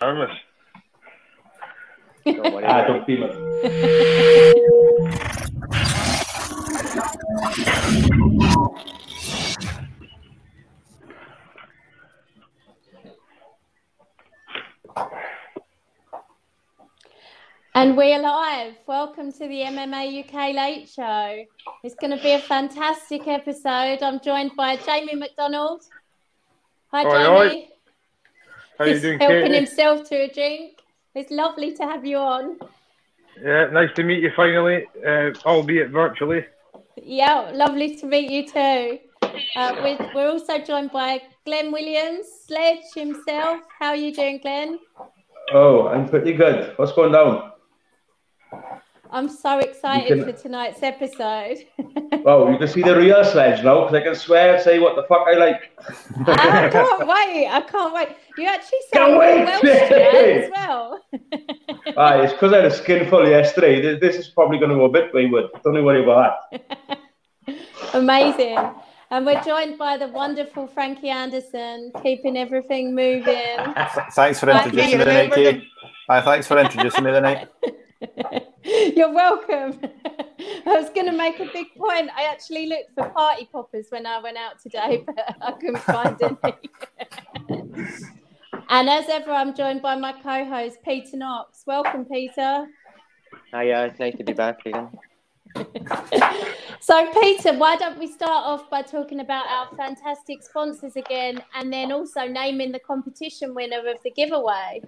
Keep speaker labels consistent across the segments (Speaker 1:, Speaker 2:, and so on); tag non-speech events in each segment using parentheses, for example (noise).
Speaker 1: Thomas.
Speaker 2: Nobody
Speaker 3: Ah,
Speaker 2: knows.
Speaker 3: Doc Beamer.
Speaker 4: And we're live. Welcome to the MMA UK Late Show. It's going to be a fantastic episode. I'm joined by Jamie McDonald. Hi,
Speaker 1: Oi,
Speaker 4: Jamie.
Speaker 1: oi. How you
Speaker 4: He's
Speaker 1: doing,
Speaker 4: (laughs) helping
Speaker 1: Katie?
Speaker 4: himself to a drink. It's lovely to have you on.
Speaker 1: Yeah, nice to meet you finally, uh, albeit virtually.
Speaker 4: Yeah, lovely to meet you too. Uh, we're, we're also joined by Glenn Williams, Sledge himself. How are you doing, Glenn?
Speaker 3: Oh, I'm pretty good. What's going down?
Speaker 4: I'm so excited
Speaker 3: can-
Speaker 4: for tonight's episode. (laughs)
Speaker 3: Oh, you can see the real sledge now because I can swear and say what the fuck I like.
Speaker 4: I
Speaker 3: (laughs)
Speaker 4: can't wait. I can't wait. You actually
Speaker 3: Can't
Speaker 4: sound
Speaker 3: wait.
Speaker 4: Welsh
Speaker 3: (laughs)
Speaker 4: today as well.
Speaker 3: Ah, it's because I had a skin full yesterday. Th- This is probably going to go a bit wayward. Don't you worry about that.
Speaker 4: Amazing. And we're joined by the wonderful Frankie Anderson, keeping everything moving. (laughs)
Speaker 2: Th- Thanks for
Speaker 4: Right,
Speaker 2: introducing me
Speaker 4: you
Speaker 2: the night,
Speaker 4: remember
Speaker 2: Kate. Aye, thanks for introducing me the
Speaker 4: (laughs)
Speaker 2: night.
Speaker 4: You're welcome. (laughs) I was going to make a big point. I actually looked for party poppers when I went out today, (laughs) but I couldn't find any. (laughs) and as ever, I'm joined by my co host, Peter Knox. Welcome, Peter.
Speaker 5: Ah,
Speaker 2: Aye, yeah, it's nice to be back again.
Speaker 4: So, Peter, why don't we start off by talking about our fantastic sponsors again and then also naming the competition winner of the giveaway?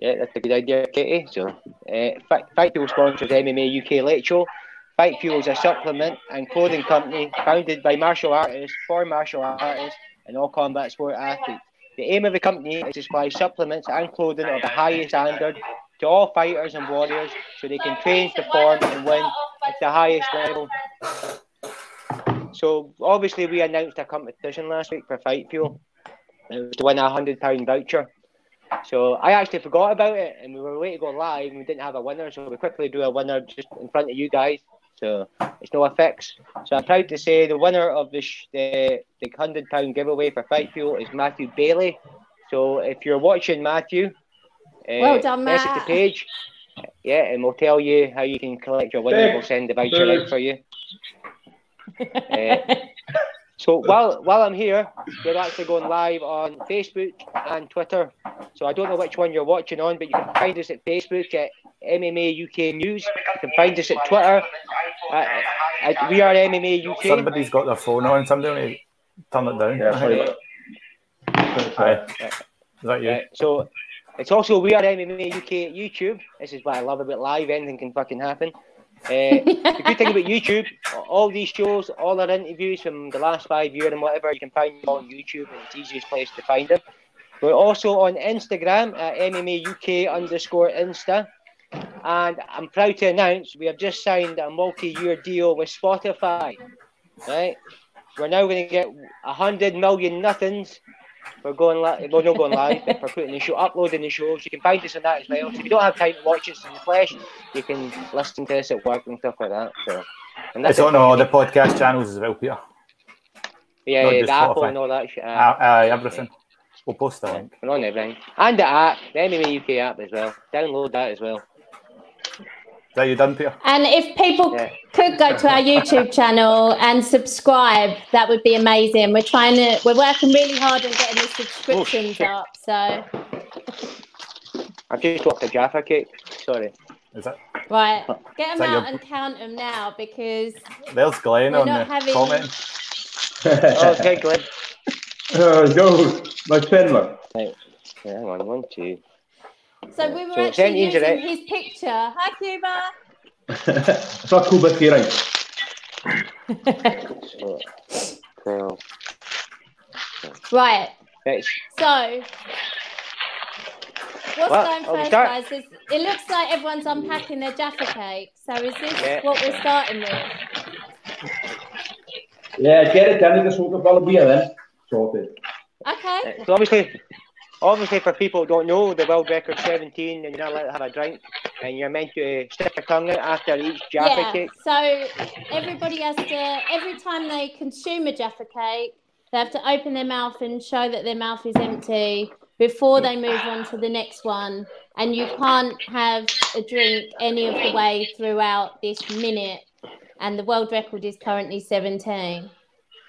Speaker 5: Yeah, that's a good idea, Katie. So, uh, Fight, Fight Fuel sponsors MMA UK Late Show. Fight Fuel is a supplement and clothing company founded by martial artists for martial artists and all combat sport athletes. The aim of the company is to supply supplements and clothing of the highest standard to all fighters and warriors so they can train, perform, and win at the highest level. So, obviously, we announced a competition last week for Fight Fuel. It was to win a £100 voucher. So I actually forgot about it, and we were late to go live, and we didn't have a winner, so we quickly drew a winner just in front of you guys. So it's no effects. So I'm proud to say the winner of the sh- the, the hundred pound giveaway for Fight Fuel is Matthew Bailey. So if you're watching, Matthew, uh,
Speaker 4: Well done,
Speaker 5: message
Speaker 4: Matt.
Speaker 5: the page. Yeah, and we'll tell you how you can collect your winner.
Speaker 3: Thanks.
Speaker 5: We'll send the voucher out for you. Eh, so while while I'm here, we're actually going live on Facebook and Twitter. So I don't know which one you're watching on, but you can find us at Facebook at MMA UK News. You can find us at Twitter at, at We Are MMA UK.
Speaker 2: Somebody's got their phone on. Somebody turn it down.
Speaker 3: Yeah,
Speaker 2: I
Speaker 3: sorry.
Speaker 2: think.
Speaker 3: Sorry.
Speaker 2: Aye. Is that you?
Speaker 5: Uh, so it's also eh, We Are MMA UK at YouTube. This is what I love about live. Anything can fucking happen. Uh, the good thing about YouTube, all these shows, all our interviews from the last five years and whatever, you can find them on YouTube. It's the easiest place to find them. We're also on Instagram at MMA UK underscore Insta. And I'm proud to announce we have just signed a multi-year deal with Spotify. Right? We're now going to get 100 million nothings for going live. Well, not going live, but for putting the show, uploading the shows. You can find us on that as well. So if you don't have time to watch us in the flesh, you can listen to us at work and stuff like that. So, and
Speaker 2: It's
Speaker 5: it.
Speaker 2: on all the podcast channels as well, Peter.
Speaker 5: yeah,
Speaker 2: not
Speaker 5: yeah,
Speaker 2: just
Speaker 5: the Apple
Speaker 2: Spotify.
Speaker 5: and all that shit. uh,
Speaker 2: Aye, aye, everything. We'll post the link.
Speaker 5: We're on everything. And the app, the MMA UK app as well. Download that as well.
Speaker 2: Is that you done, Peter?
Speaker 4: And if people
Speaker 5: Yeah.
Speaker 4: could go to our YouTube channel and subscribe, that would be amazing. We're trying to, we're working really hard on getting the subscriptions
Speaker 5: shit.
Speaker 4: up. So,
Speaker 5: I've just walked a Jaffa cake.
Speaker 2: (laughs)
Speaker 5: Sorry.
Speaker 2: Is that?
Speaker 4: right, get
Speaker 2: Is that
Speaker 4: them out
Speaker 2: your-
Speaker 4: and count them now because
Speaker 2: There's Glenn
Speaker 4: We're
Speaker 2: on
Speaker 4: not
Speaker 2: the
Speaker 4: having-
Speaker 2: comment.
Speaker 5: Oh, okay, Glenn.
Speaker 3: (laughs) oh, yo, my pen, man. (laughs)
Speaker 5: Yeah, hang on, one, two.
Speaker 4: so we were
Speaker 5: So,
Speaker 4: actually
Speaker 5: Jenny's
Speaker 4: using
Speaker 5: right.
Speaker 4: his picture. Hi, Cuba.
Speaker 3: it's not cool, but you're right.
Speaker 5: So, so,
Speaker 4: (laughs) Right.
Speaker 5: next.
Speaker 4: So, what's
Speaker 5: Well,
Speaker 4: going
Speaker 5: are we
Speaker 4: first,
Speaker 5: start-
Speaker 4: guys? Is, it looks like everyone's unpacking their Jaffa cake. So, is this
Speaker 5: Yeah.
Speaker 4: what we're starting with?
Speaker 3: Yeah, get it done in the sort of bottle of beer then. Sorted.
Speaker 4: Okay.
Speaker 5: So obviously, obviously for people who don't know, the world record 17 and you're not allowed to have a drink and you're meant to stick your tongue out after each Jaffa
Speaker 4: yeah.
Speaker 5: cake.
Speaker 4: So, everybody has to, every time they consume a Jaffa cake, they have to open their mouth and show that their mouth is empty before they move on to the next one. And you can't have a drink any of the way throughout this minute. And the world record is currently (laughs) 17.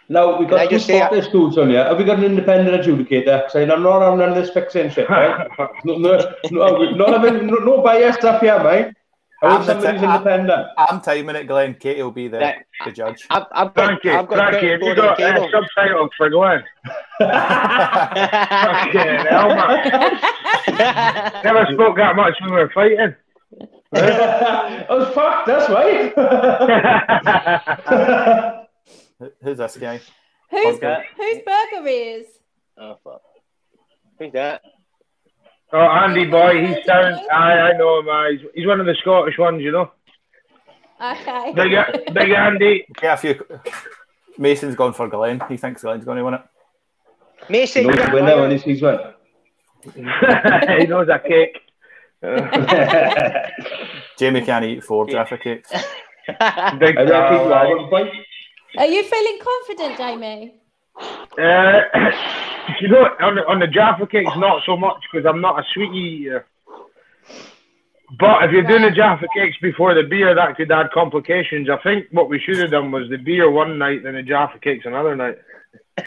Speaker 3: Now, we've
Speaker 5: Can I
Speaker 3: got two
Speaker 5: just say-
Speaker 3: sportless dudes on here. Have we got an independent adjudicator? Saying, I'm not having none of this fixing
Speaker 2: (laughs)
Speaker 3: shit, right? no, no, no, we- none of it, no, no biased stuff here, mate. I
Speaker 2: I'm
Speaker 3: want somebody who's
Speaker 2: the- I'm-
Speaker 3: independent. (laughs)
Speaker 2: I'm timing it, Glenn. Katie will be the,
Speaker 5: Right.
Speaker 2: the judge. (laughs)
Speaker 5: I've, I've got,
Speaker 1: Frankie,
Speaker 5: I've got
Speaker 1: Frankie, have
Speaker 5: a
Speaker 1: you
Speaker 5: bit
Speaker 1: got
Speaker 5: of
Speaker 1: uh,
Speaker 5: cable.
Speaker 1: subtitles for Glenn? Fucking hell, man. Never spoke that much when we were fighting. (laughs)
Speaker 3: I was fucked, Oh, that's
Speaker 2: (laughs)
Speaker 3: right.
Speaker 2: Who- Who's this guy?
Speaker 4: Who's,
Speaker 2: Okay.
Speaker 4: whose burger is?
Speaker 5: (laughs) oh, fuck. Who's that?
Speaker 1: oh, Andy boy, he's down. I, I know him. aye. He's, he's one of the Scottish ones, you know.
Speaker 4: Okay.
Speaker 1: Big, big Andy. (laughs)
Speaker 2: Yeah, a few. Mason's gone for Glenn. He thinks Glenn's going to win it.
Speaker 5: Mason,
Speaker 3: No
Speaker 5: you're a
Speaker 3: winner when
Speaker 5: liar.
Speaker 3: he
Speaker 2: (laughs)
Speaker 3: sees one.
Speaker 1: he knows a cake. Uh,
Speaker 2: Jamie can't eat four Jaffa cakes.
Speaker 1: big
Speaker 3: I reckon you
Speaker 1: pal, aye.
Speaker 3: are one point.
Speaker 4: (laughs) Are you feeling confident, Jamie?
Speaker 1: Uh, (coughs) you know, on the, on the Jaffa cakes, not so much because I'm not a sweetie eater. But if you're doing the Jaffa cakes before the beer, that could add complications. I think what we should have done was the beer one night, then the Jaffa cakes another night.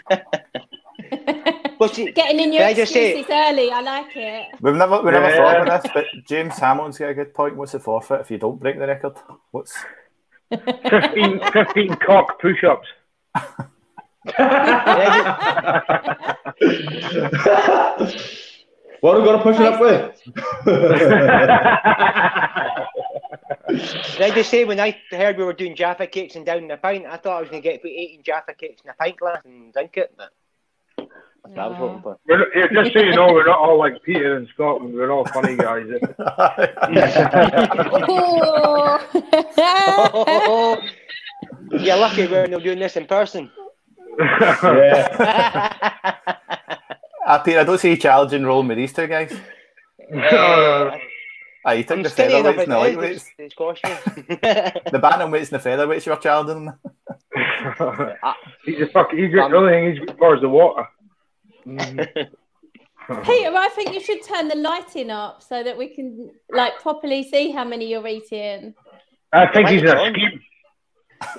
Speaker 5: (laughs) Well, see,
Speaker 4: Getting in your
Speaker 5: Can I just say-
Speaker 4: excuses early. I like it.
Speaker 2: We've never, we never
Speaker 1: Yeah.
Speaker 2: thought about this, but James Hammond's got a good point. What's the forfeit if you don't break the record? What's
Speaker 1: 15, 15 cock push (laughs) ups.
Speaker 3: What are we going to push it up
Speaker 2: (laughs)
Speaker 3: with?
Speaker 5: Can I just say, when I heard we were doing Jaffa cakes and down in a pint, I thought I was going to get put 18 Jaffa cakes in a pint glass and drink it. But that's what I was hoping for.
Speaker 1: We're, yeah, just so you know, we're not all like Peter in Scotland. We're all funny guys.
Speaker 4: (laughs)
Speaker 5: (laughs)
Speaker 4: Oh.
Speaker 5: You're lucky we're not doing this in person.
Speaker 3: (laughs)
Speaker 1: (laughs)
Speaker 3: yeah.
Speaker 2: Ah, Peter, I don't see you challenging rolling with these two guys.
Speaker 5: Uh,
Speaker 2: Ah, you took
Speaker 5: I'm
Speaker 2: the
Speaker 5: steady enough
Speaker 2: featherweights
Speaker 5: at
Speaker 2: and the
Speaker 5: this.
Speaker 2: lightweights.
Speaker 5: It's caution.
Speaker 2: The bantamweights and the featherweights you were challenging them.
Speaker 1: Uh, he's a fuck. He's got the only thing he's got for is the water.
Speaker 4: Peter, I think you should turn the lighting up so that we can like properly see how many you're eating.
Speaker 1: I think he's in a
Speaker 5: Right,
Speaker 1: scheme.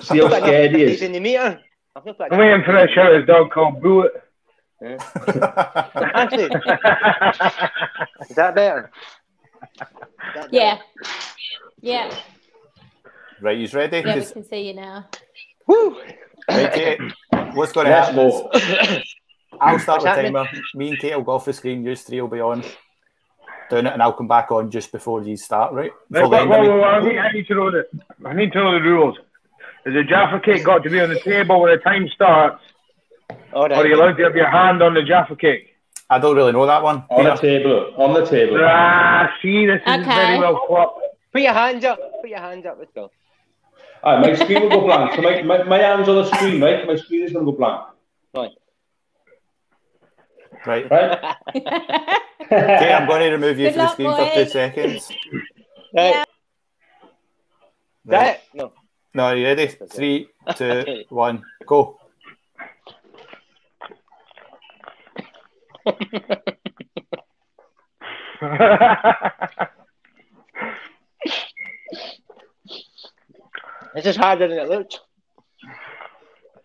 Speaker 3: See how scared he
Speaker 5: He's
Speaker 2: (laughs)
Speaker 3: is.
Speaker 5: in the meter. I've not put
Speaker 1: I'm waiting for that shout his dog called Bullet.
Speaker 5: Actually, is that better? Is that
Speaker 4: Yeah. Yeah.
Speaker 2: right, he's ready.
Speaker 4: Yeah, we
Speaker 2: 'Cause-
Speaker 4: can see you now. (laughs)
Speaker 5: better? Woo!
Speaker 2: right, Katie, what's going to
Speaker 3: Let's
Speaker 2: happen? is-
Speaker 3: go.
Speaker 2: I'll start the
Speaker 5: What's happening?
Speaker 2: timer. Me and Kate will go off the screen. You three will be on doing it, and I'll come back on just before you start, right?
Speaker 1: Whoa,
Speaker 2: Before the
Speaker 1: whoa,
Speaker 2: end of
Speaker 1: whoa,
Speaker 2: me-
Speaker 1: I, need, I need to know the I need to know the rules. Has the Jaffa cake got to be on the table when the time starts,
Speaker 5: All
Speaker 1: or are you
Speaker 5: right.
Speaker 1: allowed to have your hand on the Jaffa cake?
Speaker 2: I don't really know that one.
Speaker 3: On the
Speaker 2: Peter.
Speaker 3: table. On the table.
Speaker 1: Ah, see, this is
Speaker 4: Okay.
Speaker 1: very well (laughs) flopped.
Speaker 5: Put your hands up. Put your hands up. Let's go.
Speaker 3: All right, Ah, my screen will go blank. So my, my, my hand's on the screen, right? My screen is going to go blank.
Speaker 5: Right.
Speaker 2: Right.
Speaker 3: Right?
Speaker 2: Kate, I'm going to remove you
Speaker 4: Good
Speaker 2: from the
Speaker 4: luck,
Speaker 2: screen for two
Speaker 4: boys.
Speaker 2: seconds.
Speaker 5: Right.
Speaker 2: Right.
Speaker 5: That. No.
Speaker 2: No, are you ready? Three, two, one, go.
Speaker 5: This is harder than it looked.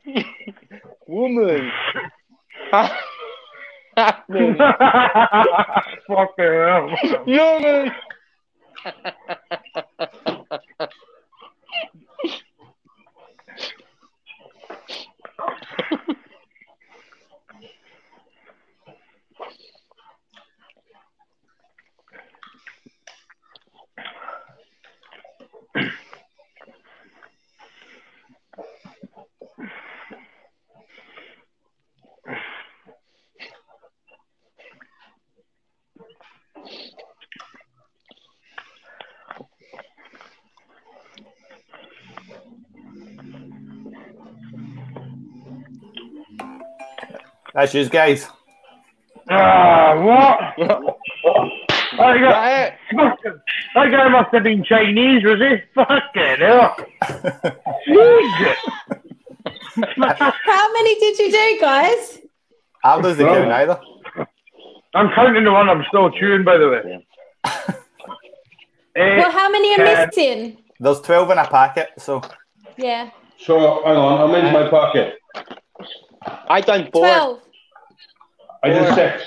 Speaker 5: (laughs) Woman. (laughs) Woman.
Speaker 1: Fucking hell.
Speaker 5: Woman.
Speaker 2: That's you guys. (laughs)
Speaker 1: Ah, what? I got,
Speaker 5: Right.
Speaker 1: that guy must have been Chinese, was he? Fucking hell. Jesus.
Speaker 4: How many did you do, guys?
Speaker 2: Al doesn't
Speaker 3: Well-
Speaker 2: count either.
Speaker 1: I I'm counting the one I'm still chewing, by the way. (laughs) Eh, Eight,
Speaker 4: Well, how many are
Speaker 1: ten.
Speaker 4: missing?
Speaker 2: There's 12 in a packet, so
Speaker 4: Yeah,
Speaker 3: So hang on, I'm in my pocket.
Speaker 5: I done four.
Speaker 4: twelve.
Speaker 3: I did six.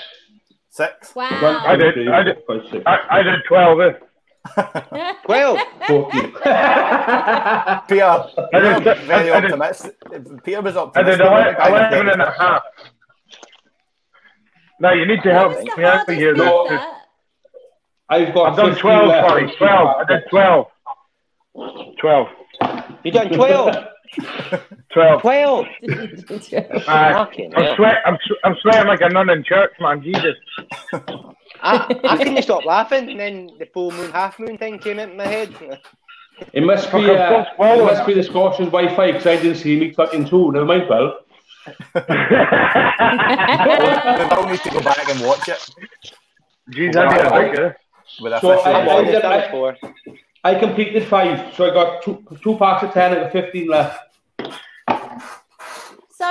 Speaker 2: six.
Speaker 1: I
Speaker 2: (laughs)
Speaker 4: Wow.
Speaker 1: did- I did-
Speaker 3: Five, six.
Speaker 1: I, I did 12. eh?
Speaker 4: (laughs)
Speaker 5: Twelve.
Speaker 3: Fuck you.
Speaker 2: Peter,
Speaker 1: I did,
Speaker 2: Peter
Speaker 1: I,
Speaker 2: was very
Speaker 1: I did,
Speaker 2: optimistic. Peter was
Speaker 1: I did
Speaker 2: optimistic.
Speaker 1: 11,
Speaker 2: I was
Speaker 1: 11 and a half. Now, you need to
Speaker 4: That
Speaker 1: help
Speaker 4: was the
Speaker 1: me out
Speaker 4: hardest
Speaker 1: here.
Speaker 4: bit,
Speaker 1: though.
Speaker 4: that.
Speaker 3: I've got
Speaker 1: I've done
Speaker 3: 15
Speaker 1: 12,
Speaker 3: left.
Speaker 1: sorry. 12. I did 12. 12.
Speaker 5: You done twelve.
Speaker 1: 12.
Speaker 5: (laughs) Twelve.
Speaker 1: Aye.
Speaker 5: Fucking
Speaker 1: I'm,
Speaker 5: hell.
Speaker 1: sweat, I'm, swe- I'm sweating like a nun in church, man. Jesus.
Speaker 5: I, I couldn't stop laughing, and then the full moon, half moon thing came into my head.
Speaker 3: (laughs) It must be.
Speaker 1: Fucking
Speaker 3: Uh,
Speaker 1: fuck, well
Speaker 3: it must be the Scotians' Wi-Fi because I didn't see me fucking two. Never mind, well.
Speaker 2: (laughs) We all need to go back and watch it
Speaker 1: Jeez, I need a drink, eh? (laughs)
Speaker 2: with a
Speaker 3: So,
Speaker 2: official
Speaker 3: I-
Speaker 5: I've
Speaker 1: uh,
Speaker 2: voice.
Speaker 5: already
Speaker 3: did-
Speaker 5: done
Speaker 3: I-
Speaker 5: four.
Speaker 3: I completed five, so I got two two packs of ten. I got fifteen left.
Speaker 4: So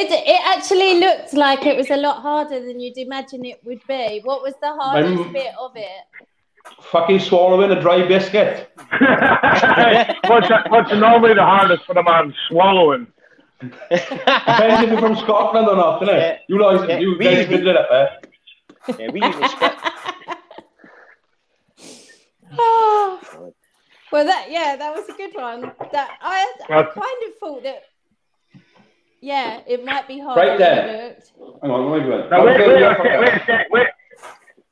Speaker 4: it it actually looked like it was a lot harder than you'd imagine it would be. What was the hardest
Speaker 3: I'm-
Speaker 4: bit of
Speaker 1: (laughs)
Speaker 4: it? (sighs)
Speaker 3: Fucking swallowing a dry biscuit.
Speaker 1: what's, that, what's normally the hardest for the man? Swallowing.
Speaker 3: Depends if you're from Scotland or not, innit?
Speaker 5: Yeah.
Speaker 3: You guys,
Speaker 5: Yeah,
Speaker 3: you
Speaker 5: we
Speaker 3: guys
Speaker 5: usually-
Speaker 3: did it eh? up there.
Speaker 5: Yeah, we usually split.
Speaker 4: Oh. Well, that yeah, that was a good one. That I, I
Speaker 1: Well-
Speaker 4: kind of thought that. Yeah, it might be harder
Speaker 3: Right
Speaker 4: than
Speaker 3: there.
Speaker 4: it looked.
Speaker 3: Hang on, wait a minute.
Speaker 1: Now, wait,
Speaker 3: Okay,
Speaker 1: wait,
Speaker 3: yeah,
Speaker 1: a sec,
Speaker 3: okay.
Speaker 1: wait a sec, wait.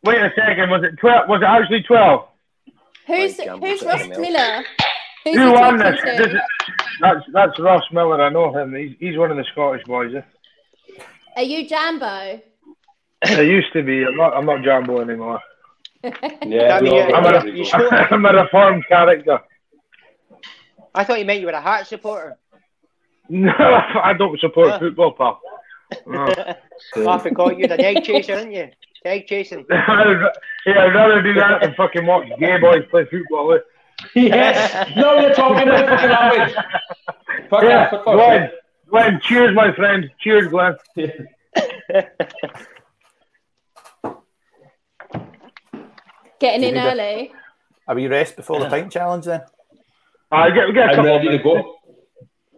Speaker 1: Wait a second. Was it 12? Was it actually 12?
Speaker 4: Who's
Speaker 5: Like Jumbo
Speaker 4: who's
Speaker 5: Jack
Speaker 4: Ross
Speaker 5: Milk.
Speaker 4: Miller? Who's
Speaker 1: Who
Speaker 4: he
Speaker 1: won
Speaker 4: talking
Speaker 1: this?
Speaker 4: to?
Speaker 1: this is, that's, that's Ross Miller. I know him. He's, he's one of the Scottish boys. Eh?
Speaker 4: Are you Jambo?
Speaker 1: I used to be. I'm not, I'm not Jambo anymore. (laughs)
Speaker 3: Yeah,
Speaker 5: Damn
Speaker 3: we
Speaker 5: you,
Speaker 3: all
Speaker 5: yeah.
Speaker 1: I'm
Speaker 3: got
Speaker 1: a,
Speaker 3: it.
Speaker 5: You sure?
Speaker 1: I'm a reformed character.
Speaker 5: I thought you meant you were a Heart supporter.
Speaker 1: No, I don't support
Speaker 5: Huh?
Speaker 1: football, pal. No. (laughs)
Speaker 5: I forgot you're an egg chaser, aren't you? Egg chasing.
Speaker 1: I'd, yeah, I'd rather do that than fucking watch gay boys play
Speaker 3: (laughs)
Speaker 1: football. eh?
Speaker 3: Yes. (laughs) No, you're talking in a fucking language. Fuck
Speaker 1: Yeah,
Speaker 3: off, fuck
Speaker 1: Glenn,
Speaker 3: off.
Speaker 1: Glenn, cheers, my friend. Cheers, Glenn.
Speaker 4: Getting in
Speaker 2: Did he do-
Speaker 4: early.
Speaker 2: Are we rest before the pint challenge then? (laughs)
Speaker 1: I get, get a
Speaker 3: I'm
Speaker 1: couple
Speaker 3: ready to go.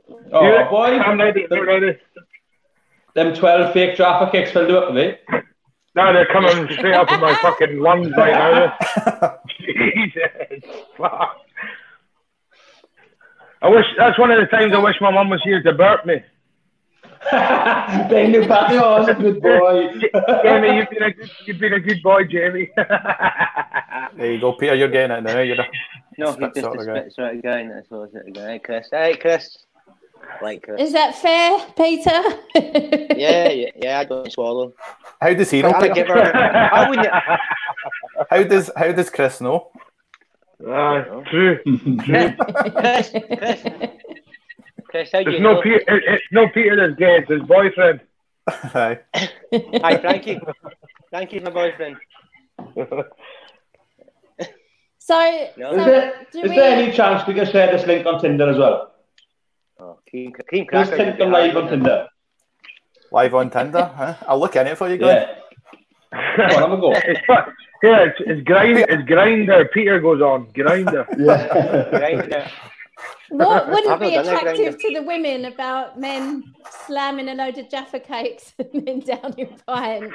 Speaker 1: Yeah,
Speaker 3: Oh, boy.
Speaker 1: I'm ready. I'm ready.
Speaker 3: Them 12 fake traffic kicks filled you up, (laughs) mate.
Speaker 1: Now they're coming straight up in my fucking lungs right now. Jesus. Fuck. I wish that's one of the times I wish my mum was here to burp me.
Speaker 3: Ben New Patty, oh, that's a good boy.
Speaker 1: Jamie, you've been a good, you've been a good boy, Jamie.
Speaker 2: There you go, Peter. You're getting it now. You're a
Speaker 5: No, he's
Speaker 2: Spit
Speaker 5: just
Speaker 2: sort
Speaker 5: a
Speaker 2: of guy.
Speaker 5: spit sort of guy, and that's what sort of guy. Chris. Hey, Chris. Like Chris.
Speaker 4: Is that fair, Peter?
Speaker 5: Yeah, yeah, yeah, I don't swallow.
Speaker 2: How does he know?
Speaker 5: I'm a
Speaker 2: Peter?
Speaker 5: giver. I wouldn't. (laughs)
Speaker 2: How does how does Chris know? (laughs)
Speaker 5: Uh,
Speaker 1: Ah, true.
Speaker 5: Chris, Chris, Chris, how do
Speaker 1: There's
Speaker 5: you know?
Speaker 1: no Peter. It, it's no Peter that's gay. It's his boyfriend. (laughs)
Speaker 2: Aye.
Speaker 5: Hi, Frankie. Frankie's my boyfriend.
Speaker 4: (laughs) So,
Speaker 3: (laughs)
Speaker 5: No.
Speaker 3: Is
Speaker 4: so
Speaker 3: there,
Speaker 4: do
Speaker 3: is
Speaker 4: we-
Speaker 3: there any chance we can share this link on Tinder as well?
Speaker 5: Oh, cream, cream
Speaker 3: Let's
Speaker 5: crackers.
Speaker 3: take them live on Tinder.
Speaker 2: Live on Tinder. Huh? I'll look in it for you guys.
Speaker 3: Yeah. Come on, have a go.
Speaker 1: It's fu- yeah, it's, it's grind. It's grinder. Peter goes on grinder.
Speaker 3: Yeah.
Speaker 5: Right, yeah.
Speaker 3: (laughs)
Speaker 4: what wouldn't
Speaker 5: I've
Speaker 4: be
Speaker 5: not done that
Speaker 4: attractive
Speaker 5: grinder.
Speaker 4: to the women about men slamming a load of Jaffa cakes (laughs) and then down your pints?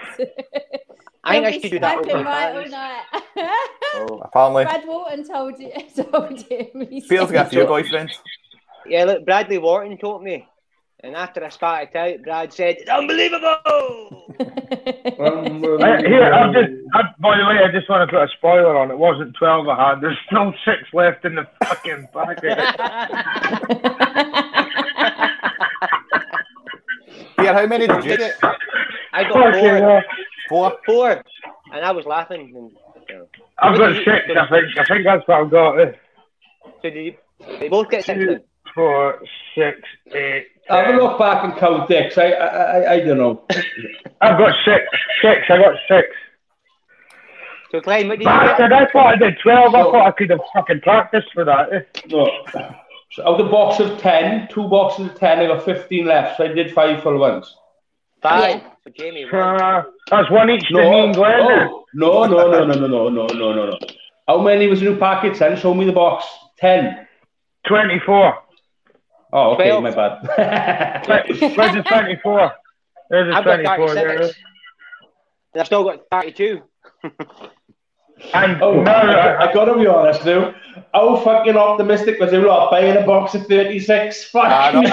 Speaker 5: I think
Speaker 4: They'll
Speaker 5: I
Speaker 4: be
Speaker 5: should do that.
Speaker 4: sniping
Speaker 5: over
Speaker 4: right all
Speaker 5: fans.
Speaker 4: night.
Speaker 5: Oh.
Speaker 2: Apparently,
Speaker 4: (laughs) Brad Walton told you. (laughs) Told him. He
Speaker 2: Peter's
Speaker 4: said-
Speaker 2: got a few boyfriends.
Speaker 5: Yeah, look, Bradley Wharton taught me. And after I spat it out, Brad said, It's (laughs) unbelievable!
Speaker 3: (laughs) Um,
Speaker 1: I, (laughs) here, I've just. I, by the way, I just want to put a spoiler on. It wasn't twelve I had. There's still six left in the fucking
Speaker 5: (laughs)
Speaker 1: packet.
Speaker 2: Peter, how many did you get?
Speaker 5: I got
Speaker 1: Fucking hell.
Speaker 5: four.
Speaker 2: Four.
Speaker 5: Four. And I was laughing. And, you know.
Speaker 1: (laughs) I've got six. I think. I think that's what I've got. eh.
Speaker 5: So did you, they both get six
Speaker 1: Two,
Speaker 5: then?
Speaker 1: four, six, eight.
Speaker 3: Have a
Speaker 1: ten.
Speaker 3: look back and count dicks. I, I, I, I don't know.
Speaker 1: I've got six. Six. I got six.
Speaker 5: So Clyde, what did you get?
Speaker 1: Bastard! I thought I did twelve. I thought I could have fucking practiced for that. eh.
Speaker 3: No. So out of the box of 10, two boxes of 10, I got 15 left. So I did five full ones.
Speaker 5: Five.
Speaker 4: Yeah.
Speaker 5: for Jamie.
Speaker 1: Uh, that's one each
Speaker 3: No,
Speaker 1: to me and Glenn. then.
Speaker 3: oh, no, no, no, no, no, no, no, no, no, no. How many was in your packet? Ten. Show me the box. Ten.
Speaker 1: 24.
Speaker 3: Oh, okay,
Speaker 5: Twelve.
Speaker 3: my bad. (laughs)
Speaker 1: Where's the 24? There's the
Speaker 5: I've got
Speaker 1: 24.
Speaker 5: 36.
Speaker 1: There. it is.
Speaker 5: And I've still got
Speaker 1: (laughs)
Speaker 5: 32.
Speaker 1: And
Speaker 3: Oh,
Speaker 1: no,
Speaker 3: I,
Speaker 1: I,
Speaker 3: I gotta be honest, though. How fucking optimistic was Ulot buying a box of 36? (laughs) Fuck
Speaker 2: Ah, no.
Speaker 3: me.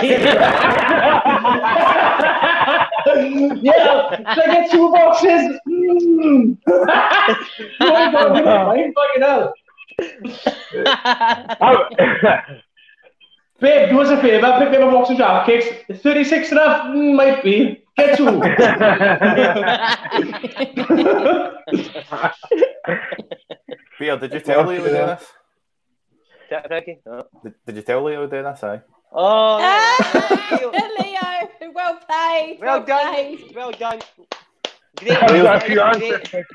Speaker 3: yeah, did I get two boxes? Mm. (laughs) no, I got one, mate, fucking hell.
Speaker 1: I-
Speaker 3: Babe, do us a favour, pick me up a box of Jaffa Cakes. Is 36 enough? Mm, might be. Get two.
Speaker 2: Peter, did you tell Lee you were doing this?
Speaker 5: Is that Ricky? No.
Speaker 2: Did, did you tell Lee you were doing this? Aye.
Speaker 5: Oh,
Speaker 4: Ah,
Speaker 5: Leo.
Speaker 4: (laughs)
Speaker 1: (laughs)
Speaker 4: Leo, well played.
Speaker 5: well done.
Speaker 4: played.
Speaker 5: Well done. Great,
Speaker 1: I've got a few
Speaker 5: great-
Speaker 1: answers.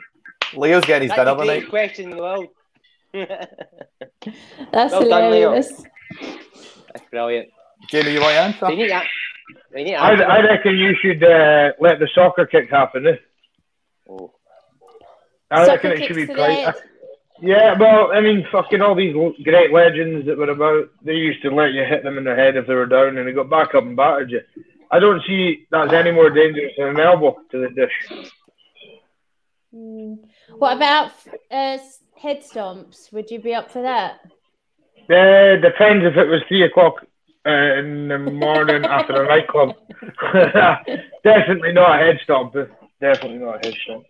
Speaker 2: Leo's getting his
Speaker 5: That's
Speaker 2: dinner
Speaker 5: the
Speaker 2: tonight.
Speaker 5: greatest question in the world. (laughs)
Speaker 4: That's
Speaker 5: Well done, Leo.
Speaker 4: hilarious.
Speaker 5: That's brilliant.
Speaker 2: Jamie, you want to answer?
Speaker 5: They need that. They need
Speaker 1: I,
Speaker 5: that.
Speaker 1: I reckon you should uh, let the soccer kick happen. eh?
Speaker 5: Oh.
Speaker 1: I
Speaker 4: Soccer
Speaker 1: reckon it should
Speaker 4: kicks
Speaker 1: be
Speaker 4: to the
Speaker 1: played.
Speaker 4: head.
Speaker 1: Yeah, well, I mean, fucking all these l- great legends that were about, they used to let you hit them in their head if they were down and they got back up and battered you. I don't see that's any more dangerous than an elbow to the dish.
Speaker 4: Mm. What about uh, head stomps? Would you be up for that?
Speaker 1: Uh, depends if it was three o'clock uh, in the morning after a nightclub. (laughs) Definitely not a head stomp. eh? Definitely not a head stomp.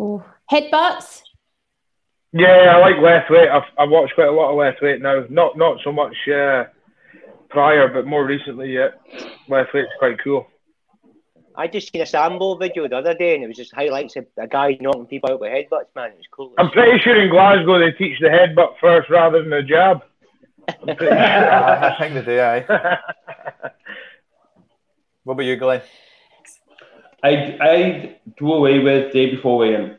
Speaker 4: Ooh. Headbutts?
Speaker 1: Yeah, I like Lethwaite. I've I watched quite a lot of Lethwaite now. Not not so much uh, prior, but more recently. Yeah, Lethwaite's quite cool.
Speaker 5: I just seen a Sambo video the other day and it was just highlights of a guy knocking people out with headbutts, man. It was cool.
Speaker 1: I'm pretty sure in Glasgow they teach the headbutt first rather than the jab. I'm (laughs) pretty sure.
Speaker 2: I think they do, (laughs) aye.
Speaker 4: (laughs)
Speaker 2: What about you, Glenn?
Speaker 3: I'd, I'd do away with day before weigh-in.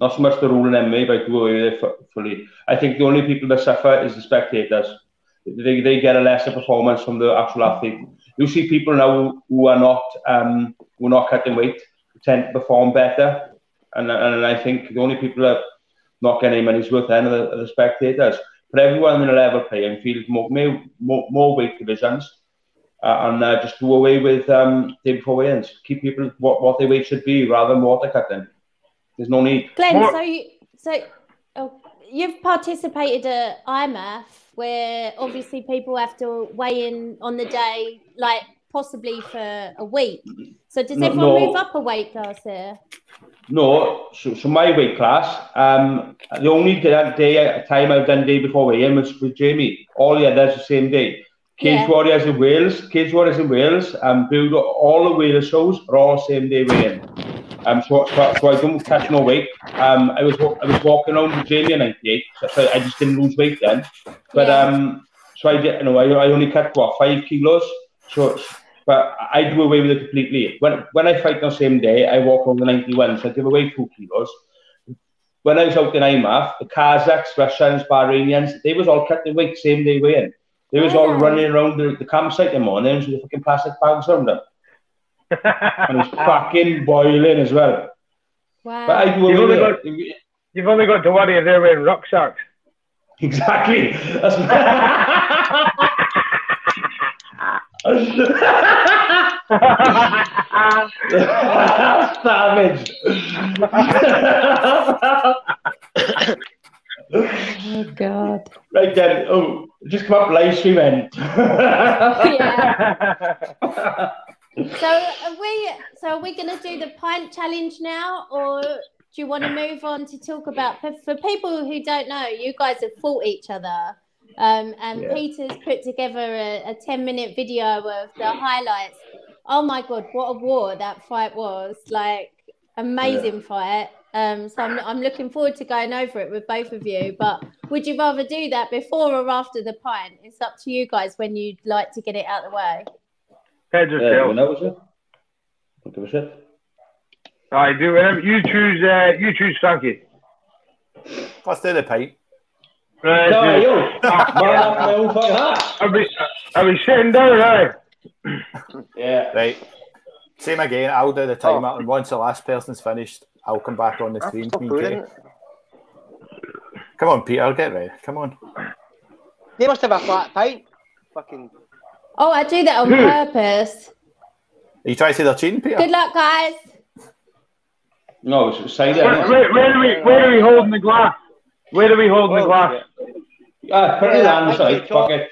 Speaker 3: Not so much the rule in MMA, but I'd do away with it fu- fully. I think the only people that suffer is the spectators. They, they get a lesser performance from the actual athlete. You see people now who, who are not um, who are not cutting weight tend to perform better, and and I think the only people that not getting any money's worth then are the, are the spectators. But everyone in a level playing field, more may- more, more weight divisions uh, and uh, just do away with um, day before weigh-ins. Keep people what, what their weight should be rather than what they cut them. There's no need.
Speaker 4: Glenn,
Speaker 1: More-
Speaker 4: so you, so oh, you've participated at IMAF, where obviously people have to weigh in on the day, like possibly for a week. So does
Speaker 3: No,
Speaker 4: everyone
Speaker 3: no.
Speaker 4: move up a weight class here?
Speaker 3: No, so, so my weight class, um, the only day, day time I've done day before weigh-in was with Jamie. All the others the same day. Cage
Speaker 4: Yeah.
Speaker 3: Warriors in Wales, Cage Warriors in Wales, um, Build, all the Wales shows are all same day weigh-in. Um, so, so, so I don't catch no weight. Um, I was wa- I was walking around with Jamie in '98, so, so I just didn't lose weight then. But
Speaker 4: Yeah.
Speaker 3: um, so I did, you know, I, I only cut what five kilos. So, but I do away with it completely. When when I fight on the same day, I walk over 91, so I give away two kilos. When I was out in IMAF, the Kazakhs, Russians, Bahrainians, they was all cutting weight same day weigh in. They was all
Speaker 4: Wow.
Speaker 3: running around the, the campsite in the mornings with fucking plastic bags around them. And it was fucking boiling as well.
Speaker 4: Wow.
Speaker 3: But I do
Speaker 1: You've
Speaker 3: away
Speaker 1: only
Speaker 3: with
Speaker 1: got-
Speaker 3: it.
Speaker 1: You've only got to worry if they're wearing (laughs) rucksacks.
Speaker 3: (laughs) Exactly. That's savage.
Speaker 4: oh God. Oh,
Speaker 3: right then, oh, just come up live stream
Speaker 4: (laughs)
Speaker 3: end.
Speaker 4: yeah.
Speaker 1: I've
Speaker 4: So are we? So are we going to do the pint challenge now, or do you want to move on to talk about for people who don't know? You guys have fought each other, um, and
Speaker 3: Yeah.
Speaker 4: Peter's put together a, a ten-minute video of the highlights. Oh my god, what a war that fight was! Like amazing fight. Um, so I'm, I'm looking forward to going over it with both of you. But would you rather do that before or after the pint? It's up to you guys when you'd like to get it out of the way.
Speaker 3: yeah, well, that was it. Don't give a shit.
Speaker 1: I do. whatever. You choose. Uh, you choose. Thank you.
Speaker 2: Let's do the pint.
Speaker 1: Right,
Speaker 3: No,
Speaker 1: dude.
Speaker 3: yo, man after my own fucking heart.
Speaker 1: eh? I'll be. I'll be sitting down. Right.
Speaker 3: Yeah.
Speaker 2: Right. Same again. I'll do the timeout,
Speaker 4: Oh.
Speaker 2: and once the last person's finished, I'll come back on the screen.
Speaker 5: Stop
Speaker 2: Me and
Speaker 5: doing
Speaker 2: Jay.
Speaker 5: it.
Speaker 2: Come on, Peter, get ready. Come on.
Speaker 5: They must have a flat pint. Fucking
Speaker 4: Oh, I do that on purpose.
Speaker 2: Are you trying to say they're cheating, Peter?
Speaker 4: Good luck, guys.
Speaker 3: No, it's cider.
Speaker 1: Where,
Speaker 3: isn't it?
Speaker 1: where, where, are we, where are we holding the glass? Where are we holding
Speaker 5: Oh,
Speaker 1: the glass?
Speaker 3: Ah, put it on the side. Fuck it.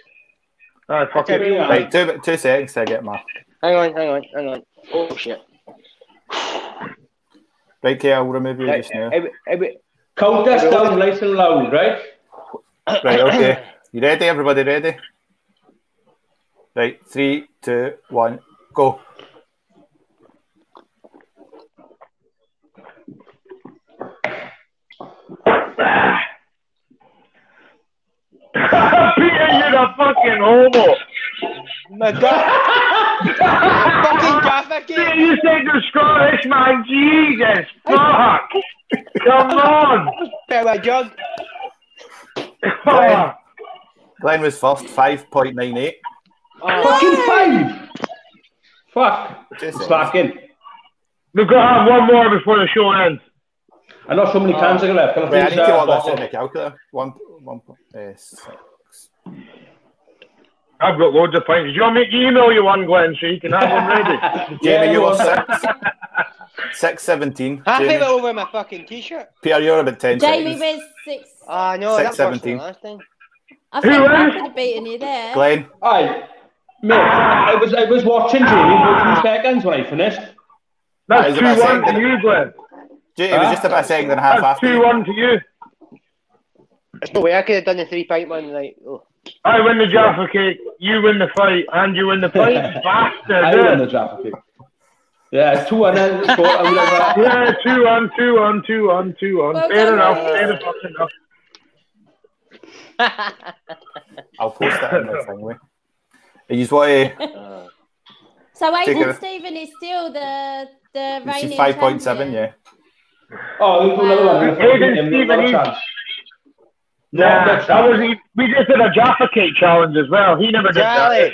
Speaker 1: Ah, fuck
Speaker 5: Okay,
Speaker 1: it.
Speaker 5: we-
Speaker 2: Right, two, two seconds to get my.
Speaker 5: Hang on, hang on, hang on. Oh shit.
Speaker 2: Right, Kay, I'll remove you
Speaker 5: Right,
Speaker 2: just now.
Speaker 5: every- every-
Speaker 3: Count us down nice and loud, right?
Speaker 2: Right, okay. You ready? Everybody ready? Right, three, two, one, go.
Speaker 1: (laughs) Peter, you're a fucking homo.
Speaker 5: My God.
Speaker 1: (laughs)
Speaker 5: fucking Gaffer
Speaker 1: Peter,
Speaker 5: game.
Speaker 1: you said you're Scottish, man. Jesus, fuck. Come on.
Speaker 5: Bit of a jug.
Speaker 1: Fuck.
Speaker 2: Glenn was first, 5.98.
Speaker 3: Fucking five. Fuck.
Speaker 2: Two seconds.
Speaker 3: Slacking.
Speaker 1: We've got to have one more before the show ends.
Speaker 3: I know so many
Speaker 1: Oh.
Speaker 3: cans I got left. Can I
Speaker 2: Wait, I
Speaker 3: finish
Speaker 2: need to
Speaker 3: that
Speaker 2: want this in
Speaker 3: bottle?
Speaker 2: the calculator. One, one, uh, six.
Speaker 1: I've got loads of pints. Do you want me to email you one, Glenn, so you can have one
Speaker 5: (laughs)
Speaker 1: ready?
Speaker 3: Yeah,
Speaker 2: Jamie, you were
Speaker 3: well,
Speaker 2: six. (laughs) Six seventeen.
Speaker 5: Half of it
Speaker 2: Jamie,
Speaker 5: over my fucking t-shirt.
Speaker 2: Pierre, you're about ten
Speaker 4: Jamie
Speaker 2: seconds.
Speaker 4: with six.
Speaker 5: Ah, no,
Speaker 2: Six
Speaker 5: that's worse
Speaker 2: seventeen.
Speaker 5: than last time.
Speaker 4: I think
Speaker 1: Who
Speaker 4: I
Speaker 1: else?
Speaker 4: could have beaten you there.
Speaker 2: Glenn,
Speaker 3: Aye. Mate, I was, I was watching Jamie for two seconds when I finished.
Speaker 1: That's
Speaker 2: That is
Speaker 1: 2 1
Speaker 2: amazing.
Speaker 1: to you, Glenn.
Speaker 2: J- it was just about a second and a half
Speaker 1: That's 2
Speaker 2: after.
Speaker 1: 1 to you.
Speaker 5: There's no way I could have done the three pint one like oh.
Speaker 1: I win the Jaffa cake, you win the fight, and you win the fight. Bastard.
Speaker 3: (laughs) I
Speaker 1: yeah.
Speaker 3: won the traffic kick. Yeah, two and then score. I would have that.
Speaker 1: Yeah, two on, two on, two on, two on.
Speaker 4: Well
Speaker 1: fair
Speaker 4: done,
Speaker 1: enough,
Speaker 4: guys.
Speaker 1: fair enough, enough.
Speaker 2: I'll post that in the thing. Wait. You just want
Speaker 4: (laughs)
Speaker 2: to
Speaker 4: So Aidan
Speaker 2: Chicken.
Speaker 4: Stephen is still the the
Speaker 2: you see
Speaker 4: reigning
Speaker 2: five point seven,
Speaker 4: champion.
Speaker 2: yeah.
Speaker 3: Oh, we'll do another one. We'll
Speaker 1: Hey,
Speaker 3: give him another
Speaker 1: Stephen,
Speaker 3: chance. No,
Speaker 1: Nah,
Speaker 3: that's
Speaker 1: that was, he- we just did a Jaffa cake challenge as well. He never did
Speaker 5: Jolly.
Speaker 1: that.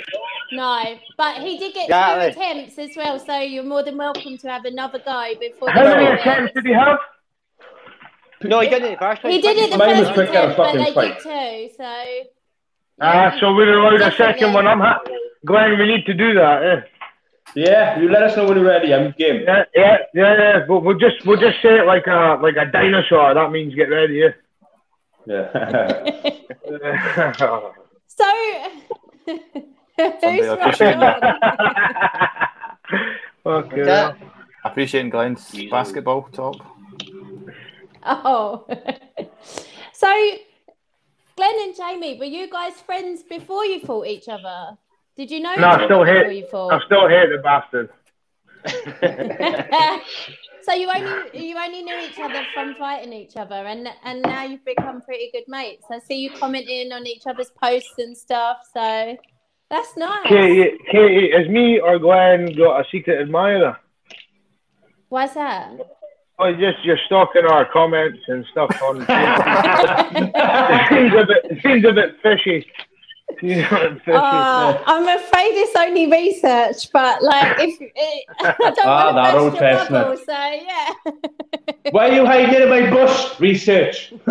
Speaker 4: No, but he did get
Speaker 5: Yeah,
Speaker 4: two
Speaker 5: like-
Speaker 4: attempts as well, so you're more than welcome to have another go before.
Speaker 1: How
Speaker 4: the
Speaker 1: many
Speaker 4: show
Speaker 1: attempts
Speaker 4: ends.
Speaker 1: did he have?
Speaker 5: No, he did it the first one.
Speaker 4: He did it the
Speaker 3: Mine was
Speaker 4: first
Speaker 3: quicker than
Speaker 4: attempt, but
Speaker 3: fucking
Speaker 4: they
Speaker 3: fight.
Speaker 4: did two. So
Speaker 1: Ah, so we're allowed a second
Speaker 4: Definitely.
Speaker 1: one. I'm ha- Glenn, we need to do that. eh?
Speaker 3: Yeah, you let us know when you're ready. I'm game.
Speaker 1: Yeah, yeah, yeah, yeah. But we'll just we'll just say it like a like a dinosaur. That means get ready. (laughs)
Speaker 3: Yeah. (laughs)
Speaker 1: Yeah.
Speaker 4: So, (laughs)
Speaker 2: Somebody
Speaker 4: who's
Speaker 2: will
Speaker 4: right
Speaker 2: appreciate
Speaker 4: on?
Speaker 1: (laughs) okay.
Speaker 5: That-
Speaker 2: Appreciating Glenn's basketball talk.
Speaker 4: (laughs) Oh, so Glenn and Jamie, were you guys friends before you fought each other? Did you know?
Speaker 1: No,
Speaker 4: each
Speaker 1: I still
Speaker 4: other
Speaker 1: hate-
Speaker 4: before you
Speaker 1: I
Speaker 4: fought?
Speaker 1: still hate the bastard.
Speaker 4: (laughs) so you only you only knew each other from fighting each other, and and now you've become pretty good mates. I see you commenting on each other's posts and stuff. So that's nice.
Speaker 1: Katie, Katie, is me or Glenn got a secret admirer? (laughs)
Speaker 4: Why's that? (laughs)
Speaker 1: Well, just you're stalking our comments and stuff on. it seems a bit, it seems a bit fishy. You know, it's fishy.
Speaker 4: Uh, I'm afraid it's only research, but like if it, (laughs) I don't
Speaker 3: Ah, that
Speaker 4: want
Speaker 3: old
Speaker 4: to burst your
Speaker 3: chestnut.
Speaker 4: bubble, so yeah.
Speaker 3: Why are you hiding in my bush? Research. (laughs)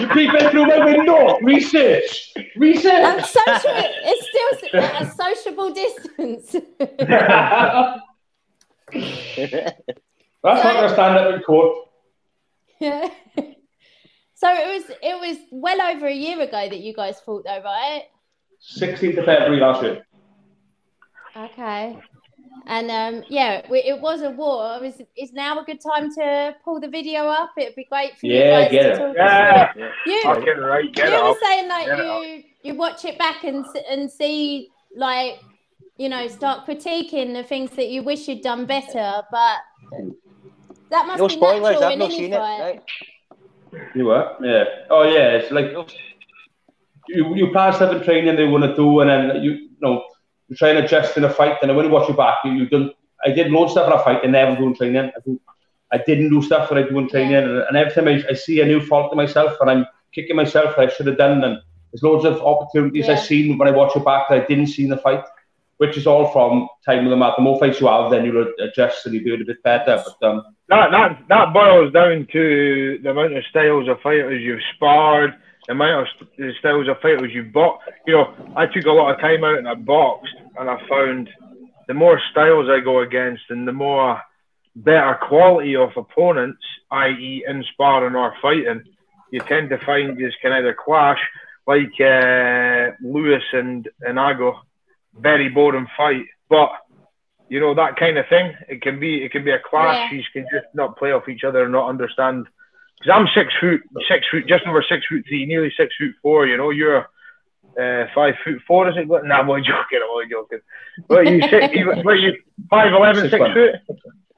Speaker 3: You're peeping through my window. Research.
Speaker 4: I'm
Speaker 3: Research. (laughs)
Speaker 4: social, it's still s- a sociable distance. (laughs)
Speaker 3: That's not going to stand up in court.
Speaker 4: Yeah. so it was it was well over a year ago that you guys fought, though, right?
Speaker 3: 16th of February last year.
Speaker 4: Okay. And um, yeah, we, it was a war. It was, is now a good time to pull the video up? It'd be great for
Speaker 3: Yeah,
Speaker 4: you guys
Speaker 3: get
Speaker 4: to
Speaker 3: it.
Speaker 4: talk us
Speaker 1: (laughs) yeah,
Speaker 4: through it. You,
Speaker 1: fucking right. Get
Speaker 4: you
Speaker 1: up.
Speaker 4: were saying like
Speaker 1: Get
Speaker 4: you
Speaker 1: out.
Speaker 4: you watch it back and s- and see like you know start critiquing the things that you wish you'd done better, but that must
Speaker 5: No
Speaker 4: be
Speaker 5: spoilers,
Speaker 4: natural
Speaker 5: I've
Speaker 4: in
Speaker 5: not
Speaker 4: any
Speaker 5: seen it.
Speaker 4: fight.
Speaker 5: Right.
Speaker 3: You were? Yeah. Oh, yeah. It's like you, you plan stuff in training they want to do, and then you, you know, you try and adjust in a fight. And when you watch it back, you, you don't. I did loads of stuff in a fight and never do in training. I, do, I didn't do stuff that I do in training, and, and every time I, I see a new fault in myself, and I'm kicking myself that I should have done. And there's loads of opportunities
Speaker 4: Yeah.
Speaker 3: I've seen when I watch it back that I didn't see in the fight. which is all from time of the match. The more fights you have, then you'll adjust and you'll do it a bit better. But um,
Speaker 1: That that that boils down to the amount of styles of fighters you've sparred, the amount of st- the styles of fighters you've bought. You know, I took a lot of time out and I boxed, and I found the more styles I go against, and the more better quality of opponents, i.e., in sparring or fighting, you tend to find you can either clash, like uh, Lewis and and Ago, very boring fight, but you know that kind of thing. It can be it can be a clash. You can just not play off each other and not understand. Because I'm six foot six foot, just over six foot three, nearly six foot four. You know, you're uh, five foot four, is it? But nah, I'm only joking. I'm only joking. But you six, (laughs) you, but you five eleven,
Speaker 3: Six
Speaker 1: six,
Speaker 3: one.
Speaker 1: foot,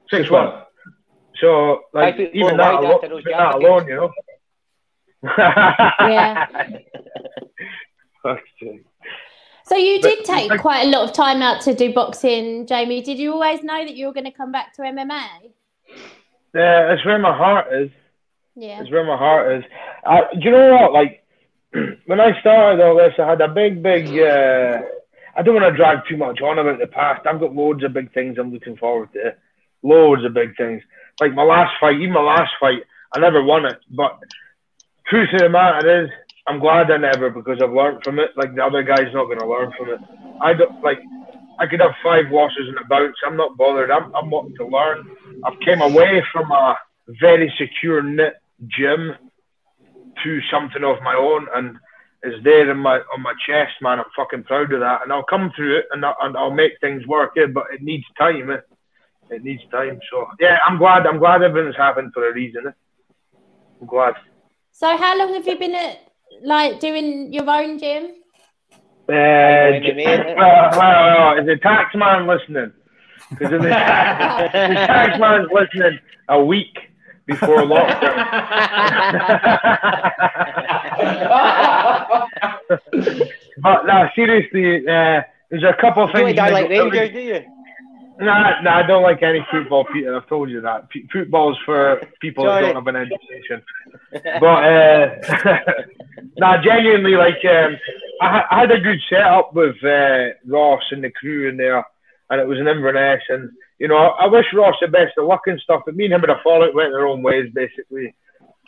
Speaker 1: six
Speaker 3: Six one.
Speaker 1: one. So like
Speaker 5: Five foot
Speaker 1: even
Speaker 5: four
Speaker 1: that,
Speaker 5: wide
Speaker 1: alo-
Speaker 5: after those
Speaker 1: even that
Speaker 5: Jamaicans.
Speaker 1: alone, you know.
Speaker 4: Yeah.
Speaker 1: (laughs) Fuck's sake.
Speaker 4: So you
Speaker 1: But-
Speaker 4: did take quite a lot of time out to do boxing, Jamie. Did you always know that you were going to come back to MMA?
Speaker 1: Yeah, that's where my heart is.
Speaker 4: Yeah.
Speaker 1: It's where my heart is. I, do you know what? Like, (clears throat) when I started all this, I had a big, big. Uh, I don't want to drag too much on about the past. I've got loads of big things I'm looking forward to. Loads of big things. Like my last fight, even my last fight, I never won it. But truth of the matter is, I'm glad I never because I've learned from it. Like the other guy's not going to learn from it. I don't like. I could have five losses and a bounce. I'm not bothered. I'm, I'm wanting to learn. I've came away from a very secure knit gym to something of my own and it's there in my on my chest, man. I'm fucking proud of that, and I'll come through it, and I'll, and I'll make things work. Yeah, but it needs time. eh? It needs time. So yeah, I'm glad. I'm glad everything's happened for a reason. eh? I'm glad.
Speaker 4: So how long have you been at like doing your own gym?
Speaker 1: Uh,
Speaker 5: Wait a
Speaker 1: (laughs)
Speaker 5: minute.
Speaker 1: well, well, well, is the tax man listening? Because
Speaker 5: (laughs)
Speaker 1: if the tax, if the tax man's listening a week before lockdown.
Speaker 5: (laughs)
Speaker 1: (laughs) but no, seriously, uh, there's a couple of
Speaker 5: You
Speaker 1: things.
Speaker 5: don't die
Speaker 1: that
Speaker 5: like
Speaker 1: go-
Speaker 5: Rangers, do you?
Speaker 1: Nah, nah, I don't like any football, Peter. I've told you that. P- football's for people
Speaker 5: Sorry.
Speaker 1: that don't have an education. But uh, (laughs) nah, genuinely, like um, I, ha- I had a good setup with uh, Ross and the crew in there, and it was in Inverness. And you know, I, I wish Ross the best of luck and stuff. But me and him had a fallout, went their own ways, basically.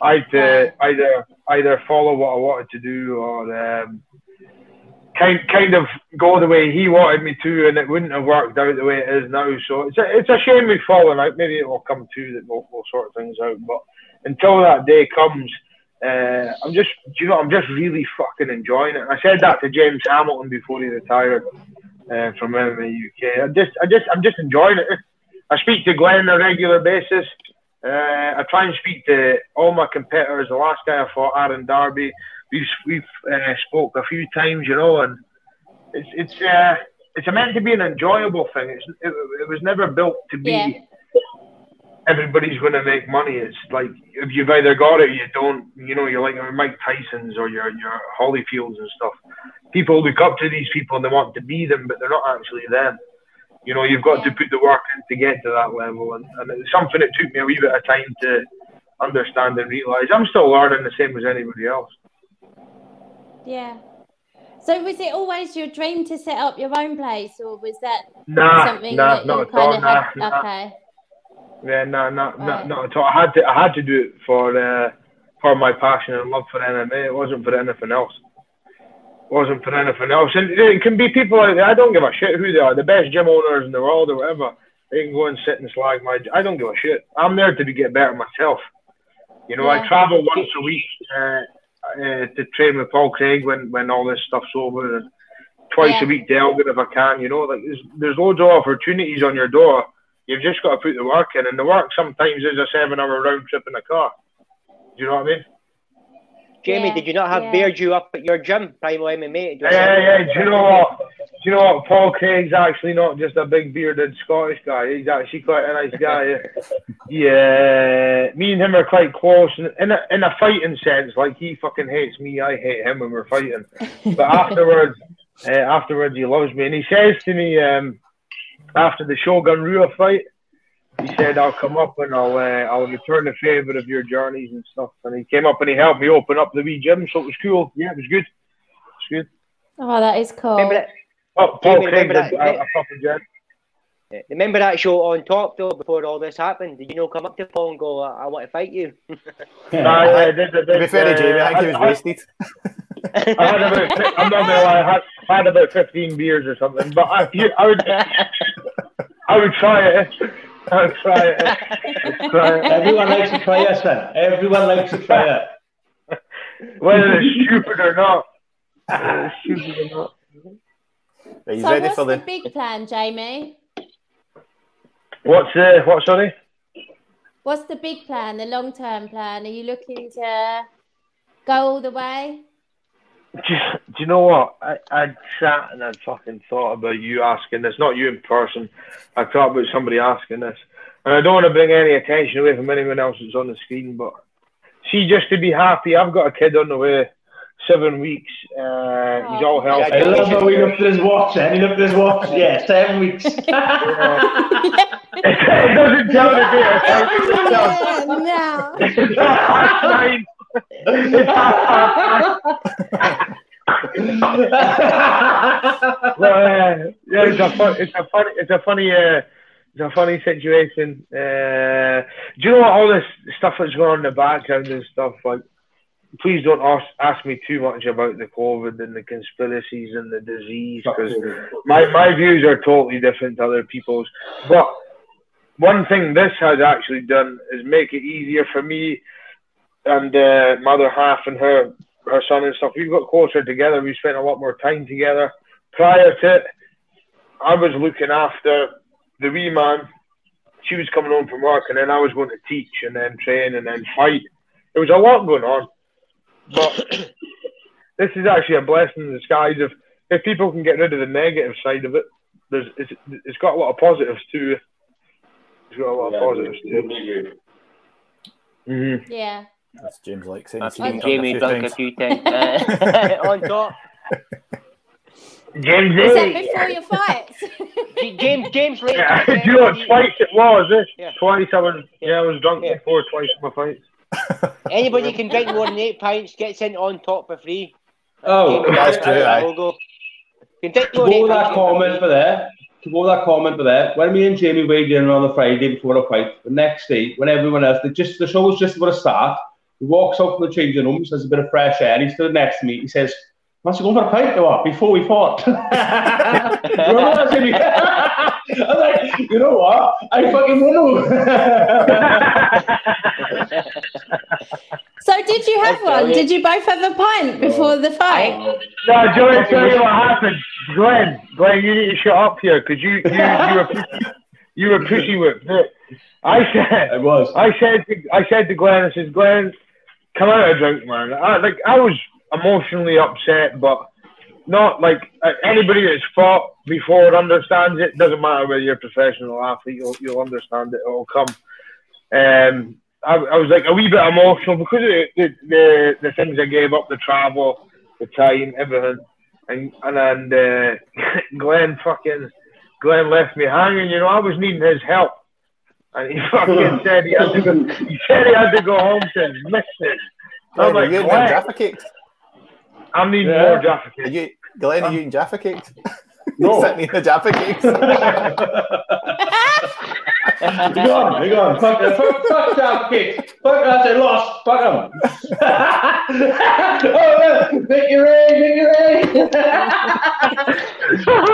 Speaker 1: I'd uh, either either follow what I wanted to do or um, kind kind of go the way he wanted me to, and it wouldn't have worked out the way it is now. So it's a, it's a shame we've fallen out. Maybe it will come to that we'll, we'll sort things out. But until that day comes, uh, I'm just do you know I'm just really fucking enjoying it. And I said that to James Hamilton before he retired uh, from MMA UK. I just I just I'm just enjoying it. I speak to Glenn on a regular basis. Uh, I try and speak to all my competitors. The last guy I fought, Aaron Darby, we've we've uh, spoke a few times, you know, and it's it's uh, it's meant to be an enjoyable thing. It's, it, it was never built to be
Speaker 4: Yeah.
Speaker 1: everybody's going to make money. It's like if you've either got it or you don't. You know, you're like your Mike Tyson's or your your Holyfields and stuff. People look up to these people and they want to be them, but they're not actually them. You know, you've got to
Speaker 4: Yeah.
Speaker 1: put the work in to get to that level, and, and it's something that took me a wee bit of time to understand and realize. I'm still learning the same as anybody else.
Speaker 4: Yeah. So was it always your dream to set up your own place, or was that
Speaker 1: Nah,
Speaker 4: something
Speaker 1: nah,
Speaker 4: that you
Speaker 1: not at
Speaker 4: kind
Speaker 1: all.
Speaker 4: of
Speaker 1: Nah,
Speaker 4: had?
Speaker 1: nah,
Speaker 4: Okay.
Speaker 1: yeah, nah, nah, nah,
Speaker 4: Right.
Speaker 1: not at all. I had to, I had to do it for uh, for my passion and love for MMA. It wasn't for anything else. wasn't for anything else. And it can be people out there. I don't give a shit who they are. The best gym owners in the world or whatever. They can go and sit and slag my. I don't give a shit. I'm there to be, get better myself. You know,
Speaker 4: Yeah.
Speaker 1: I travel once a week uh, uh, to train with Paul Craig when, when all this stuff's over, and twice
Speaker 4: Yeah.
Speaker 1: a week to Elgin if I can. You know, like there's, there's loads of opportunities on your door. You've just got to put the work in, and the work sometimes is a seven-hour round trip in a car. Do you know what I mean?
Speaker 5: Jamie,
Speaker 4: Yeah,
Speaker 5: did you not have
Speaker 4: yeah.
Speaker 5: Beard you up at your gym, Primal MMA? Do you
Speaker 1: Yeah,
Speaker 5: remember?
Speaker 1: yeah. Do you know what? Do you know what? Paul Craig's actually not just a big bearded Scottish guy. He's actually quite a nice guy. yeah, me and him are quite close in in a, in a fighting sense. Like he fucking hates me, I hate him when we're fighting. But afterwards, uh, afterwards he loves me, and he says to me um, after the Shogun Rua fight. He said, "I'll come up and I'll uh, I'll return the favour of your journeys and stuff." And he came up and he helped me open up the wee gym, so it was cool. Yeah, it was good. It was good.
Speaker 4: Oh, that is cool.
Speaker 5: Remember that,
Speaker 1: Oh, Paul
Speaker 5: Jamie,
Speaker 1: Craig
Speaker 5: remember
Speaker 1: did
Speaker 5: that-
Speaker 1: a, a proper job.
Speaker 5: Yeah. Remember that show on top though before all this happened? Did you know come up to Paul and go, I, I want to fight you?
Speaker 1: No, yeah, I did, I did,
Speaker 2: To be fair to Jamie, I think
Speaker 1: (laughs)
Speaker 2: he
Speaker 1: uh,
Speaker 2: was wasted.
Speaker 1: I, I had
Speaker 5: (laughs)
Speaker 1: about, fi- I'm not gonna lie, I had, I had about 15 beers or something, but I, you, I would, I would try it. I would try it.
Speaker 3: Everyone likes to try it, son. Everyone likes to try it.
Speaker 1: Whether it's stupid or not. Whether it's stupid or not.
Speaker 2: Right, he's
Speaker 4: so
Speaker 2: ready
Speaker 4: what's
Speaker 2: for
Speaker 4: the
Speaker 2: the.
Speaker 4: big plan, Jamie?
Speaker 1: What's uh, what? Sorry.
Speaker 4: What's the big plan, the long term plan? Are you looking to go all the way?
Speaker 1: do, do you know what? I, I sat and I fucking thought about you asking this. Not you in person. I thought about somebody asking this. And I don't want to bring any attention away from anyone else that's on the screen, but see, just to be happy, I've got a kid on the way, seven weeks. Uh, He's all healthy.
Speaker 3: Oh, I love
Speaker 1: (laughs)
Speaker 3: how he looked at his watch, and he looked at his watch. Yeah, seven weeks.
Speaker 1: it doesn't tell
Speaker 3: (laughs)
Speaker 1: the date. It tells-
Speaker 4: Yeah, no.
Speaker 1: It's half past nine. It's half past nine. Well, uh, yeah, it's a fun, it's a funny, it's a funny, uh, it's a funny situation. Uh, do you know what all this stuff that's going on in the background and stuff? Like, please don't ask, ask me too much about the COVID and the conspiracies and the disease because my my views are totally different to other people's. But one thing this has actually done is make it easier for me and uh, my other half and her her son and stuff. We've got closer together. We spent a lot more time together. Prior to it, I was looking after the wee man. She was coming home from work, and then I was going to teach, and then train, and then fight. There was a lot going on, but (coughs) this is actually a blessing in disguise. If if people can get rid of the negative side of it, there's it's, it's got a lot of positives too. It's got a lot of positives too. Mm-hmm.
Speaker 4: Yeah.
Speaker 2: That's James likes it.
Speaker 5: That's
Speaker 2: He's seen
Speaker 5: Jamie
Speaker 2: it
Speaker 5: drunk
Speaker 2: a
Speaker 5: a
Speaker 2: few
Speaker 5: few times. Uh, (laughs) on top.
Speaker 1: James,
Speaker 4: Is that before your fights?
Speaker 5: J- James, James Lake.
Speaker 1: Yeah, do (laughs) you know what? Twice it was. Eh?
Speaker 5: Yeah.
Speaker 1: Twice I was. Yeah, I was drunk
Speaker 5: Yeah.
Speaker 1: before. Twice in my
Speaker 5: (laughs)
Speaker 1: fights.
Speaker 5: Anybody can drink more than eight pints gets in on top for free.
Speaker 3: oh,
Speaker 2: That's true, aye.
Speaker 5: We'll go. Can drink
Speaker 3: To
Speaker 5: more than
Speaker 3: go with
Speaker 5: eight
Speaker 3: that
Speaker 5: pints, you
Speaker 3: comment
Speaker 5: get
Speaker 3: for there, to go with that comment for there, when me and Jamie weighed in on the Friday before the fight, the next day, when everyone else, the, just, the show was just about to start, he walks out from the changing room, says a bit of fresh air, and he stood next to me, he says, must you going for a pint or what? Before we fought. (laughs) you know what (laughs) I said? I'm like, you know what? I fucking (laughs) won.
Speaker 4: (laughs) so free. did you have
Speaker 5: That's
Speaker 4: one?
Speaker 5: brilliant.
Speaker 4: Did you both have a pint before the fight?
Speaker 1: No, do you want to tell you what happened, Glenn? Glenn, you need to shut up here because you you you were pussy, you
Speaker 5: (laughs)
Speaker 1: were pussy whipped. Look, I said
Speaker 3: I was.
Speaker 1: I said to, I said to Glenn, I said, Glenn, come out of drink, man. I, like I was emotionally upset, but not like uh, anybody that's fought before understands it. Doesn't matter whether you're a professional athlete, you'll, you'll understand it. It'll come. Um, I, I was like a wee bit emotional because of the, the, the, the things I gave up, the travel, the time, everything, and and, and uh, (laughs) Glenn fucking Glenn left me hanging. You know, I was needing his help. And he
Speaker 2: (laughs)
Speaker 1: fucking said he had to go, he said he had to go home to his missus. I'm like,
Speaker 2: Are you and them
Speaker 1: Glenn,
Speaker 2: Oh, Jaffa cakes?
Speaker 1: I'm needing
Speaker 3: Yeah.
Speaker 1: more Jaffa
Speaker 2: Are
Speaker 1: cakes.
Speaker 2: you, Glenn, are you in Jaffa cakes? (laughs)
Speaker 3: No.
Speaker 2: Sitting in the Jaffa cakes.
Speaker 5: (laughs)
Speaker 3: Be gone, be gone. Fuck, that- fuck, fuck that kid. Fuck that, they lost. Fuck them. (laughs) oh, no. Victory, victory. (laughs)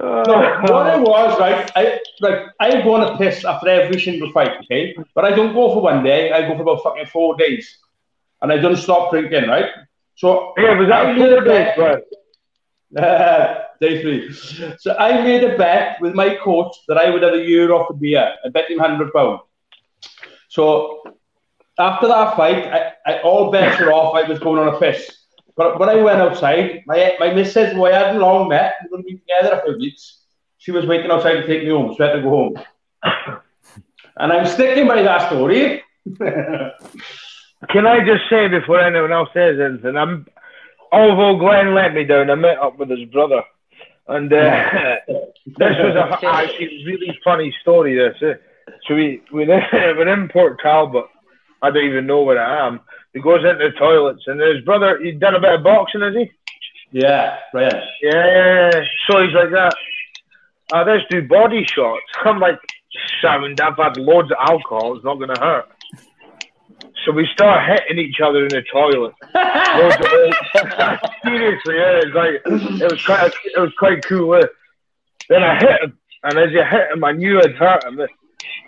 Speaker 3: no, what it was, right, I, like, I go on a piss after every single fight, okay? But I don't go for one day. I go for about fucking four days. And I don't stop drinking, right? So
Speaker 1: Yeah, was
Speaker 3: I
Speaker 1: that
Speaker 3: made a
Speaker 1: four days,
Speaker 3: bet-
Speaker 1: bro?
Speaker 3: (laughs) Day three. So I made a bet with my coach that I would have a year off the beer. I bet him hundred pound. So after that fight, I, I all bets were off. I was going on a piss. But when I went outside, my my missus, who I hadn't long met, we were going to be together a few weeks. She was waiting outside to take me home, so I had to go home. and I'm sticking by that story. (laughs)
Speaker 1: Can I just say before anyone else says anything, I'm, although Glenn let me down, I met up with his brother. And uh, (laughs) this was a actually really funny story. This. eh. So we, we (laughs) we're in Port Talbot. I don't even know where I am. He goes into the toilets and his brother, he'd done a bit of boxing, has he?
Speaker 3: Yeah, Brian.
Speaker 1: Yeah, so he's like that. I just do body shots. (laughs) I'm like, sound. I've had loads of alcohol. It's not gonna hurt. So we start hitting each other in the toilet. Loads of old- (laughs) Seriously, yeah, it's like it was quite, it was quite cool. eh? Then I hit him, and as I hit him, I knew I'd hurt him, eh?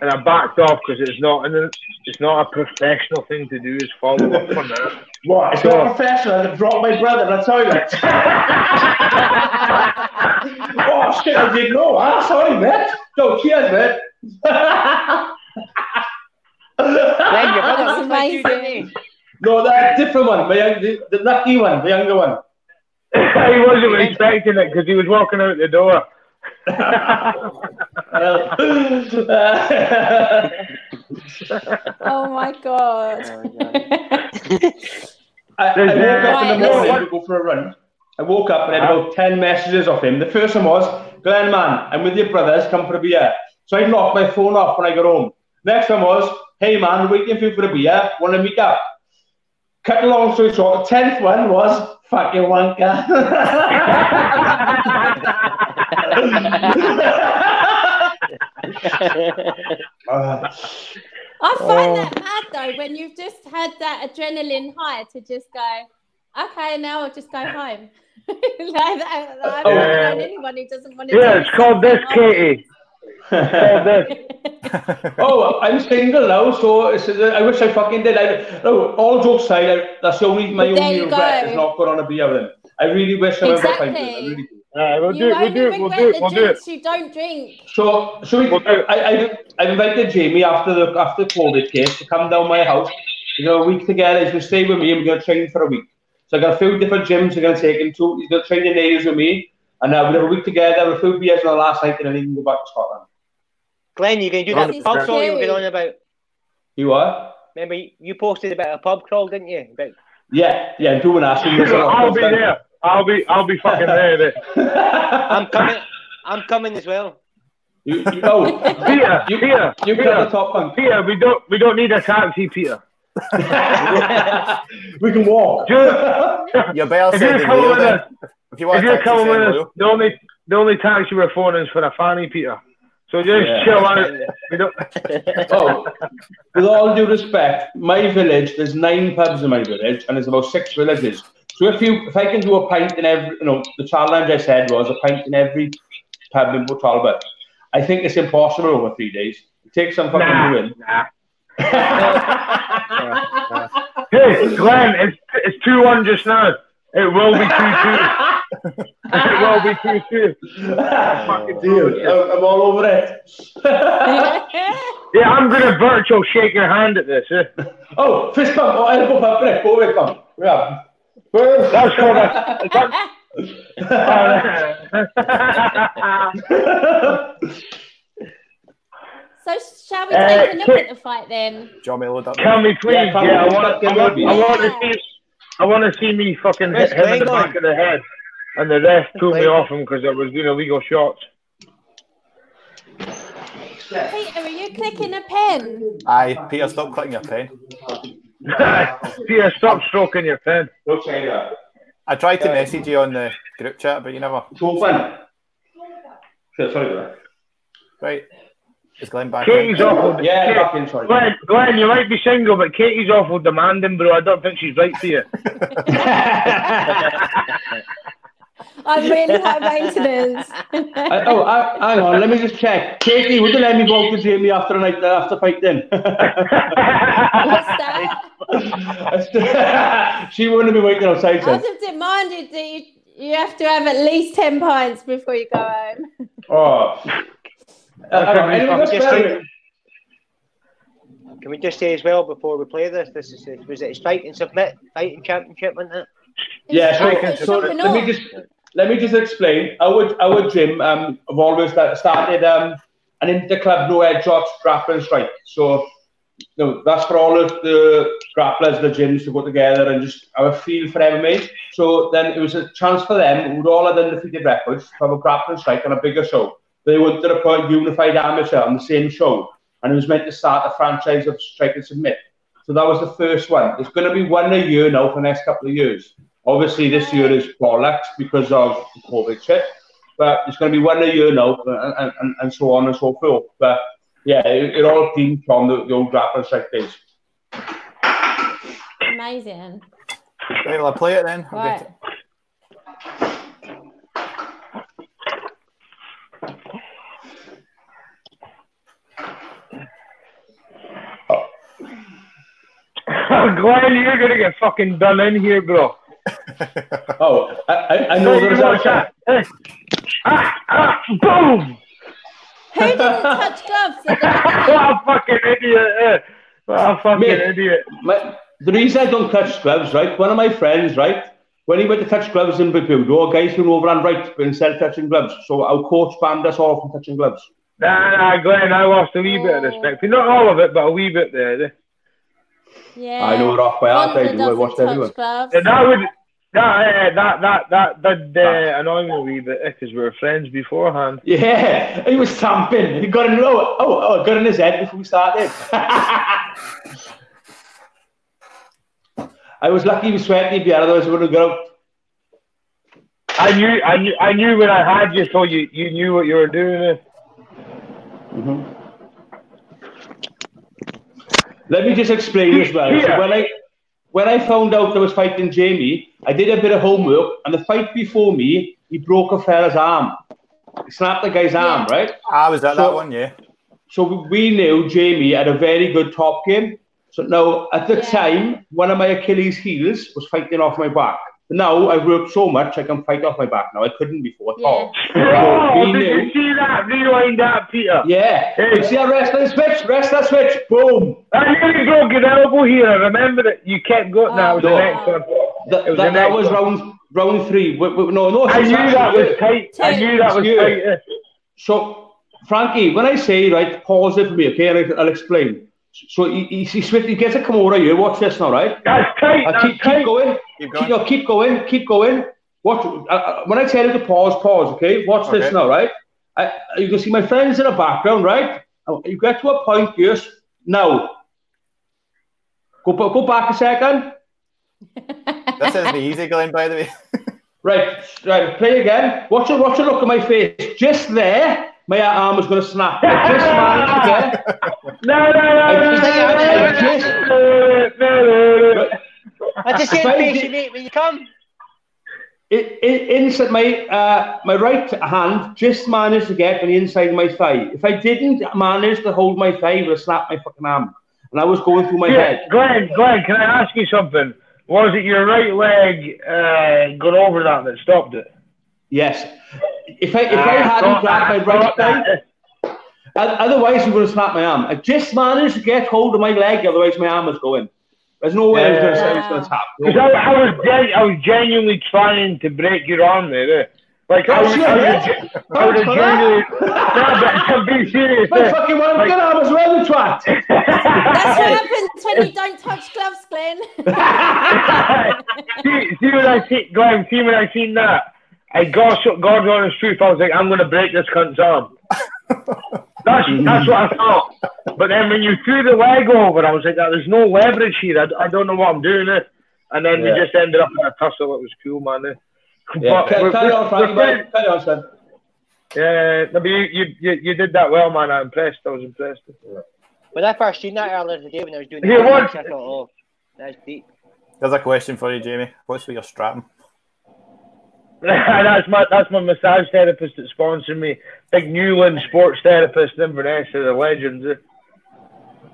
Speaker 1: and I backed off because it's not, an, it's not a professional thing to do. Is follow up on that.
Speaker 3: What? It's not professional. I dropped my brother in the toilet. oh shit! I didn't know. Ah, sorry, mate. No, cheers, mate.
Speaker 5: Glenn, your brother
Speaker 4: That's
Speaker 5: looks like you, didn't
Speaker 4: amazing.
Speaker 5: he?
Speaker 3: no, that different one. My young, the, the lucky one, the younger one.
Speaker 1: (coughs) he wasn't expecting it because he was walking out the
Speaker 3: (laughs)
Speaker 1: door.
Speaker 3: Uh, (laughs)
Speaker 4: Oh my god.
Speaker 5: (laughs)
Speaker 3: I, I
Speaker 1: There's
Speaker 3: woke
Speaker 1: no-
Speaker 3: up in the
Speaker 4: Right,
Speaker 3: morning
Speaker 1: what-
Speaker 3: to go for a run. I woke up and
Speaker 1: Uh-huh.
Speaker 3: I had about 10 messages of him. The first one was, Glenn, man, I'm with your brothers, come for a beer. So I knocked my phone off when I got home. Next one was, hey, man, waiting for you for a beer, want to meet up. Cut a long story short, the 10th one was, fucking
Speaker 1: (laughs)
Speaker 3: wanker. (laughs) Uh,
Speaker 4: I find that mad though when you've just had that adrenaline high to just go, okay, now I'll just go home. (laughs) like that, I've never
Speaker 1: Yeah.
Speaker 4: known anyone who doesn't want to.
Speaker 1: Yeah, it's called this, Katie.
Speaker 3: (laughs)
Speaker 1: Called this.
Speaker 3: oh, I'm single now, so it's, uh, I wish I fucking did. I, no, all jokes aside, I, that's the only my
Speaker 4: There
Speaker 3: only
Speaker 4: you
Speaker 3: regret
Speaker 4: go.
Speaker 3: is not going on a beer with him. I really wish I remember
Speaker 4: Exactly.
Speaker 3: finding it. I really do.
Speaker 1: Alright, we'll do
Speaker 4: you
Speaker 1: it, we'll
Speaker 4: only
Speaker 1: do it, we'll
Speaker 4: regret
Speaker 1: do it,
Speaker 4: the
Speaker 1: we'll do it.
Speaker 4: drinks you don't drink.
Speaker 1: (laughs)
Speaker 4: (laughs)
Speaker 3: So, so we, I, I, I've invited Jamie after the after the COVID case to come down my house. We got a week together. He's gonna stay with me, and we're gonna train for a week. So I got a few different gyms. We're gonna take him to. He's gonna train the nails with me, and uh, we'll have a week together. We'll have a few beers on the last night, and then he can go back to Scotland.
Speaker 5: (laughs) Glenn, you can do that
Speaker 4: That's
Speaker 5: pub crawl you were
Speaker 4: cute.
Speaker 5: going on about.
Speaker 3: You are?
Speaker 5: Remember, you- you posted about a pub crawl, didn't you? About
Speaker 3: Yeah, yeah. Do an ass.
Speaker 1: (laughs) I'll be there. I'll be, I'll be fucking there.
Speaker 3: (laughs)
Speaker 1: Then.
Speaker 5: I'm coming. I'm coming as well.
Speaker 3: You, you, oh,
Speaker 1: Peter,
Speaker 3: you,
Speaker 1: Peter,
Speaker 3: you cut the
Speaker 1: Peter, (laughs)
Speaker 3: top one.
Speaker 1: Peter, we don't, we don't need a taxi, Peter.
Speaker 3: we can walk.
Speaker 1: Just-
Speaker 2: You better
Speaker 1: If
Speaker 2: say
Speaker 1: you're
Speaker 2: the
Speaker 1: coming
Speaker 2: real
Speaker 1: with
Speaker 2: then.
Speaker 1: us,
Speaker 2: If you
Speaker 3: Oh,
Speaker 1: if
Speaker 2: want
Speaker 1: you're
Speaker 2: to
Speaker 1: coming with us,
Speaker 2: Lou.
Speaker 1: the only, the only taxi we're phoning is for a fanny, Peter. So just
Speaker 3: Yeah.
Speaker 1: chill out. We don't.
Speaker 3: Oh, with all due respect, my village, there's nine pubs in my village, and there's about six villages. So if you, if I can do a pint in every, you know, the challenge I said was a pint in every pub in Port Talbot. I think it's impossible over three days. It takes some fucking
Speaker 1: Nah,
Speaker 3: doing.
Speaker 1: nah. Hey, Glenn, it's it's two one just now. It will be two two. it will be two two. (laughs) Fucking
Speaker 3: Dude, Oh, I'm, I'm all over it. (laughs)
Speaker 1: Yeah, I'm gonna virtual shake your hand at this. Eh?
Speaker 3: oh, fist bump, oh, elbow bump, right, forward bump. Yeah.
Speaker 1: That's for the.
Speaker 4: (laughs)
Speaker 1: (laughs) That's,
Speaker 3: (laughs)
Speaker 4: so shall we
Speaker 1: Uh,
Speaker 4: take a look
Speaker 1: quick-
Speaker 4: at the fight then?
Speaker 2: John Milo up.
Speaker 1: tell me, please.
Speaker 3: Yeah,
Speaker 1: Yeah, I
Speaker 3: come on,
Speaker 1: want. I
Speaker 3: fucking
Speaker 1: want, I
Speaker 3: rugby.
Speaker 1: want to see. I want to see me fucking hit
Speaker 5: Where's
Speaker 1: him in
Speaker 5: Glenn
Speaker 1: the
Speaker 5: going?
Speaker 1: back of the head, and the ref pulled me
Speaker 5: Glenn?
Speaker 1: off him because I was doing illegal shots. (laughs)
Speaker 4: Peter, are you clicking a pen?
Speaker 2: Aye, Peter, stop clicking your pen.
Speaker 1: Peter, stop stroking your pen.
Speaker 3: Don't say that.
Speaker 2: I tried to
Speaker 3: Yeah.
Speaker 2: message you on the group chat, but you never.
Speaker 3: It's all fun. Shit, sorry about
Speaker 2: Right. Is Glenn back? in?
Speaker 1: Katie's
Speaker 2: (laughs)
Speaker 1: awful.
Speaker 3: that. Yeah,
Speaker 1: Kate-
Speaker 3: fucking sorry.
Speaker 1: Glenn, Glenn, you might be single, but Katie's awful demanding, bro. I don't think she's right for you. (laughs)
Speaker 4: I'm really high maintenance.
Speaker 3: I, oh, I, hang on, let me just check. Katie, would you let me go out to Jamie after a night uh, after fight then? (laughs)
Speaker 4: What's that?
Speaker 3: she wouldn't have been waiting outside.
Speaker 4: I'd
Speaker 3: Then.
Speaker 4: have demanded that you, you have to have at least 10 pints before you go home.
Speaker 1: (laughs)
Speaker 3: Oh. Uh, uh, anything else,
Speaker 5: Just
Speaker 3: Barry?
Speaker 5: Can we just say as well before we play this? This is a, was it a strike and submit fighting championship, wasn't it?
Speaker 3: Yeah,
Speaker 4: Oh,
Speaker 3: so,
Speaker 4: it's
Speaker 3: so
Speaker 4: open
Speaker 3: let me
Speaker 4: up.
Speaker 3: just let me just explain. Our our gym um have always sta- started um an interclub no edge off grappling strike. So no, that's for all of the grapplers, the gyms to go together and just have a feel for MMA. So then it was a chance for them who'd all had undefeated records to have a grappling strike on a bigger show. They wanted to put a unified amateur on the same show, and it was meant to start a franchise of strike and submit. So that was the first one. There's going to be one a year now for the next couple of years. Obviously, this year is bollocks because of the COVID shit, but it's going to be one a year now, and, and- and, and so on and so forth. But yeah, it, it all came from the, the old rappers like this.
Speaker 4: Amazing.
Speaker 2: Right, well, I'll play it then. I'll get
Speaker 4: Right.
Speaker 2: it.
Speaker 1: Glenn, you're gonna get fucking done in here, bro.
Speaker 2: (laughs)
Speaker 3: Oh, I, I, I know
Speaker 1: you
Speaker 3: there's
Speaker 1: watch
Speaker 3: a
Speaker 1: that. Eh. Ah, ah, boom! (laughs)
Speaker 4: Who didn't touch gloves? at the-
Speaker 1: what a fucking idiot! Eh? What a fucking
Speaker 3: Mate.
Speaker 1: idiot!
Speaker 3: My, the reason I don't touch gloves, right? One of my friends, right? When he went to touch gloves in Bermuda, a guy's went over and right but instead of touching gloves. So our coach banned us all from touching gloves.
Speaker 1: Nah, nah, Glenn, I lost a wee bit of respect. for you. Not all of it, but a wee bit there. eh?
Speaker 4: Yeah.
Speaker 3: I know it off by heart. I
Speaker 4: Wanda
Speaker 3: do. I
Speaker 4: doesn't
Speaker 3: watched
Speaker 4: touch
Speaker 3: everyone.
Speaker 4: gloves.
Speaker 1: And that would, that, eh, that, that, that, did uh, annoy me a wee bit because we were friends beforehand.
Speaker 3: Yeah, he was stamping. He got in low. Oh, oh, got in his head before we (laughs) started. I was lucky he was sweaty, but otherwise he would have got out.
Speaker 1: I knew, I knew, I knew when I had you, so you, you knew what you were doing. eh?
Speaker 3: Let me just
Speaker 1: (laughs)
Speaker 3: explain as well. So
Speaker 1: Yeah.
Speaker 3: when I when I found out I was fighting Jamie, I did a bit of homework, and the fight before me, he broke a fella's arm. He snapped the guy's arm,
Speaker 4: Yeah.
Speaker 3: right?
Speaker 2: I Ah, was at
Speaker 3: So-
Speaker 2: that one, yeah.
Speaker 3: So we- we knew Jamie had a very good top game. So now, at the
Speaker 4: Yeah.
Speaker 3: time, one of my Achilles heels was fighting off my back. Now I've worked so much, I can fight off my back now. I couldn't before at
Speaker 4: Yeah.
Speaker 3: all.
Speaker 1: (laughs) Bro,
Speaker 3: we
Speaker 1: Oh, did
Speaker 3: knew.
Speaker 1: you see that? Rewind that, Peter.
Speaker 3: Yeah.
Speaker 1: Hey.
Speaker 3: You see that wrestler switch? Wrestler switch. Boom.
Speaker 1: I nearly broke an elbow here. I remember it. You kept going. That was
Speaker 3: No.
Speaker 1: the next one.
Speaker 3: That
Speaker 1: It was
Speaker 3: was, that,
Speaker 1: the
Speaker 3: that
Speaker 1: next
Speaker 3: was
Speaker 1: one.
Speaker 3: round round three. W- w- No, no.
Speaker 1: I
Speaker 3: it's
Speaker 1: knew
Speaker 3: actually
Speaker 1: that was
Speaker 3: good.
Speaker 1: tight. I knew that was
Speaker 3: Two.
Speaker 1: tight. eh.
Speaker 3: So, Frankie, when I say right, pause it for me, okay? And I- I'll explain. So he he, he, switch, he gets a Kimura here. Watch this now, right?
Speaker 1: That's tight.
Speaker 3: Uh,
Speaker 1: That's
Speaker 3: keep,
Speaker 1: tight.
Speaker 3: keep going.
Speaker 2: Keep
Speaker 3: Keep,
Speaker 2: going.
Speaker 3: no, keep going. Keep going. Watch. Uh, uh, when I tell you to pause, pause. Okay. Watch this
Speaker 2: Okay.
Speaker 3: now, right? I, you can see my friends in the background, right? Uh, You get to a point, yes. Now, go ba- go back a second.
Speaker 2: This isn't easy, Glenn, by the way. (laughs)
Speaker 3: Right, right, play again. Watch a watch a look at my face. Just there, my arm was going to snap. I just managed to
Speaker 1: No, no, no, no, no, no, no, no.
Speaker 3: get.
Speaker 5: That's the same
Speaker 3: Five
Speaker 5: face
Speaker 3: di-
Speaker 5: you make when you come.
Speaker 3: It, it, inside my uh, my right hand just managed to get on the inside of my thigh. If I didn't manage to hold my thigh, it would have snapped my fucking arm. And I was going through my
Speaker 1: Yeah,
Speaker 3: head.
Speaker 1: Glenn, Glenn, can I ask you something? Was it your right leg uh, got over that that stopped it?
Speaker 3: Yes. If I if I
Speaker 1: Ah, thought
Speaker 3: hadn't grabbed my
Speaker 1: that,
Speaker 3: right
Speaker 1: thought that.
Speaker 3: thigh, oth- otherwise it would have snapped my arm. I just managed to get hold of my leg, otherwise my arm was going. There's no way I was going to
Speaker 4: Yeah.
Speaker 3: going to tap.
Speaker 1: 'Cause I, I was gen- I was genuinely trying to break your arm there. eh? Like I
Speaker 3: Oh,
Speaker 1: was,
Speaker 3: sure,
Speaker 1: I was,
Speaker 3: yeah.
Speaker 1: gen- I was
Speaker 3: Oh,
Speaker 1: genuinely. no, but I'm being serious.
Speaker 3: My
Speaker 1: eh?
Speaker 3: fucking one like, arm as well, the twat.
Speaker 4: That's what happens when you don't touch gloves, Glenn.
Speaker 1: see, see when I see Glenn, see when I seen that. I gosh, God's honest truth, I was like, I'm gonna break this cunt's arm. that's that's what I thought. But then when you threw the leg over, I was like, there's no leverage here. I, I don't know what I'm doing. It. And then
Speaker 3: Yeah.
Speaker 1: we just ended up in a tussle. It was cool, man. eh?
Speaker 3: Yeah,
Speaker 1: But
Speaker 3: ca-
Speaker 1: we're-
Speaker 3: carry on,
Speaker 1: we're
Speaker 3: Frankie.
Speaker 1: friends.
Speaker 3: mate. Carry on, son.
Speaker 1: Yeah, no, but you, you, you, you did that well, man. I'm impressed. I was impressed.
Speaker 5: When I first seen that earlier today when I was doing
Speaker 1: Yeah,
Speaker 5: the
Speaker 1: what-
Speaker 5: I thought, oh, that's deep.
Speaker 2: There's a question for you, Jamie. What's with your strapping?
Speaker 1: (laughs) that's my that's my massage therapist that sponsored me. Big Newland sports therapist in Inverness are the legends. eh?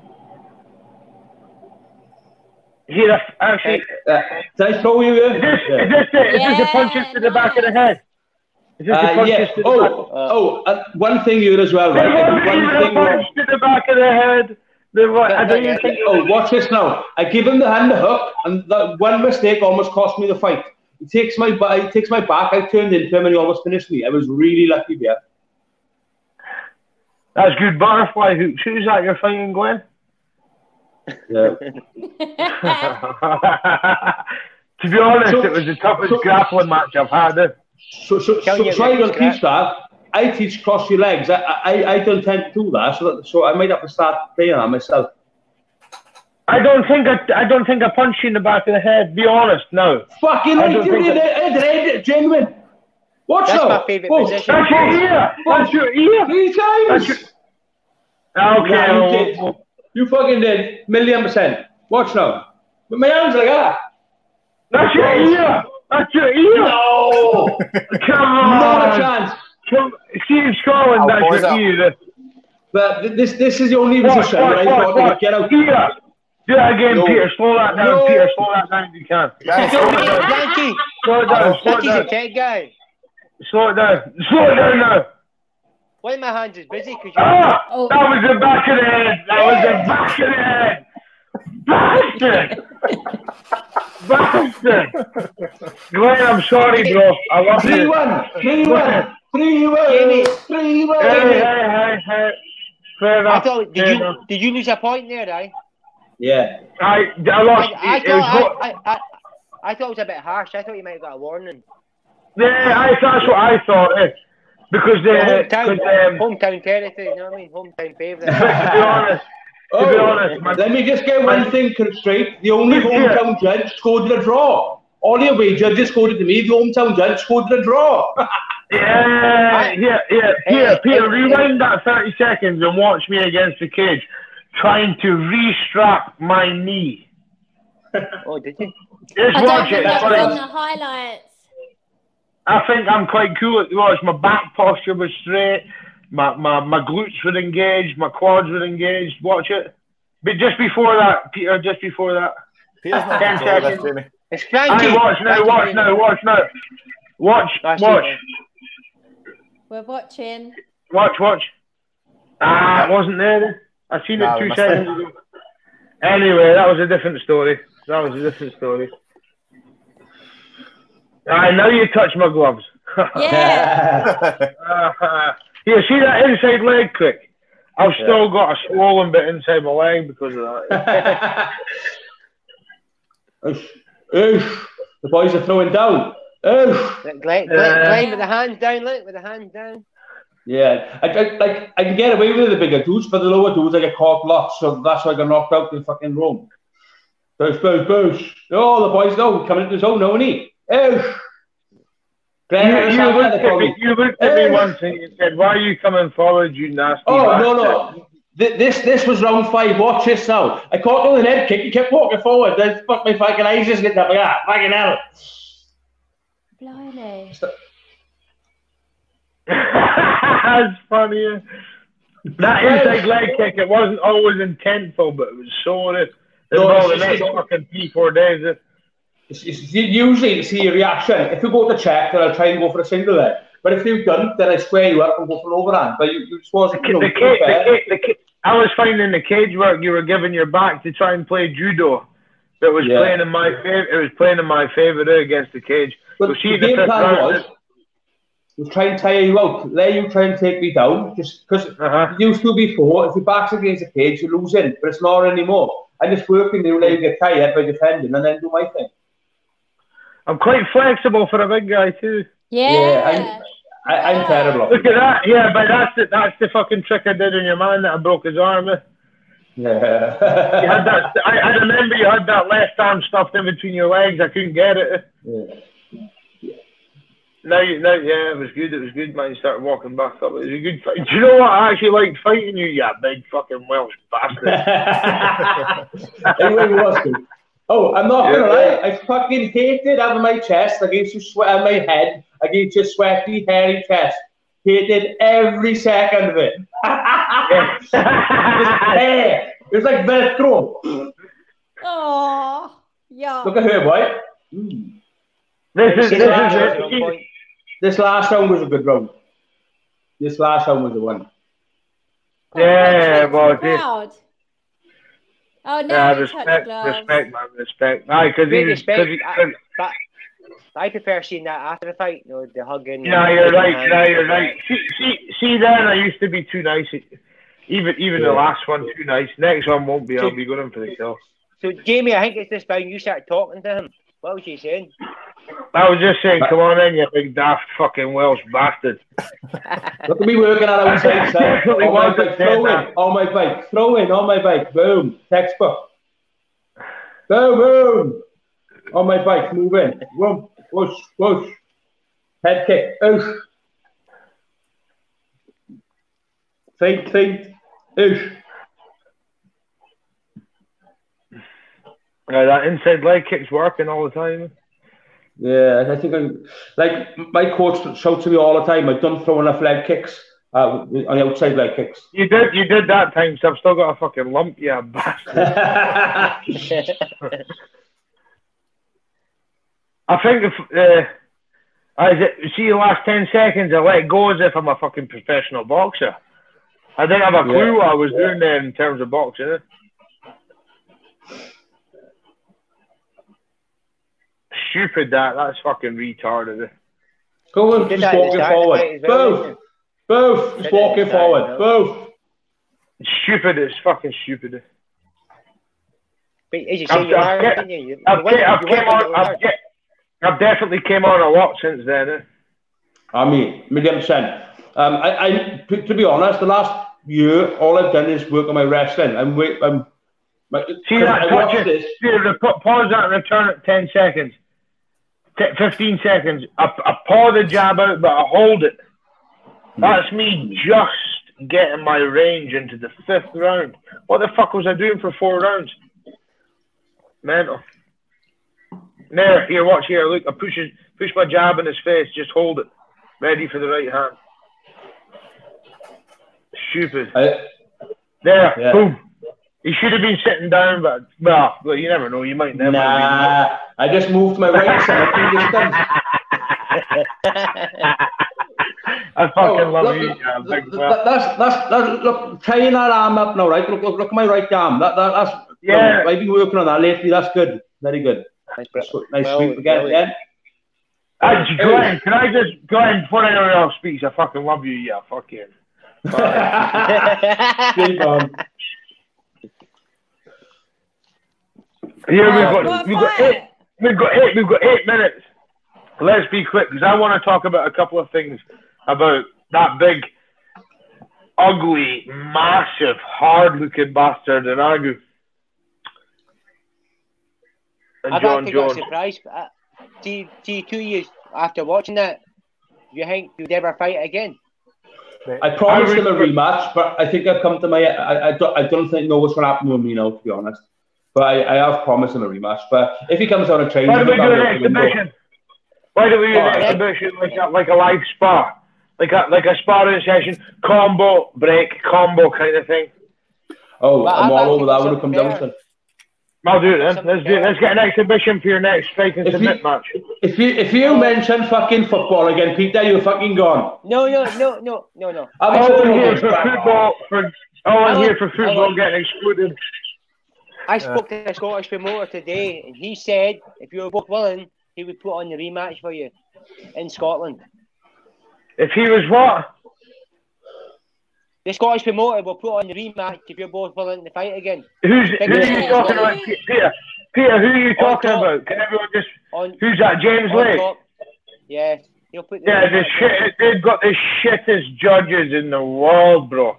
Speaker 1: Here, I- actually, is
Speaker 3: Uh, did I throw you here?
Speaker 1: this, is this it?
Speaker 3: Yeah.
Speaker 1: Is this the
Speaker 4: Yeah,
Speaker 1: punches to the back of the
Speaker 4: nice.
Speaker 1: head? Is this the
Speaker 3: Uh,
Speaker 1: punches
Speaker 3: yeah.
Speaker 1: to the
Speaker 3: Oh,
Speaker 1: back?
Speaker 3: oh, uh, one thing here as well,
Speaker 1: There
Speaker 3: right? I did
Speaker 1: wasn't
Speaker 3: One
Speaker 1: even a
Speaker 3: thing
Speaker 1: punch
Speaker 3: wrong.
Speaker 1: to the back of the head. There was, I don't even think.
Speaker 3: Oh, watch this now. I give him the hand hook, and that one mistake almost cost me the fight. He takes my ba- he takes my back. I turned into him, and he almost finished me. I was really lucky there.
Speaker 1: That's good butterfly hooks. Who's that you're fighting, Glenn? (laughs)
Speaker 3: Yeah.
Speaker 1: to be honest,
Speaker 3: So-
Speaker 1: it was the toughest
Speaker 3: so-
Speaker 1: grappling match I've had. eh?
Speaker 3: So, so,
Speaker 5: Tell
Speaker 3: so,
Speaker 5: you
Speaker 3: so I
Speaker 5: that
Speaker 3: don't
Speaker 5: it's
Speaker 3: teach that. I teach cross your legs. I, I, I don't tend to do that. So, that, so I might have to start playing that myself.
Speaker 1: I don't think I, I don't think I punched you in the back of the head. Be honest now.
Speaker 3: Fucking
Speaker 1: I
Speaker 3: right,
Speaker 1: don't
Speaker 3: you
Speaker 1: think
Speaker 3: did
Speaker 1: that-
Speaker 3: Ed, Ed, Ed, genuine. Watch
Speaker 5: That's
Speaker 3: now.
Speaker 5: my favourite
Speaker 3: Oh,
Speaker 5: position.
Speaker 1: That's your ear. That's your ear.
Speaker 3: Three times.
Speaker 1: That's your- Okay.
Speaker 3: Nah, you,
Speaker 1: well,
Speaker 3: did. you fucking did. Million percent. Watch now. But my hands like that.
Speaker 1: That's your ear. That's your ear.
Speaker 3: No.
Speaker 1: Come
Speaker 3: (laughs) Not a
Speaker 1: on.
Speaker 3: chance.
Speaker 1: Come, see in Scotland.
Speaker 2: I'll
Speaker 1: That's
Speaker 2: pause
Speaker 1: your ear.
Speaker 2: up.
Speaker 3: But th- this this is the only
Speaker 1: Watch,
Speaker 3: position where I
Speaker 1: watch, watch,
Speaker 3: thought they
Speaker 1: watch.
Speaker 3: could get out.
Speaker 1: Ear. Do that again,
Speaker 3: No.
Speaker 1: Peter. Slow that down,
Speaker 3: No.
Speaker 1: Peter. Slow that down if you can.
Speaker 2: Guys,
Speaker 5: Don't be a Yankee.
Speaker 1: Slow it down. Slow it
Speaker 5: Yankee's a
Speaker 1: down.
Speaker 5: tech guy.
Speaker 1: Slow it down. Slow it down now.
Speaker 5: One of my hands is busy because you're.
Speaker 1: Ah, that was the back of the head. That was the back of the head. Bastard. Bastard. Glenn, I'm sorry, bro. I love
Speaker 3: Three
Speaker 1: you.
Speaker 3: one. Three one. Three one.
Speaker 5: Jimmy.
Speaker 3: Three
Speaker 1: Hey,
Speaker 3: one.
Speaker 1: hey, hey, hey. Fair
Speaker 5: I
Speaker 1: enough.
Speaker 5: thought,
Speaker 1: fair
Speaker 5: did you
Speaker 1: enough.
Speaker 5: did you lose a point there, right?
Speaker 3: Yeah.
Speaker 1: I, I lost.
Speaker 5: I, I
Speaker 1: it was,
Speaker 5: thought
Speaker 1: what-
Speaker 5: I, I, I, I thought it was a bit harsh. I thought you might have got a warning.
Speaker 1: yeah, I, that's what I thought. Eh? Because they, because,
Speaker 5: hometown,
Speaker 1: um, (laughs)
Speaker 5: hometown territory. You know what I mean? Hometown
Speaker 1: but
Speaker 5: favourite.
Speaker 1: to be honest, to be
Speaker 3: Oh,
Speaker 1: honest, my,
Speaker 3: Let me just get one
Speaker 1: my-
Speaker 3: thing straight. The
Speaker 1: (laughs)
Speaker 3: only
Speaker 1: Yeah.
Speaker 3: hometown judge scored in a draw. All your away judges scored it to me. The hometown judge scored in a draw. (laughs)
Speaker 1: Yeah, yeah, yeah. Peter,
Speaker 5: Hey,
Speaker 1: Peter,
Speaker 5: hey,
Speaker 1: rewind that 30 seconds and watch me against the cage trying to restrap my knee.
Speaker 5: oh, did you?
Speaker 1: Just
Speaker 4: I don't
Speaker 1: watch it.
Speaker 4: think
Speaker 1: it's
Speaker 4: that was on the
Speaker 1: fine.
Speaker 4: highlights.
Speaker 1: I think I'm quite cool at the watch. My back posture was straight. My, my, my glutes were engaged. My quads were engaged. Watch it. But just before that, Peter, just before that.
Speaker 2: Peter's not
Speaker 1: Ten
Speaker 2: controlling this,
Speaker 1: seconds.
Speaker 2: Jamie.
Speaker 5: It's Frankie.
Speaker 1: I watch now,
Speaker 5: Frankie
Speaker 1: watch
Speaker 5: Green.
Speaker 1: now, watch now. Watch,
Speaker 5: That's
Speaker 1: watch,
Speaker 5: it.
Speaker 4: We're watching.
Speaker 1: watch, watch. Ah, it wasn't there then. I seen
Speaker 2: Nah,
Speaker 1: it
Speaker 2: we
Speaker 1: two
Speaker 2: missed it.
Speaker 1: seconds ago. Anyway, that was a different story. That was a different story. I know you touched my gloves.
Speaker 4: Yeah.
Speaker 1: (laughs)
Speaker 2: (laughs)
Speaker 1: yeah, see that inside leg kick? I've still got a swollen bit inside my leg because of that.
Speaker 3: Oosh. Oosh. The boys are throwing down. Oosh.
Speaker 5: Look, Glenn, Glenn,
Speaker 1: Uh,
Speaker 5: Glenn with the hands down. Look with the hands down.
Speaker 3: Yeah, I, I, like I can get away with the bigger dudes, but the lower dudes I get caught lots, so that's why I got knocked out in fucking Rome. Boosh, boosh, boosh. Oh, the boys know coming into his own, don't he? Oh,
Speaker 1: You,
Speaker 3: Glenn,
Speaker 1: you,
Speaker 3: that's
Speaker 1: looked
Speaker 3: another
Speaker 1: at me,
Speaker 3: problem.
Speaker 1: you looked at me
Speaker 3: Hey.
Speaker 1: once and you said, Why are you coming forward, you nasty
Speaker 3: Oh no,
Speaker 1: bastard?"
Speaker 3: no. Th- This this was round five. Watch this now. I caught him with an head kick. He kept walking forward. Then fuck my fucking eyes just lit up. Like ah, fucking hell.
Speaker 4: Blimey.
Speaker 1: (laughs) That's funny. eh? That inside leg kick, it wasn't always intentful, but it was sore. It
Speaker 3: No,
Speaker 1: was the
Speaker 3: it's
Speaker 1: next
Speaker 3: just-
Speaker 1: fucking three, four days. eh?
Speaker 3: It's, it's u- usually to see a reaction. If you go to check, then I'll try and go for a single leg. But if you don't, then I square you up and go for an overhand. But you, you just wasn't. You know,
Speaker 1: The cage, the
Speaker 3: fair.
Speaker 1: cage, the cage. I was finding the cage work you were giving your back to try and play judo. That was
Speaker 3: Yeah.
Speaker 1: playing in my favor. It was playing in my favor there against the cage.
Speaker 3: But
Speaker 1: We'll see
Speaker 3: the
Speaker 1: in the
Speaker 3: game
Speaker 1: fifth
Speaker 3: plan
Speaker 1: round.
Speaker 3: was was try and tire you out. Let you try and take me down. Just because
Speaker 1: Uh-huh.
Speaker 3: used to before, if your back's against the cage, you're losing. But it's not anymore. I just work in you, let you get tired by defending, and then do my thing.
Speaker 1: I'm quite flexible for a big guy too.
Speaker 4: Yeah.
Speaker 3: Yeah, I, I'm terrible.
Speaker 1: Look at that. Yeah, but that's the, that's the fucking trick I did on your man that I broke his arm. eh? You had
Speaker 3: Yeah.
Speaker 1: that. I, I remember you had that left arm stuffed in between your legs. I couldn't get it.
Speaker 3: yeah.
Speaker 1: No, you- no, yeah, it was good. It was good, man. You started walking back up. It was a good fight. Do you know what? I actually liked fighting you, you big fucking Welsh (laughs) bastard.
Speaker 3: anyway, he was good. Oh, I'm not gonna lie. I fucking hated having my chest against your sweat, my head against your sweaty, hairy chest. Hated every second of it.
Speaker 1: Yeah. (laughs)
Speaker 3: Hair. It was like velcro.
Speaker 4: Oh. Yeah.
Speaker 3: Look at her, boy.
Speaker 1: (laughs)
Speaker 3: Mm.
Speaker 1: this is
Speaker 5: See
Speaker 1: this
Speaker 5: the
Speaker 1: is
Speaker 5: hands at one
Speaker 1: it.
Speaker 5: point.
Speaker 3: This last round was a good round. This last round was the one.
Speaker 1: Yeah, well, yeah.
Speaker 4: Proud. Oh, no.
Speaker 1: Yeah,
Speaker 4: you touch
Speaker 1: respect,
Speaker 4: gloves.
Speaker 1: respect, man, respect. Aye, because he
Speaker 5: Great
Speaker 1: was.
Speaker 5: respect.
Speaker 1: Cause he,
Speaker 5: I,
Speaker 1: 'cause-
Speaker 5: but I prefer seeing that after the fight. You know, the hugging.
Speaker 1: yeah, you're right. Yeah, you're right. See, see, see, then I used to be too nice. Even, even the last one, too nice. Next one won't be. I'll be going in for the kill.
Speaker 5: So, Jamie, I think it's this round you start talking to him. What was you
Speaker 1: (laughs)
Speaker 5: saying?
Speaker 1: I was just saying, come on in, you big daft fucking Welsh bastard.
Speaker 3: Look at me working at outside, sir.
Speaker 5: (laughs)
Speaker 1: Definitely
Speaker 3: On my
Speaker 1: wasn't
Speaker 3: bike,
Speaker 1: dead,
Speaker 3: throw in,
Speaker 1: man.
Speaker 3: on my bike, throw in, on my bike, boom, textbook. Boom, boom. On my bike, move in. Whoop, whoosh, whoosh. Head kick, oosh. Feint, feint, oosh.
Speaker 1: Yeah, that inside leg kick's working all the time.
Speaker 3: Yeah, and I think I, like my coach shouts to me all the time. I don't throw enough leg kicks uh, on the outside leg kicks.
Speaker 5: (laughs)
Speaker 1: You did, you did that time, so I've still got a fucking lump. Yeah, bastard. I think if uh, as it, see the last ten seconds, I let go as if I'm a fucking professional boxer. I didn't have a clue
Speaker 3: Yeah.
Speaker 1: what I was doing there in terms of boxing. eh? Stupid that. That's fucking retarded. eh?
Speaker 3: Go on,
Speaker 5: Did
Speaker 3: just
Speaker 5: that at
Speaker 3: walking
Speaker 5: the start of the fight
Speaker 3: forward.
Speaker 5: as well,
Speaker 3: Both, both, just
Speaker 5: Did that at
Speaker 3: walking
Speaker 5: the start
Speaker 3: forward.
Speaker 5: as
Speaker 3: Both.
Speaker 1: It's stupid. It's fucking stupid. eh?
Speaker 5: But as you
Speaker 1: I've-
Speaker 5: say, you
Speaker 1: I've
Speaker 5: are,
Speaker 1: kept-
Speaker 5: didn't you? You
Speaker 1: I've,
Speaker 5: won-
Speaker 1: ke- I've
Speaker 5: you won
Speaker 1: came
Speaker 5: when you
Speaker 1: on.
Speaker 5: were
Speaker 1: I've,
Speaker 5: hurt.
Speaker 1: ke- I've definitely came on a lot since then. eh?
Speaker 3: I mean, million percent. Um, I, I, to, to be honest, the last year, all I've done is work on my wrestling. I'm, wait, I'm, my,
Speaker 1: See that
Speaker 3: I watched
Speaker 1: touch it.
Speaker 3: this.
Speaker 1: See, the pa- pause that return at 10 seconds. T- 15 seconds. I, I paw the jab out, but I hold it. That's me just getting my range into the fifth round. What the fuck was I doing for four rounds? Mental. There, here, watch here. Look, I push, his, push my jab in his face. Just hold it. Ready for the right hand. Stupid.
Speaker 3: I,
Speaker 1: There,
Speaker 3: Yeah.
Speaker 1: boom. He should have been sitting down, but well, well you never know. You might never.
Speaker 3: nah, I just moved my right side. I think it's
Speaker 1: (laughs)
Speaker 3: done.
Speaker 1: I fucking
Speaker 3: Oh,
Speaker 1: love
Speaker 3: look,
Speaker 1: you,
Speaker 3: look,
Speaker 1: yeah,
Speaker 3: look,
Speaker 1: big
Speaker 3: look,
Speaker 1: fella.
Speaker 3: that's, that's, that's, look, tying that arm up now, right? Look, look, look at my right arm. That, that, that's,
Speaker 1: Yeah.
Speaker 3: I've been working on that lately. That's good. Very good. So, nice
Speaker 5: Well,
Speaker 3: sweep again.
Speaker 5: well,
Speaker 3: again.
Speaker 1: Uh, Glenn, can I just Glenn before anyone else speaks? I fucking love you, yeah, fucking.
Speaker 5: (laughs)
Speaker 3: Keep on.
Speaker 1: Here
Speaker 4: Oh,
Speaker 1: we've
Speaker 4: what
Speaker 1: got
Speaker 4: a
Speaker 1: we've got (laughs)
Speaker 4: fight.
Speaker 1: eight we've got eight we've got eight minutes. Let's be quick because I want to talk about a couple of things about that big, ugly, massive, hard-looking bastard in Argu. And
Speaker 5: I've
Speaker 1: John
Speaker 5: actually got a
Speaker 1: Jones.
Speaker 5: surprise. Uh, Do you, do you two years after watching that, do you think you'd ever fight again?
Speaker 3: I promised
Speaker 1: I
Speaker 3: him a
Speaker 1: really-
Speaker 3: rematch, but I think I've come to my. I, I, don't, I don't think know what's going to happen with me now, to be honest. But I, I have promised him a rematch. But if he comes on a train,
Speaker 1: Why do we
Speaker 3: I'll
Speaker 1: do an
Speaker 3: let him know.
Speaker 1: exhibition? Why do we do an
Speaker 3: Alright.
Speaker 1: exhibition like a, like a live spa, like a like a sparring session, combo break, combo kind of thing?
Speaker 3: Oh,
Speaker 5: Well,
Speaker 3: I'm
Speaker 5: I've
Speaker 3: all over
Speaker 5: actually
Speaker 3: that
Speaker 5: got
Speaker 3: when I come
Speaker 5: something
Speaker 3: down.
Speaker 5: there.
Speaker 3: son.
Speaker 1: I'll do it then. Let's do it. Let's get an exhibition for your next fake and
Speaker 3: If
Speaker 1: submit
Speaker 3: you-
Speaker 1: match.
Speaker 3: If you if
Speaker 1: Oh.
Speaker 3: you mention fucking football again, Peter, you're fucking gone.
Speaker 5: No, no, no, no, no, no.
Speaker 3: I'm
Speaker 1: All in
Speaker 3: all
Speaker 1: here
Speaker 3: over
Speaker 1: for
Speaker 3: that.
Speaker 1: football. For all in here for
Speaker 5: I
Speaker 1: football
Speaker 5: like-
Speaker 1: getting excluded.
Speaker 3: Uh,
Speaker 5: I spoke to a Scottish promoter today, and he said if you were both willing, he would put on the rematch for you in Scotland.
Speaker 1: If he was what?
Speaker 5: The Scottish promoter will put on the rematch if you're both willing to fight again.
Speaker 1: Who's
Speaker 5: Big
Speaker 1: who are you
Speaker 5: man.
Speaker 1: talking about? Pe- Peter. Peter, who are you talking
Speaker 5: top.
Speaker 1: about? Can everyone just?
Speaker 5: On,
Speaker 1: Who's that? James
Speaker 5: on
Speaker 1: Lake.
Speaker 5: top. Yeah, he'll put. The
Speaker 1: Yeah, the
Speaker 5: rematch on.
Speaker 1: shit, they've got the shittest judges in the world, bro.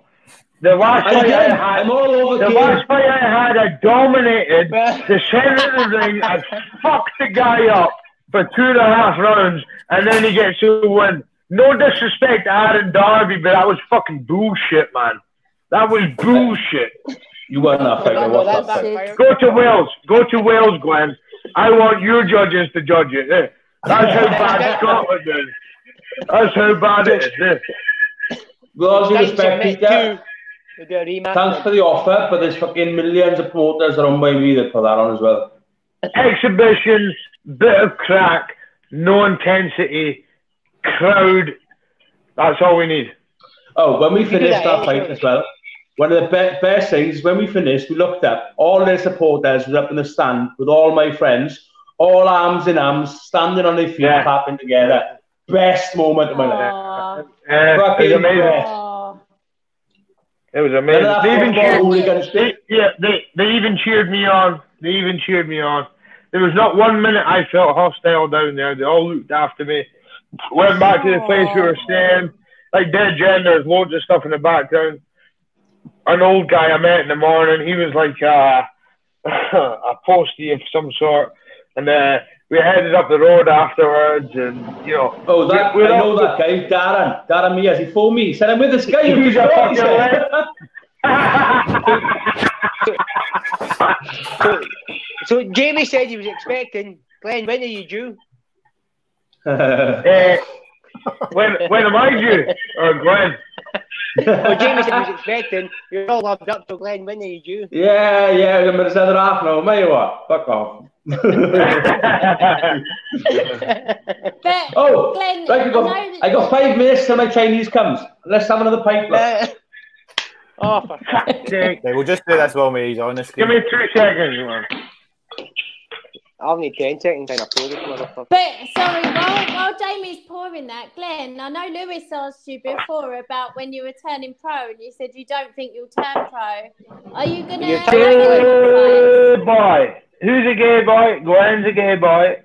Speaker 1: The last
Speaker 3: I
Speaker 1: fight I
Speaker 3: did.
Speaker 1: had,
Speaker 3: I'm all over
Speaker 1: the
Speaker 3: again.
Speaker 1: last fight I had, I dominated
Speaker 5: Well-
Speaker 1: the center of the ring. I fucked the guy up for two and a half rounds, and then he gets to win. No disrespect to Aaron Darby, but that was fucking bullshit, man. That was bullshit.
Speaker 3: You weren't that fight. I
Speaker 5: Oh,
Speaker 4: Well,
Speaker 3: watched
Speaker 4: that's
Speaker 3: that
Speaker 5: that
Speaker 3: fight.
Speaker 5: backfired.
Speaker 1: Go to Wales. Go to Wales, Gwen. I want your judges to judge it. eh. That's how bad Scotland is. That's how bad it is. eh.
Speaker 3: With all due
Speaker 5: Thanks,
Speaker 3: respect,
Speaker 5: Submit
Speaker 3: Peter.
Speaker 5: Two. We'll do a rematch.
Speaker 3: Thanks for the offer, but there's fucking millions of porters that are on my me that put that on as well.
Speaker 1: exhibition, bit of crack, no intensity, crowd. That's all we need.
Speaker 3: Oh, when we finished
Speaker 5: that
Speaker 3: that
Speaker 5: every
Speaker 3: fight
Speaker 5: time.
Speaker 3: as well, one of the be- best things is when we finished, we looked up. All their supporters were up in the stand with all my friends, all arms in arms, standing on their feet,
Speaker 1: Yeah.
Speaker 3: clapping together. Best moment of my life.
Speaker 4: Aw.
Speaker 1: Uh, it was
Speaker 3: Fucking
Speaker 1: amazing.
Speaker 3: best.
Speaker 4: Aw.
Speaker 1: It was
Speaker 3: None
Speaker 1: amazing.
Speaker 3: of that
Speaker 1: They even
Speaker 3: football
Speaker 1: cheered.
Speaker 3: hooligan shit.
Speaker 1: They, yeah, they they even cheered me on. They even cheered me on. There was not one minute I felt hostile down there. They all looked after me. Went back to the place we were staying. Like dead gen, there's loads of stuff in the background. An old guy I met in the morning, he was like, uh, (laughs) a postie of some sort, and uh, we headed up the road afterwards, and you know. (laughs)
Speaker 3: Oh, that,
Speaker 1: we-
Speaker 3: I
Speaker 1: we're
Speaker 3: know
Speaker 1: all-
Speaker 3: that guy, Darren. Darren Mears, he phoned me. He said, I'm with this guy.
Speaker 1: He's a
Speaker 3: He
Speaker 1: fucking
Speaker 3: said,
Speaker 1: legend. Uh,
Speaker 5: So, so Jamie said he was expecting. Glenn, when are you due?
Speaker 1: Eh, when when am I due? Or Glenn?
Speaker 5: Oh, Jamie said he was expecting. You're all loved up, so Glenn, when are you due?
Speaker 3: (laughs) yeah, yeah, I'm going to send it off now. Mate, what? Fuck off. (laughs)
Speaker 1: (laughs)
Speaker 4: But
Speaker 3: Oh,
Speaker 4: Glenn,
Speaker 3: right, you got,
Speaker 4: I know that-
Speaker 3: I got five minutes till my Chinese comes. Let's have another pint. lad. (laughs)
Speaker 5: Uh, (laughs) oh, for
Speaker 1: Take-
Speaker 2: Right, we'll just do this while he's on the
Speaker 1: Give
Speaker 2: screen.
Speaker 1: me two seconds, man.
Speaker 5: I'll need 10 seconds and upload this motherfucker.
Speaker 4: But sorry, while, while Jamie's pouring that, Glenn, I know Lewis asked you before about when you were turning pro, and you said you don't think you'll turn pro. Are you gonna?
Speaker 5: You're
Speaker 4: have
Speaker 5: turning
Speaker 4: your
Speaker 1: Gay boy. Who's a gay boy? Glenn's a gay boy.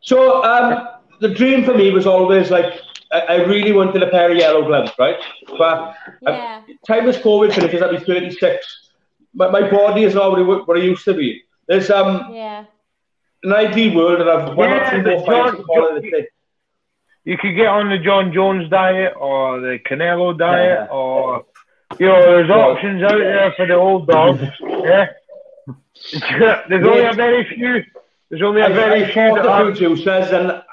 Speaker 3: so um, the dream for me was always like I, I really wanted a pair of yellow gloves, right? But
Speaker 4: Yeah.
Speaker 3: time this COVID finishes, I'll be 36. But my body is not what it, wa- what it used to be. There's um,
Speaker 4: Yeah.
Speaker 3: an ideal world, and I've one
Speaker 1: Yeah,
Speaker 3: or two
Speaker 1: but
Speaker 3: more fights
Speaker 1: John-
Speaker 3: to follow the thing.
Speaker 1: You could get on the John Jones diet or the Canelo diet
Speaker 3: Yeah.
Speaker 1: or you know, there's options out there for the old
Speaker 3: (laughs)
Speaker 1: dogs. Yeah. (laughs) there's only a very few. There's only a
Speaker 3: I,
Speaker 1: very
Speaker 3: I
Speaker 1: few
Speaker 3: fought
Speaker 1: that
Speaker 3: the
Speaker 1: are.
Speaker 3: food juicers, and, and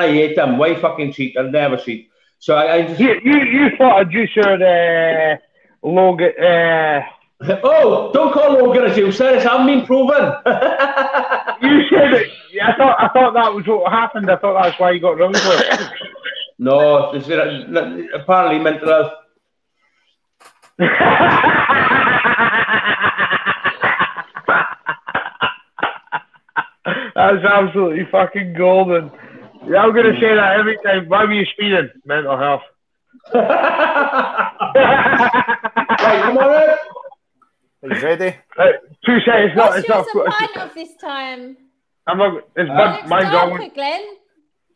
Speaker 3: I hate them. Why fucking cheat? I'll never cheat. So I, I just,
Speaker 1: You, you you fought a juicer, uh, Logan. Uh,
Speaker 3: (laughs) oh, don't call Logan a juicer. It's hasn't been proven.
Speaker 1: you said it. Yeah, I thought I thought that was what happened. I thought that's why you got rung for
Speaker 3: (laughs)
Speaker 1: it.
Speaker 3: (laughs) No, it's, uh, apparently mental (laughs) health.
Speaker 1: (laughs) That's absolutely fucking golden. Yeah, I'm gonna say that every time. Why were you speeding? Mental health.
Speaker 3: right,
Speaker 1: Right,
Speaker 3: come on in.
Speaker 2: Are you ready?
Speaker 1: Two seconds. It's not.
Speaker 4: What's
Speaker 1: It's not.
Speaker 4: yours a pint of this time?
Speaker 1: I'm not. It's
Speaker 4: It
Speaker 1: mud,
Speaker 4: looks
Speaker 1: mine's
Speaker 4: darker,
Speaker 1: on.
Speaker 4: Glenn.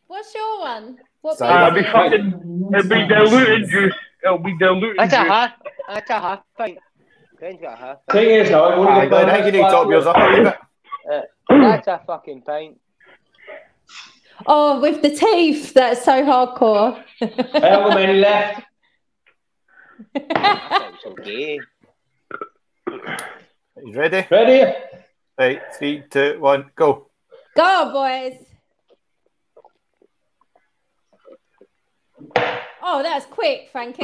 Speaker 4: What's your one? What
Speaker 2: Sorry,
Speaker 4: beer
Speaker 1: Uh, it'll
Speaker 4: is
Speaker 1: be
Speaker 4: it?
Speaker 1: fucking. It'll be diluted juice. It'll be diluted
Speaker 5: That's a
Speaker 1: juice.
Speaker 5: half. That's a half pint. Glenn's got a half pint.
Speaker 3: Thing is, now, I'm
Speaker 1: Oh,
Speaker 3: going
Speaker 2: Aye,
Speaker 3: to
Speaker 2: Glenn, I think you need to top yours up a little bit.
Speaker 5: That's a fucking pint.
Speaker 4: Oh, with the teeth. That's so hardcore. (laughs)
Speaker 3: I haven't got many left.
Speaker 5: That's okay.
Speaker 2: Are you ready?
Speaker 3: Ready?
Speaker 2: Right, three, two, one, go.
Speaker 4: Go on, boys. Oh, that was quick, Frankie.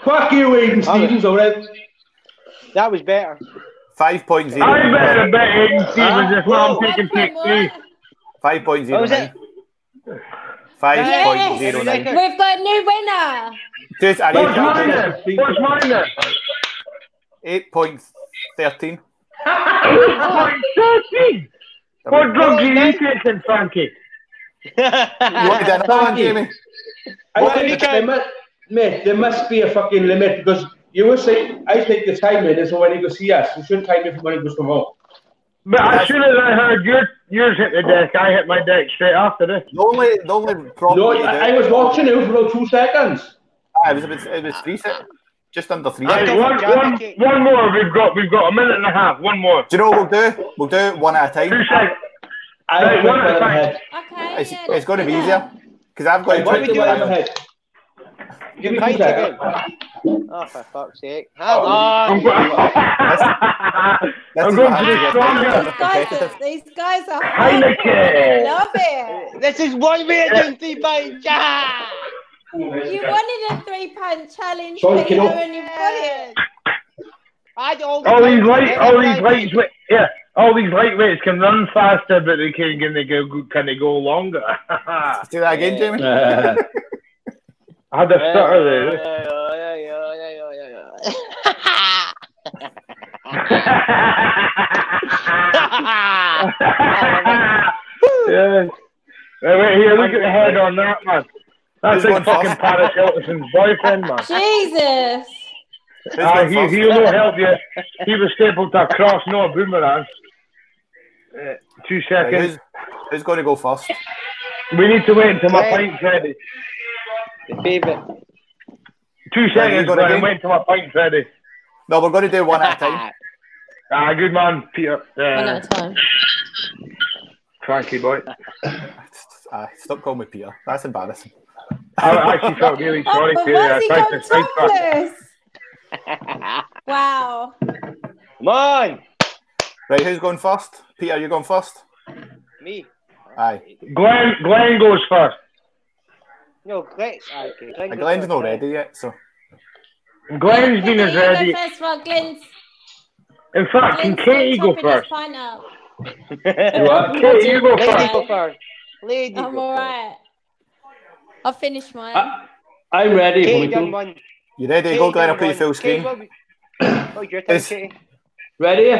Speaker 3: Fuck you, Aiden Stevens, all right?
Speaker 5: That was better.
Speaker 2: 5.0.
Speaker 1: I better bet Aiden Stevens if not. I'm taking pick three.
Speaker 2: 5.09.
Speaker 5: What was Oh, it?
Speaker 2: 5.09.
Speaker 5: Yes.
Speaker 4: We've got a new winner.
Speaker 2: Just, I
Speaker 1: What's mine
Speaker 2: need
Speaker 1: then? What's mine then?
Speaker 2: eight point thirteen.
Speaker 1: Point thirteen. What drugs are you taking, Frankie?
Speaker 2: You wanted (laughs) another one, Jamie?
Speaker 3: I
Speaker 5: Well,
Speaker 3: think
Speaker 5: you
Speaker 3: there
Speaker 5: can-
Speaker 3: must, mate, there must be a fucking limit because you were saying, I think the time in is for when he goes see us. You shouldn't time it for when he goes from home.
Speaker 1: But as soon as I heard your yours hit the deck, I hit my deck straight after this.
Speaker 2: The only, the only problem.
Speaker 3: No,
Speaker 2: you do-
Speaker 3: I, I was watching him for about two seconds.
Speaker 2: Ah, it was about, it was three sec- just under three.
Speaker 1: Right, one,
Speaker 2: seconds.
Speaker 1: one, one more. We've got we've got a minute and a half. One more.
Speaker 2: Do you know what we'll do? We'll do it one at a
Speaker 1: Two
Speaker 2: (laughs) time.
Speaker 1: seconds.
Speaker 3: I
Speaker 1: Right,
Speaker 3: went
Speaker 1: one at
Speaker 3: well
Speaker 1: a time.
Speaker 3: ahead.
Speaker 4: Okay.
Speaker 2: It's,
Speaker 4: yeah,
Speaker 2: it's going to be
Speaker 4: that's
Speaker 2: easier
Speaker 4: winner.
Speaker 2: because I've got
Speaker 3: Right,
Speaker 2: to
Speaker 3: why
Speaker 2: try to
Speaker 3: we do
Speaker 2: do
Speaker 3: it on your
Speaker 2: it.
Speaker 3: head? Give me two
Speaker 5: Pint
Speaker 3: seconds.
Speaker 5: again. Oh, for fuck's sake. How
Speaker 1: I'm,
Speaker 5: long?
Speaker 1: go- I'm
Speaker 2: is
Speaker 1: going
Speaker 2: what
Speaker 1: for
Speaker 2: I
Speaker 1: the
Speaker 2: did.
Speaker 1: stronger.
Speaker 4: These
Speaker 2: (laughs)
Speaker 4: guys are, these guys
Speaker 1: (laughs)
Speaker 4: are
Speaker 1: Heineken.
Speaker 4: hardcore. Love it.
Speaker 5: This is one way of doing three pints. Yeah.
Speaker 4: You wanted a three pound challenge,
Speaker 3: Sorry,
Speaker 4: Peter,
Speaker 3: kiddo.
Speaker 4: and you've got it.
Speaker 5: I do all,
Speaker 1: All these light,
Speaker 5: lights.
Speaker 1: all these lightweight, yeah, all these lightweights can run faster, but they can can they go can they go longer? (laughs) I
Speaker 2: Do that again, Jamie.
Speaker 3: Uh,
Speaker 1: (laughs) had a stutter there. (laughs)
Speaker 5: (laughs) yeah,
Speaker 1: yeah. Wait, wait, here, look at the head on that, man. That's
Speaker 2: Who's
Speaker 1: like
Speaker 2: going
Speaker 1: fucking
Speaker 2: first?
Speaker 1: Paris Hilton's boyfriend, man.
Speaker 4: Jesus.
Speaker 2: Who's
Speaker 1: Uh,
Speaker 2: going
Speaker 1: he,
Speaker 2: first?
Speaker 1: he'll not help you. He was stapled to a cross, not a boomerang. Uh, two
Speaker 2: Right,
Speaker 1: seconds.
Speaker 2: who's, who's going to go first?
Speaker 1: We need to wait until my
Speaker 5: Right.
Speaker 1: pint's ready.
Speaker 5: The favourite.
Speaker 1: Two
Speaker 2: Right, you
Speaker 1: seconds,
Speaker 2: got
Speaker 1: Brian.
Speaker 2: again?
Speaker 1: Wait until my pint's ready.
Speaker 2: No, we're going to do one at a
Speaker 4: (laughs)
Speaker 2: time.
Speaker 5: (laughs)
Speaker 1: Ah, good man, Peter.
Speaker 4: One
Speaker 1: Uh,
Speaker 4: at a time.
Speaker 1: Frankie boy.
Speaker 2: Ah, stop calling me Peter. That's embarrassing.
Speaker 1: I
Speaker 2: (laughs)
Speaker 1: actually
Speaker 4: (laughs)
Speaker 1: felt really
Speaker 4: Oh,
Speaker 1: sorry
Speaker 4: but
Speaker 1: for you. I
Speaker 4: why's he
Speaker 1: tried to
Speaker 4: gone
Speaker 1: fight back.
Speaker 4: topless? Wow.
Speaker 5: Come on,
Speaker 2: Right, who's going first? Peter, you going first?
Speaker 5: me.
Speaker 2: Aye.
Speaker 1: Glenn, Glenn goes first.
Speaker 5: No, Glenn. aye, Okay,
Speaker 2: Uh,
Speaker 5: Glenn goes
Speaker 2: Glenn's
Speaker 5: first,
Speaker 2: not
Speaker 5: aye.
Speaker 2: ready yet, so.
Speaker 1: Glenn's been
Speaker 4: Katie,
Speaker 1: as
Speaker 4: you go
Speaker 1: ready.
Speaker 4: First, well, Glenn's,
Speaker 1: In fact, can
Speaker 4: Glenn's
Speaker 1: Katie go
Speaker 4: chopping his
Speaker 1: first?
Speaker 4: pint up.
Speaker 3: You are?
Speaker 1: Katie, you go
Speaker 5: Lady
Speaker 1: first.
Speaker 5: go first. Lady
Speaker 4: I'm
Speaker 5: go
Speaker 4: all
Speaker 5: first.
Speaker 4: right. I'll finish mine.
Speaker 2: Uh,
Speaker 3: I, (laughs) I'm ready.
Speaker 5: Katie
Speaker 3: for me
Speaker 5: done
Speaker 3: to-
Speaker 5: one.
Speaker 2: You ready?
Speaker 5: Katie
Speaker 2: go, Glenn. I'll
Speaker 5: done
Speaker 2: put you
Speaker 5: one.
Speaker 2: full
Speaker 5: Katie,
Speaker 2: screen. (coughs)
Speaker 5: what was- what was your time,
Speaker 2: It's-
Speaker 5: Katie?
Speaker 3: Ready?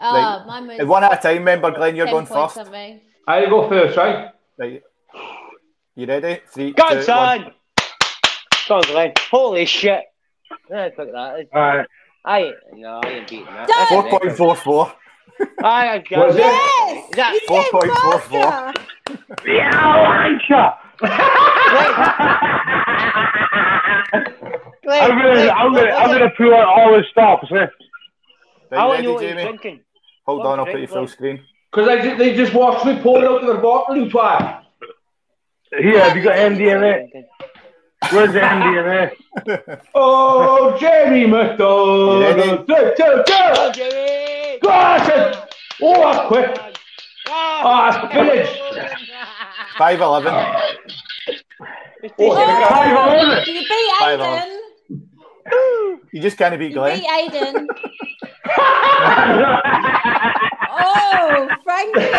Speaker 4: oh,
Speaker 2: right.
Speaker 4: mine was
Speaker 2: Uh, One at a time, remember, Glenn, you're
Speaker 4: 10
Speaker 2: going first.
Speaker 4: points something.
Speaker 3: I go first, right?
Speaker 2: Right. You ready? Three, two,
Speaker 5: Godson!
Speaker 2: one.
Speaker 5: Come on, Glenn. Holy shit. Yeah, fuck that.
Speaker 1: Uh,
Speaker 5: I ain't, no, I ain't beating that.
Speaker 4: Done.
Speaker 5: That's a record.
Speaker 2: 4.44.
Speaker 5: Aye, I've got
Speaker 3: Was
Speaker 5: it.
Speaker 4: Yes!
Speaker 5: That-
Speaker 4: you came
Speaker 2: 4.44.
Speaker 4: faster.
Speaker 1: yeah, Elisha! I'm
Speaker 5: Glenn,
Speaker 1: gonna,
Speaker 5: Glenn,
Speaker 1: I'm gonna,
Speaker 5: what
Speaker 1: I'm
Speaker 5: was it?
Speaker 1: gonna pull out all the stops. Eh?
Speaker 2: Right,
Speaker 5: I
Speaker 2: you
Speaker 5: wanna
Speaker 2: ready,
Speaker 5: know what you're
Speaker 2: Jamie?
Speaker 5: drinking.
Speaker 2: Hold
Speaker 5: What
Speaker 2: on, I'll
Speaker 5: drink,
Speaker 2: put you full
Speaker 5: Glenn?
Speaker 2: screen.
Speaker 3: Because I ju- they just watched me pour it out of the bottle, you twat.
Speaker 1: Here, have you got MDMA? Where's the MDMA?
Speaker 3: Oh, Jerry McDonald. Two, two,
Speaker 5: Oh,
Speaker 3: two.
Speaker 5: Jamie!
Speaker 3: Gosh, it- oh, that's quick. Ah, it's finished.
Speaker 2: 5.11.
Speaker 1: Oh, five eleven.
Speaker 4: You beat
Speaker 2: Five
Speaker 4: Aiden.
Speaker 2: You just can't beat
Speaker 4: You
Speaker 2: Glenn.
Speaker 4: beat Aiden. Oh, Frankie.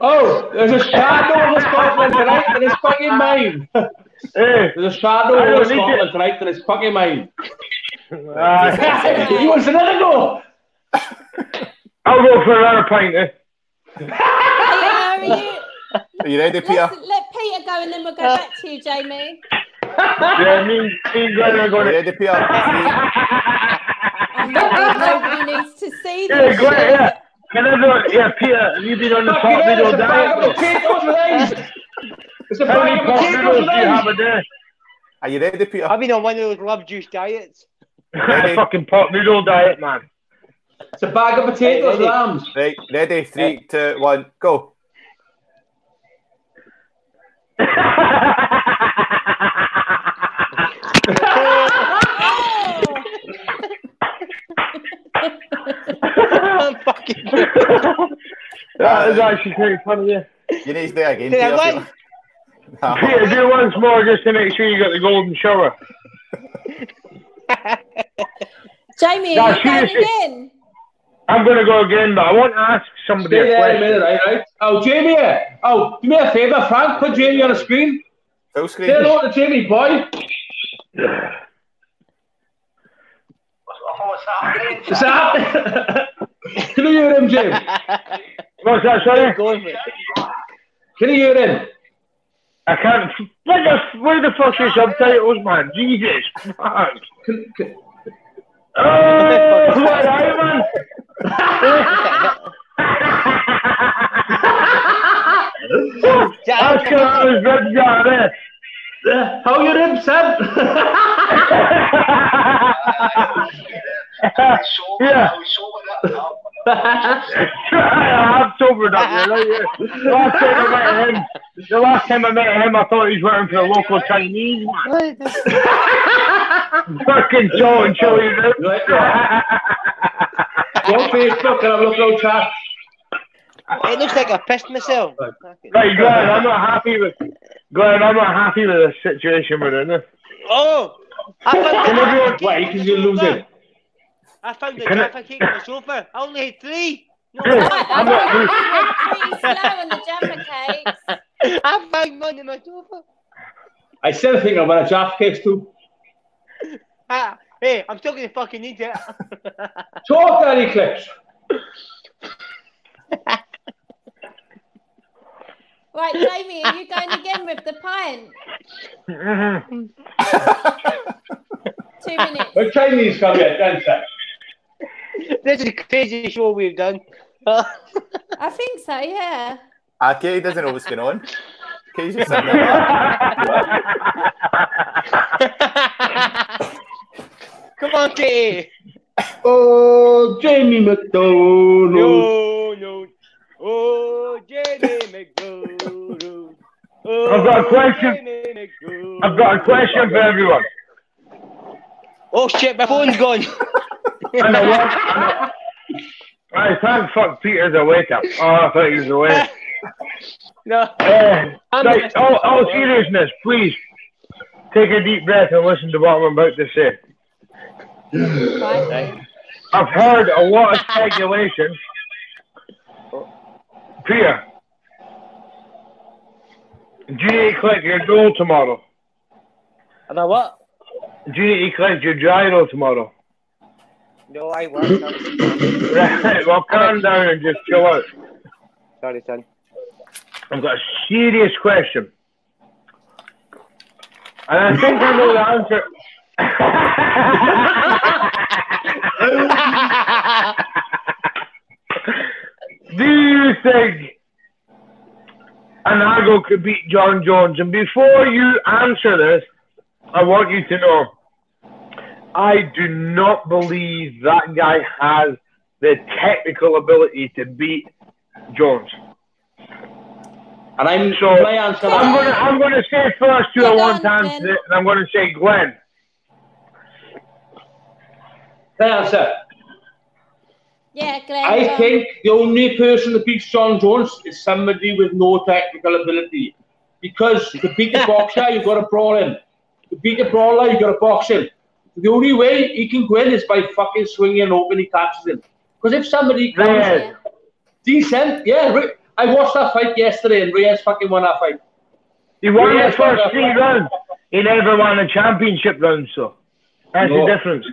Speaker 3: Oh, there's a shadow on the Scotland tonight, and it's fucking mine.
Speaker 1: hey,
Speaker 3: There's a shadow
Speaker 1: I
Speaker 3: on
Speaker 1: don't
Speaker 3: the
Speaker 1: need
Speaker 3: Scotland tonight, and it's fucking mine. (laughs)
Speaker 1: uh,
Speaker 3: he wants another go.
Speaker 1: I'll go for another pint. Eh?
Speaker 4: Peter, are you?
Speaker 2: Are you ready, Peter?
Speaker 4: Let's, let Peter go and then we'll go back to you, Jamie.
Speaker 1: Yeah, me, me and Glenn are
Speaker 2: Are you
Speaker 1: going to.
Speaker 2: ready, Peter? Three,
Speaker 4: I don't think nobody needs to see
Speaker 1: Yeah,
Speaker 4: this.
Speaker 1: Glenn, yeah. Can everyone, yeah, Peter, have you been on the
Speaker 3: Fucking
Speaker 1: pot
Speaker 3: hell, it's
Speaker 1: noodle
Speaker 3: a bag of
Speaker 1: diet? though?
Speaker 3: potatoes with eyes. It's a
Speaker 1: How many
Speaker 3: bag of
Speaker 1: pot noodles
Speaker 3: potatoes
Speaker 1: do you have a
Speaker 3: with
Speaker 1: day?
Speaker 2: Are you ready, Peter?
Speaker 5: I've been on one of those love juice diets.
Speaker 2: Ready?
Speaker 1: fucking pot noodle diet, man.
Speaker 3: It's a bag of potatoes with
Speaker 5: Ready?
Speaker 3: arms.
Speaker 2: Right, ready? Three, two, one, go.
Speaker 4: Oh,
Speaker 5: I'm fucking. (laughs)
Speaker 1: that is actually pretty funny, yeah.
Speaker 2: You need to do it again,
Speaker 5: Did I
Speaker 2: Peter.
Speaker 5: win?
Speaker 2: (laughs) Nah.
Speaker 1: Peter, do once more just to make sure you got the golden shower.
Speaker 4: Jamie,
Speaker 1: No,
Speaker 4: are you going
Speaker 1: seriously.
Speaker 4: again?
Speaker 1: I'm going to go again, but I want to ask somebody
Speaker 3: Yeah,
Speaker 1: a
Speaker 3: yeah, a minute,
Speaker 1: question.
Speaker 3: right, right. Oh, Jamie, oh, do me a favour, Frank, put Jamie on the screen.
Speaker 2: Full
Speaker 3: Say
Speaker 2: screen.
Speaker 3: hello to Jamie, boy. What's happening? (laughs) Can you hear him, Jim?
Speaker 1: What's that, sorry?
Speaker 5: Going for it.
Speaker 3: Can you hear him?
Speaker 1: I can't. Where the, where the fuck is subtitles, man? Jesus. Fuck.
Speaker 3: Can, can,
Speaker 1: Oh, what are you, man? (laughs)
Speaker 5: Yeah,
Speaker 1: That's what I
Speaker 5: (laughs)
Speaker 1: was ready down there.
Speaker 3: uh, how you him, son?
Speaker 1: yeah, I'm sobered up. You know? yeah. The last time I met him, the last time I met him, I thought he was working for a local Chinese man. Fucking Joe and Chili.
Speaker 3: (laughs) Right, yeah. Go on Facebook and I'm looking out chat.
Speaker 5: it looks like I pissed myself. Fucking-
Speaker 1: Right, Glenn, I'm not happy with. Glenn, I'm not happy with the situation we're in. eh?
Speaker 5: Oh! I
Speaker 3: Can
Speaker 5: found
Speaker 3: everyone play because you're losing?
Speaker 5: I found the
Speaker 1: Can I-
Speaker 5: Jaffa cake on the sofa. I only had three. No,
Speaker 1: Yeah.
Speaker 4: Right,
Speaker 1: I'm not
Speaker 4: I
Speaker 1: losing.
Speaker 4: think we're pretty slow on the Jaffa cakes.
Speaker 5: I found one on my sofa.
Speaker 3: I still think I'm going to Jaff case too.
Speaker 5: Ah, hey, I'm still gonna fucking eat it. (laughs)
Speaker 3: Talk, Danny Clips.
Speaker 4: Right, Jamie, are you going again with the pint?
Speaker 1: Mm-hmm.
Speaker 4: Two minutes.
Speaker 3: What Chinese come here? Ten seconds.
Speaker 5: this is the craziest show we've done. (laughs)
Speaker 4: I think so, yeah.
Speaker 2: Ah, Katie doesn't know what's going on. He's just sitting there.
Speaker 5: Come on, Katie.
Speaker 3: Oh, Jamie McDonald.
Speaker 5: No, no. Oh, Jamie McDonald. Oh,
Speaker 1: I've got a question.
Speaker 5: Jamie McDonald.
Speaker 1: I've got a question for everyone.
Speaker 5: Oh shit, my phone's gone.
Speaker 1: And (laughs) I want. and I- I thank fuck Peter's awake up. Oh, I thought he was awake.
Speaker 5: (laughs) no.
Speaker 1: Uh,
Speaker 5: I'm
Speaker 1: like, all, all seriousness, please take a deep breath and listen to what I'm about to say.
Speaker 4: Right.
Speaker 1: I've heard a lot of speculation. Peter, do you need to collect your goal tomorrow? E.
Speaker 5: Am I what?
Speaker 1: Do you need to collect your gyro tomorrow? (laughs)
Speaker 5: No, I was.
Speaker 1: Right, well, calm down and just chill out.
Speaker 5: Sorry, son.
Speaker 1: I've got a serious question. And I think I know the answer. Do you think Anago could beat John Jones? And before you answer this, I want you to know I do not believe that guy has the technical ability to beat Jones.
Speaker 3: And I'm
Speaker 1: So,
Speaker 3: my answer.
Speaker 1: I'm gonna I'm gonna say first two at
Speaker 4: Hold
Speaker 1: one
Speaker 4: on,
Speaker 1: time,
Speaker 4: Glenn.
Speaker 1: today, and I'm gonna say Glenn.
Speaker 3: my answer.
Speaker 4: Yeah, Glenn. go
Speaker 3: I
Speaker 4: on.
Speaker 3: think the only person that beats John Jones is somebody with no technical ability. Because to beat a boxer, you've got to brawl him. To beat a brawler, you've got to box him. The only way he can win is by fucking swinging and open, he catches him. Because if somebody comes
Speaker 1: Reyes.
Speaker 3: decent, yeah, Re- I watched that fight yesterday and Reyes fucking won that fight.
Speaker 1: He won
Speaker 3: Yeah,
Speaker 1: the first
Speaker 3: yeah.
Speaker 1: three rounds. He never won a championship round, so that's
Speaker 3: No.
Speaker 1: the difference.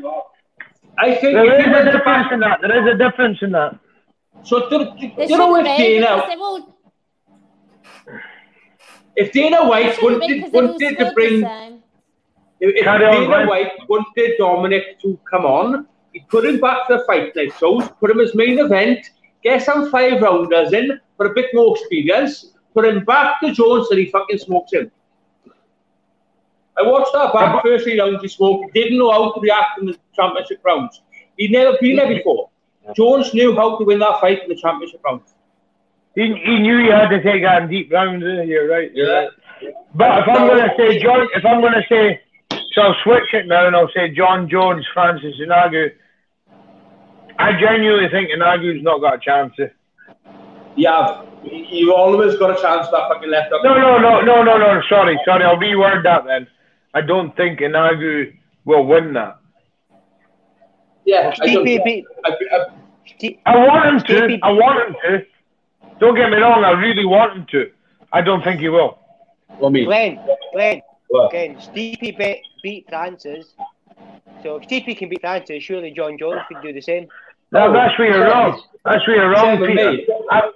Speaker 3: I think
Speaker 1: There
Speaker 3: if he
Speaker 1: is a
Speaker 3: wins the
Speaker 1: difference
Speaker 3: fight,
Speaker 1: in that. There is a difference in that.
Speaker 3: so do, do,
Speaker 4: They
Speaker 3: do you know
Speaker 4: shouldn't
Speaker 3: if
Speaker 4: be,
Speaker 3: Dana,
Speaker 4: because they've all-
Speaker 3: if Dana
Speaker 4: they
Speaker 3: White
Speaker 4: shouldn't be,
Speaker 3: wanted, wanted to
Speaker 4: because they've all scored the
Speaker 3: bring
Speaker 4: same.
Speaker 3: If, if
Speaker 1: Carry on,
Speaker 3: Dana
Speaker 1: Glenn.
Speaker 3: White wanted Dominic to come on, he put him back to the fight night shows, put him as main event, get some five rounders in for a bit more experience, put him back to Jones and he fucking smokes him. I watched that
Speaker 1: Yeah,
Speaker 3: back
Speaker 1: but-
Speaker 3: first three rounds he smoked, he didn't know how to react in the championship rounds. He'd never been there before. Jones knew how to win that fight in the championship rounds.
Speaker 1: He, he knew he had to take that in deep rounds. didn't he? You're right. You're right. But if I'm gonna say John, if I'm gonna say, so I'll switch it now and I'll say John Jones, Francis Inagu. I genuinely think Inagu's not got a chance.
Speaker 3: Yeah, you've always got a chance that fucking left up.
Speaker 1: No, no, no, no, no, no. Sorry, sorry. I'll reword that then. I don't think Inagu will win that.
Speaker 3: Yeah, I don't,
Speaker 5: Stevie beat-
Speaker 3: I, I,
Speaker 5: Ste-
Speaker 1: I want him to. I want him to. Don't get me wrong. I really want him to. I don't think he will.
Speaker 3: What me?
Speaker 5: Glenn, Glenn,
Speaker 3: What?
Speaker 5: Glenn, Steepy be- beat Francis. So if Steepy can beat Francis, surely John Jones could do the same.
Speaker 1: No, that's where you're wrong. That's where you're wrong,
Speaker 3: Seven
Speaker 1: Peter.
Speaker 3: mate.
Speaker 1: I-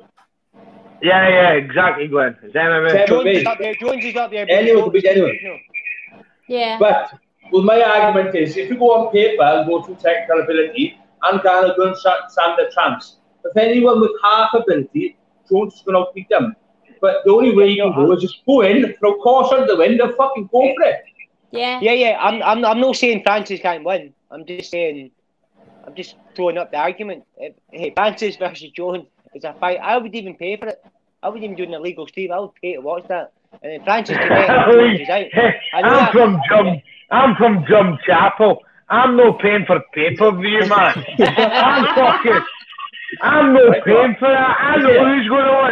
Speaker 1: yeah, yeah, exactly, Glenn. It's (laughs) MMA.
Speaker 3: Seven.
Speaker 5: Jones
Speaker 3: me.
Speaker 5: is up there. Jones is up there.
Speaker 3: Anyone could beat anyone.
Speaker 4: Yeah.
Speaker 3: But well, my argument is if you go on paper and go through technical ability, and Ghana going to stand a chance. If anyone with half ability, Jones is going to outbeat them. But the only way you can go is just go in, throw caution to the wind, and fucking go for it.
Speaker 4: yeah.
Speaker 5: Yeah, yeah. I'm, I'm, I'm not saying Francis can't win. I'm just saying, I'm just throwing up the argument. If- Hey, Francis versus Jones is a fight. I would even pay for it. I would even do an illegal stream. I would pay to watch that. And then Francis
Speaker 1: (laughs)
Speaker 5: can get Jones is out. I know
Speaker 1: I'm
Speaker 5: that.
Speaker 1: from Drum. I'm from Drum Chapel. I'm no paying for pay per view, man. I'm fucking. I'm no paying for that. I know who's going to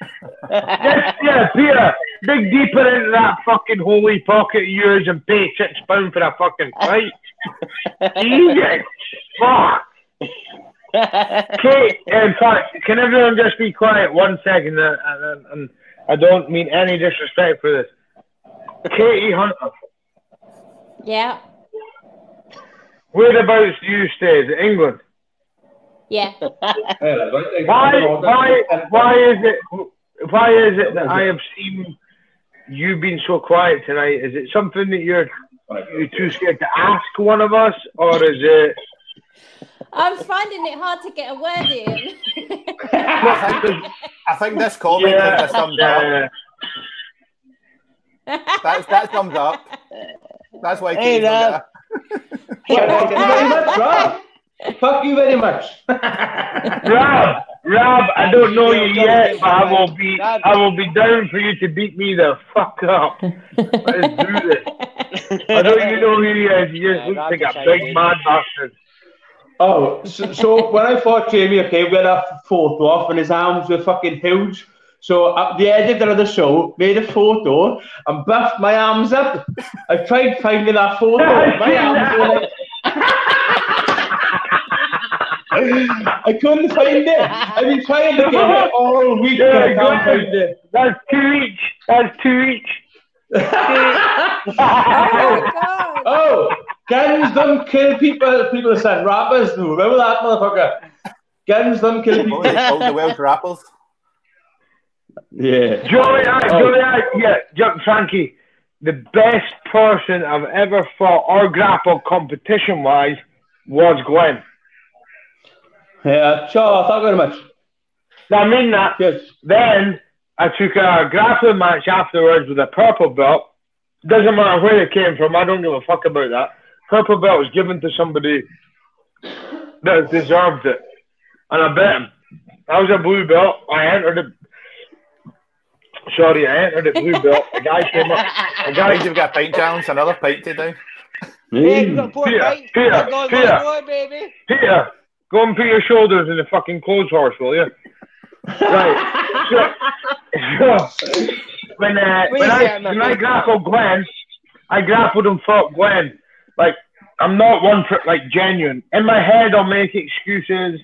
Speaker 1: win. Just, yeah, Peter, dig deeper into that fucking holy pocket of yours and pay six pound for a fucking fight. Jesus, fuck. Kate, in fact, can everyone just be quiet one second? Uh, And, and, and um, I don't mean any disrespect for this. Katie Hunter,
Speaker 4: Yeah.
Speaker 1: whereabouts do you stay? Is it England?
Speaker 4: Yeah.
Speaker 1: Why, why, why is it? Why is it that I have seen you being so quiet tonight? Is it something that you're you too scared to ask one of us, or is it?
Speaker 4: I'm finding it hard to get a word in.
Speaker 3: (laughs)
Speaker 2: I think this comment
Speaker 1: Yeah.
Speaker 2: yeah. summed it up.
Speaker 1: Uh,
Speaker 2: That's that thumbs up. That's why I
Speaker 5: Hey,
Speaker 2: keep doing
Speaker 5: Rob.
Speaker 2: that.
Speaker 3: Thank you very much, Rob. Fuck you very much. (laughs)
Speaker 1: Rob, Rob, I don't know you yet, but I will be, I will be down for you to beat me the fuck up. Let's do this. I don't even know who he is. He just looks like a big mad bastard.
Speaker 3: Oh, so, so when I fought Jamie, okay, we had a photo off and his arms were fucking huge. So at the end of the other show, made a photo and buffed my arms up. I tried finding that photo. My arms were like... I couldn't find it. I've been trying to get it all week. but I can't find it.
Speaker 1: That's two each. That's two each.
Speaker 4: Oh my god.
Speaker 3: Oh, guns don't kill people. People said rappers. do. Remember that motherfucker? Guns don't kill
Speaker 2: What
Speaker 3: people.
Speaker 2: was it called? The Welsh rappers.
Speaker 3: Yeah.
Speaker 1: Joey, I,
Speaker 3: Oh.
Speaker 1: Joey, I, yeah, Jump Frankie, the best person I've ever fought or grappled competition wise was Glenn.
Speaker 3: Yeah, sure. Thank you very much.
Speaker 1: I mean that.
Speaker 3: Yes.
Speaker 1: Then I took a grappling match afterwards with a purple belt. Doesn't matter where it came from. I don't give a fuck about that. Purple belt was given to somebody that deserved it, and I bet him. I was a blue belt. I entered it. Sorry, I entered it blue belt. The guy came up. The guy
Speaker 2: Guys, you've got a pint challenge, another pint today.
Speaker 5: Hey,
Speaker 3: Mm.
Speaker 5: we've got a poor
Speaker 1: Peter,
Speaker 5: fight.
Speaker 1: Peter,
Speaker 5: We're going
Speaker 1: Peter.
Speaker 5: one more, baby.
Speaker 1: Peter, go and put your shoulders in the fucking clothes horse, will you? right. So, so when uh,
Speaker 5: Wait
Speaker 1: when,
Speaker 5: a
Speaker 1: I,
Speaker 5: second,
Speaker 1: when
Speaker 5: man.
Speaker 1: I grappled Gwen, I grappled and fought Gwen. Like I'm not one for like genuine. In my head, I'll make excuses,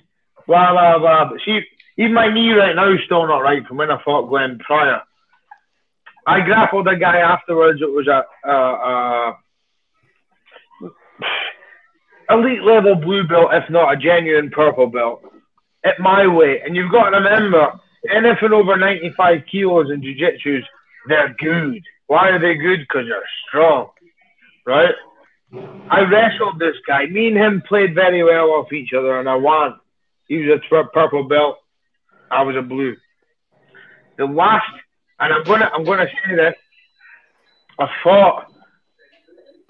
Speaker 1: blah blah blah. But see, even my knee right now is still not right from when I fought Gwen prior. I grappled a guy afterwards. It was a, a, a elite level blue belt, if not a genuine purple belt, at my weight. And you've got to remember, anything over 95 kilos in jiu-jitsu's, they're good. Why are they good? Because they're strong, right? I wrestled this guy. Me and him played very well off each other, and I won. He was a tw- purple belt. I was a blue. The last, and I'm gonna, I'm gonna say this. I fought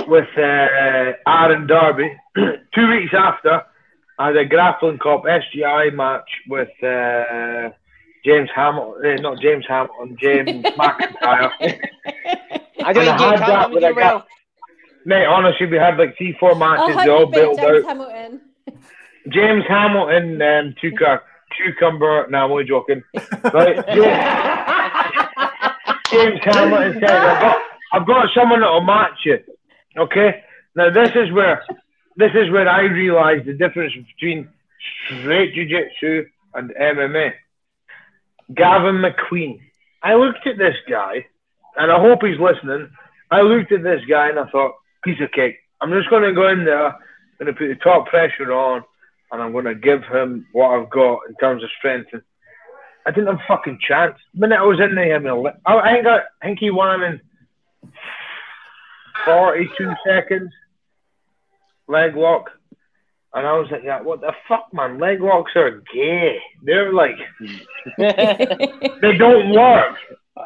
Speaker 1: with uh, Aaron Derby. (clears throat) Two weeks after, I had a grappling cop SGI match with uh, James Hamilton, uh, not James Hamilton, James McIntyre. (laughs)
Speaker 5: I
Speaker 1: And
Speaker 5: don't
Speaker 1: I
Speaker 5: think James
Speaker 1: had that
Speaker 5: Hamilton would
Speaker 1: with a
Speaker 5: do well.
Speaker 1: Mate, honestly, we had like three, four
Speaker 4: I
Speaker 1: matches.
Speaker 4: hope
Speaker 1: They all
Speaker 4: you beat
Speaker 1: built
Speaker 4: James
Speaker 1: out.
Speaker 4: Hamilton.
Speaker 1: James Hamilton um, took a cucumber. No, I'm only joking. Right? James, James Hamilton said, I've got, I've got someone that'll match you. Okay? Now, this is where this is where I realised the difference between straight jiu-jitsu and MMA. Gavin McQueen. I looked at this guy, and I hope he's listening. I looked at this guy and I thought, piece of cake. I'm just going to go in there, going to put the top pressure on, and I'm going to give him what I've got in terms of strength. And I didn't have a fucking chance. The minute I was in there, I, mean, I, I, think, I, I think he won in 42 seconds, leg lock. And I was like, yeah, what the fuck, man? Leg locks are gay. They're
Speaker 3: (laughs)
Speaker 1: like, they don't work.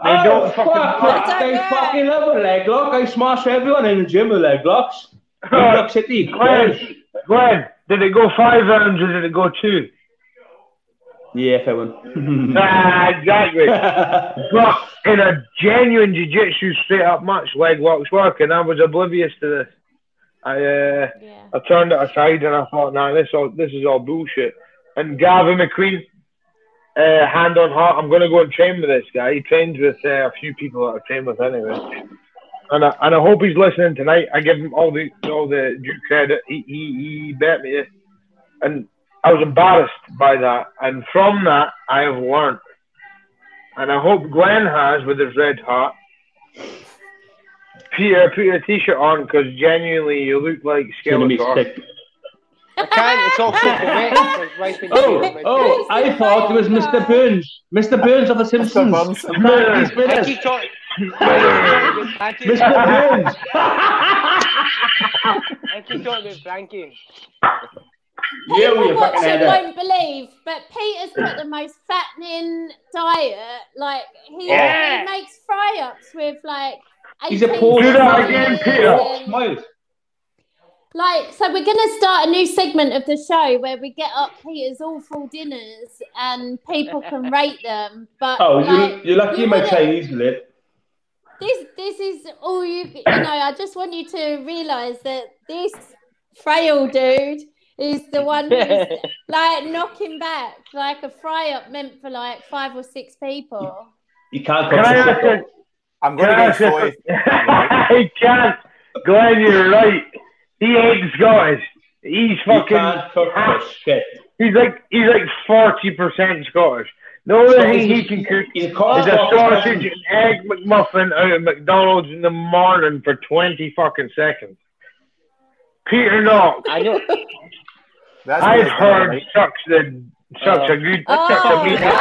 Speaker 1: They
Speaker 3: oh,
Speaker 1: don't
Speaker 3: fuck,
Speaker 1: fucking
Speaker 3: fuck.
Speaker 4: work.
Speaker 3: They
Speaker 4: Yeah.
Speaker 3: fucking love a leg lock. I smash everyone in the gym with
Speaker 1: (laughs)
Speaker 3: leg locks. Leg lock City.
Speaker 1: Glenn, Glenn, did it go five rounds or did it go two?
Speaker 3: Yeah, fair
Speaker 1: (laughs)
Speaker 3: one.
Speaker 1: Ah, exactly. but in a genuine jiu-jitsu straight-up match, leg locks work, and I was oblivious to this. I uh,
Speaker 4: Yeah.
Speaker 1: I turned it aside and I thought, nah, this all this is all bullshit. And Gavin McQueen, uh, hand on heart, I'm gonna go and train with this guy. He trains with uh, a few people that I train with anyway. And I, and I hope he's listening tonight. I give him all the all the due credit. He he, he bet me, and I was embarrassed by that. And from that, I have learned. And I hope Glenn has with his red heart. Peter, put your t-shirt on because genuinely you look like
Speaker 3: Gonna be
Speaker 1: Skeletor.
Speaker 3: sick.
Speaker 5: I can't. It's also
Speaker 1: (laughs)
Speaker 5: correct. His wife and
Speaker 3: Oh, oh, I thought it was Mr. Burns. Mr. Burns of The Simpsons.
Speaker 2: Burns.
Speaker 3: No, he's with
Speaker 5: I
Speaker 3: us.
Speaker 5: keep talking. I keep talking about
Speaker 3: Mr. Burns.
Speaker 5: Frankie. I keep talking about Frankie.
Speaker 3: Yeah,
Speaker 4: People
Speaker 3: with your fucking
Speaker 4: watching
Speaker 3: head up.
Speaker 4: won't believe, but Peter's got the most fattening diet. Like he,
Speaker 5: Yeah.
Speaker 4: he makes fry ups with like
Speaker 3: He's a
Speaker 4: think
Speaker 3: poor
Speaker 1: Do that
Speaker 4: we
Speaker 1: again,
Speaker 4: can-
Speaker 1: Peter.
Speaker 3: Smile.
Speaker 4: Like, so we're going to start a new segment of the show where we get up Peter's awful dinners and people can rate them. But
Speaker 3: Oh,
Speaker 4: like,
Speaker 3: you, you're lucky
Speaker 4: you
Speaker 3: my
Speaker 4: wouldn't-
Speaker 3: Chinese with it.
Speaker 4: this this is all you you know i just want you to realize that this frail dude is the one who's like knocking back like a fry up meant for like five or six people
Speaker 3: You can't
Speaker 1: Can I ask
Speaker 3: come
Speaker 1: a,
Speaker 2: I'm going
Speaker 1: Can I
Speaker 2: to
Speaker 1: ask (laughs)
Speaker 2: go
Speaker 1: a,
Speaker 2: Foy.
Speaker 1: I can't. Glenn, you're right. He ain't Scottish. He's
Speaker 3: You
Speaker 1: fucking.
Speaker 3: can't cook for shit.
Speaker 1: He's like he's like forty percent Scottish. The only thing he can cook
Speaker 3: He's a
Speaker 1: is
Speaker 3: Scottish
Speaker 1: a sausage
Speaker 3: man.
Speaker 1: and egg McMuffin out of McDonald's in the morning for twenty fucking seconds. Peter Knox,
Speaker 5: I know.
Speaker 2: That's
Speaker 1: I've
Speaker 2: what it's gonna
Speaker 1: heard
Speaker 2: be
Speaker 1: such the such a good such a (laughs)
Speaker 4: Oh.
Speaker 1: media.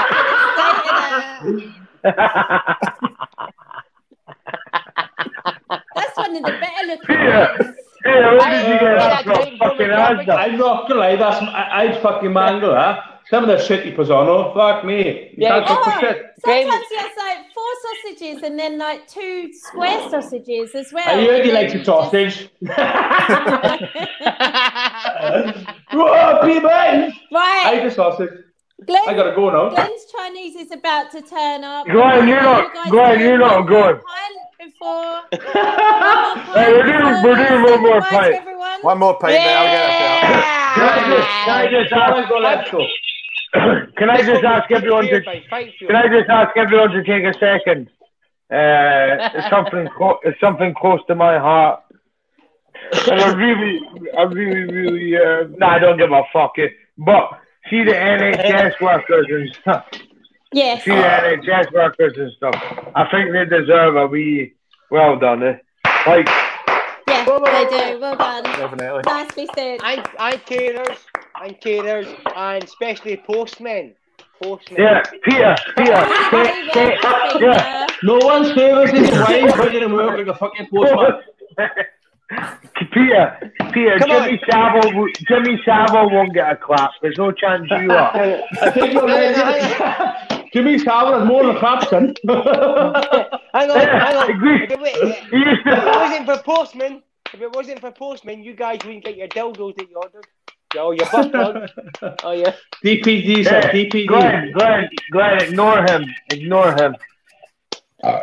Speaker 4: that's one of the better looking
Speaker 1: Peter,
Speaker 4: ones.
Speaker 1: Peter, where did you get
Speaker 5: I-
Speaker 1: that from? Fucking Asda.
Speaker 3: I'm not gonna lie, that's I, I'd fucking mangle that. Some of the shit he puts on, oh fuck me. You
Speaker 5: Yeah.
Speaker 3: can't cook
Speaker 4: Oh,
Speaker 1: (laughs)
Speaker 3: for shit.
Speaker 4: sometimes he has like four sausages and then like two square sausages as well
Speaker 3: I heard he
Speaker 4: And
Speaker 3: likes
Speaker 4: then
Speaker 3: a sausage.
Speaker 4: just-
Speaker 1: (laughs)
Speaker 3: Whoa, people! I
Speaker 4: right
Speaker 3: eat a sausage.
Speaker 4: Glenn,
Speaker 3: I gotta go now.
Speaker 4: Glenn's Chinese is about to turn up.
Speaker 1: Glenn, you're not-
Speaker 4: You guys
Speaker 1: Glenn, you're
Speaker 4: doing
Speaker 1: not
Speaker 4: one
Speaker 1: good.
Speaker 4: more pint
Speaker 1: (laughs)
Speaker 4: Before.
Speaker 1: Hey, we're doing- we're doing one more
Speaker 4: Goodbye to
Speaker 1: pint.
Speaker 4: everyone.
Speaker 2: One more pint, mate, I'll get it.
Speaker 1: Can I just, can I just ask,
Speaker 3: I've got left go.
Speaker 1: can I just ask everyone to Can I just ask everyone to take a second? Uh, it's something co- it's something close to my heart, and I really, I really, really, uh, nah, I don't give a fuck it. But see the NHS workers and stuff.
Speaker 4: Yes.
Speaker 1: See the NHS workers and stuff. I think they deserve a wee well done. Eh? Like
Speaker 4: Yeah, they do. Well done.
Speaker 2: Definitely.
Speaker 4: Nicely said.
Speaker 5: And, and carers, and carers, and especially postmen. Postmen. (laughs)
Speaker 1: yeah, Peter,
Speaker 4: (laughs)
Speaker 1: Peter,
Speaker 4: Very
Speaker 1: take,
Speaker 4: well,
Speaker 1: take, yeah.
Speaker 4: Peter.
Speaker 3: No one's famous in the wine, but you're work like a fucking postman.
Speaker 1: Peter, Peter,
Speaker 5: Come on.
Speaker 1: Jimmy Savile, Jimmy Savile won't get a clap. There's no chance you
Speaker 5: (laughs)
Speaker 1: are.
Speaker 3: I think you're ready. Jimmy Savile is more than a Clapton. (laughs)
Speaker 5: Hang on,
Speaker 1: Yeah,
Speaker 5: hang on.
Speaker 1: agree.
Speaker 5: If it, wa-
Speaker 1: He used
Speaker 5: if it
Speaker 1: to-
Speaker 5: wasn't for postmen, if it wasn't for postmen, you guys wouldn't get your dildos that you ordered. Oh, your butt
Speaker 1: (laughs)
Speaker 5: plug. Oh, yeah.
Speaker 3: DPD, sir,
Speaker 1: Yeah,
Speaker 5: E.
Speaker 1: Glenn,
Speaker 3: DPD.
Speaker 1: Glenn, Glenn, ignore him, ignore him.
Speaker 3: (laughs)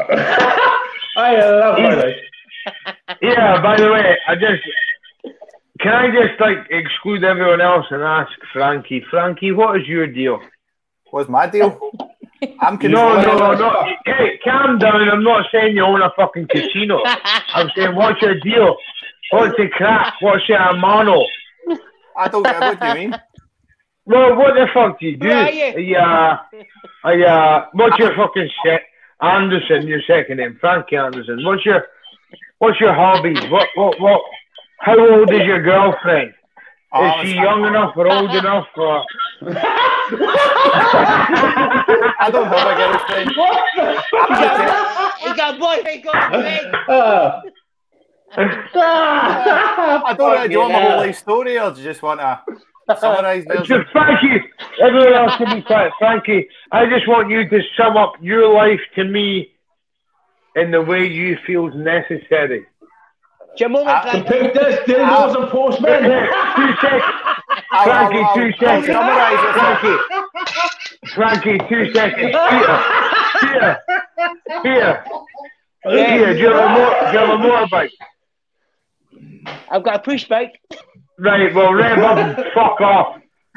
Speaker 3: I love my life.
Speaker 1: Yeah. By the way, I just can I just like exclude everyone else and ask Frankie. Frankie, what is your deal?
Speaker 2: What's my deal? I'm
Speaker 1: No,
Speaker 2: confused.
Speaker 1: no, no, no. Hey, calm down. I'm not saying you own a fucking
Speaker 5: (laughs)
Speaker 1: casino. I'm saying what's your deal? What's your crap? What's your mono?
Speaker 2: I don't get
Speaker 1: (laughs)
Speaker 2: what you eh? mean.
Speaker 1: Well, what the fuck do you uh, do?
Speaker 5: Who are you?
Speaker 1: Yeah, yeah. uh, What's your fucking shit? Anderson, your second name, Frankie Anderson. What's your, what's your hobbies? What, what, what? How old is your girlfriend? Is
Speaker 2: Oh,
Speaker 1: she young enough or old enough? Or...
Speaker 2: I don't have a
Speaker 5: (laughs)
Speaker 2: girlfriend. I'm
Speaker 3: (laughs)
Speaker 2: just,
Speaker 5: He got a boy, he got a leg.
Speaker 3: Ah. Ah.
Speaker 2: I don't know. Do you want my
Speaker 5: Fucking
Speaker 2: whole
Speaker 5: hell.
Speaker 2: life story, or do you just want to summarise
Speaker 1: It's
Speaker 2: yours?
Speaker 1: Just Frankie, everyone else can be quiet. Frankie, I just want you to sum up your life to me in the way you feels necessary.
Speaker 5: Your moment,
Speaker 2: Ah.
Speaker 5: Frank.
Speaker 3: Pick this dildos and postmen.
Speaker 1: Two seconds.
Speaker 2: I'll- I'll-
Speaker 1: Frankie,
Speaker 2: I'll-
Speaker 1: two
Speaker 2: I'll
Speaker 1: seconds.
Speaker 2: Summarise it.
Speaker 1: Frankie, Frankie, two seconds. Peter, Peter, Peter, Peter, do you have a, more, do you have a motorbike?
Speaker 5: I've got a push bike.
Speaker 1: Right, well, rev up and fuck off.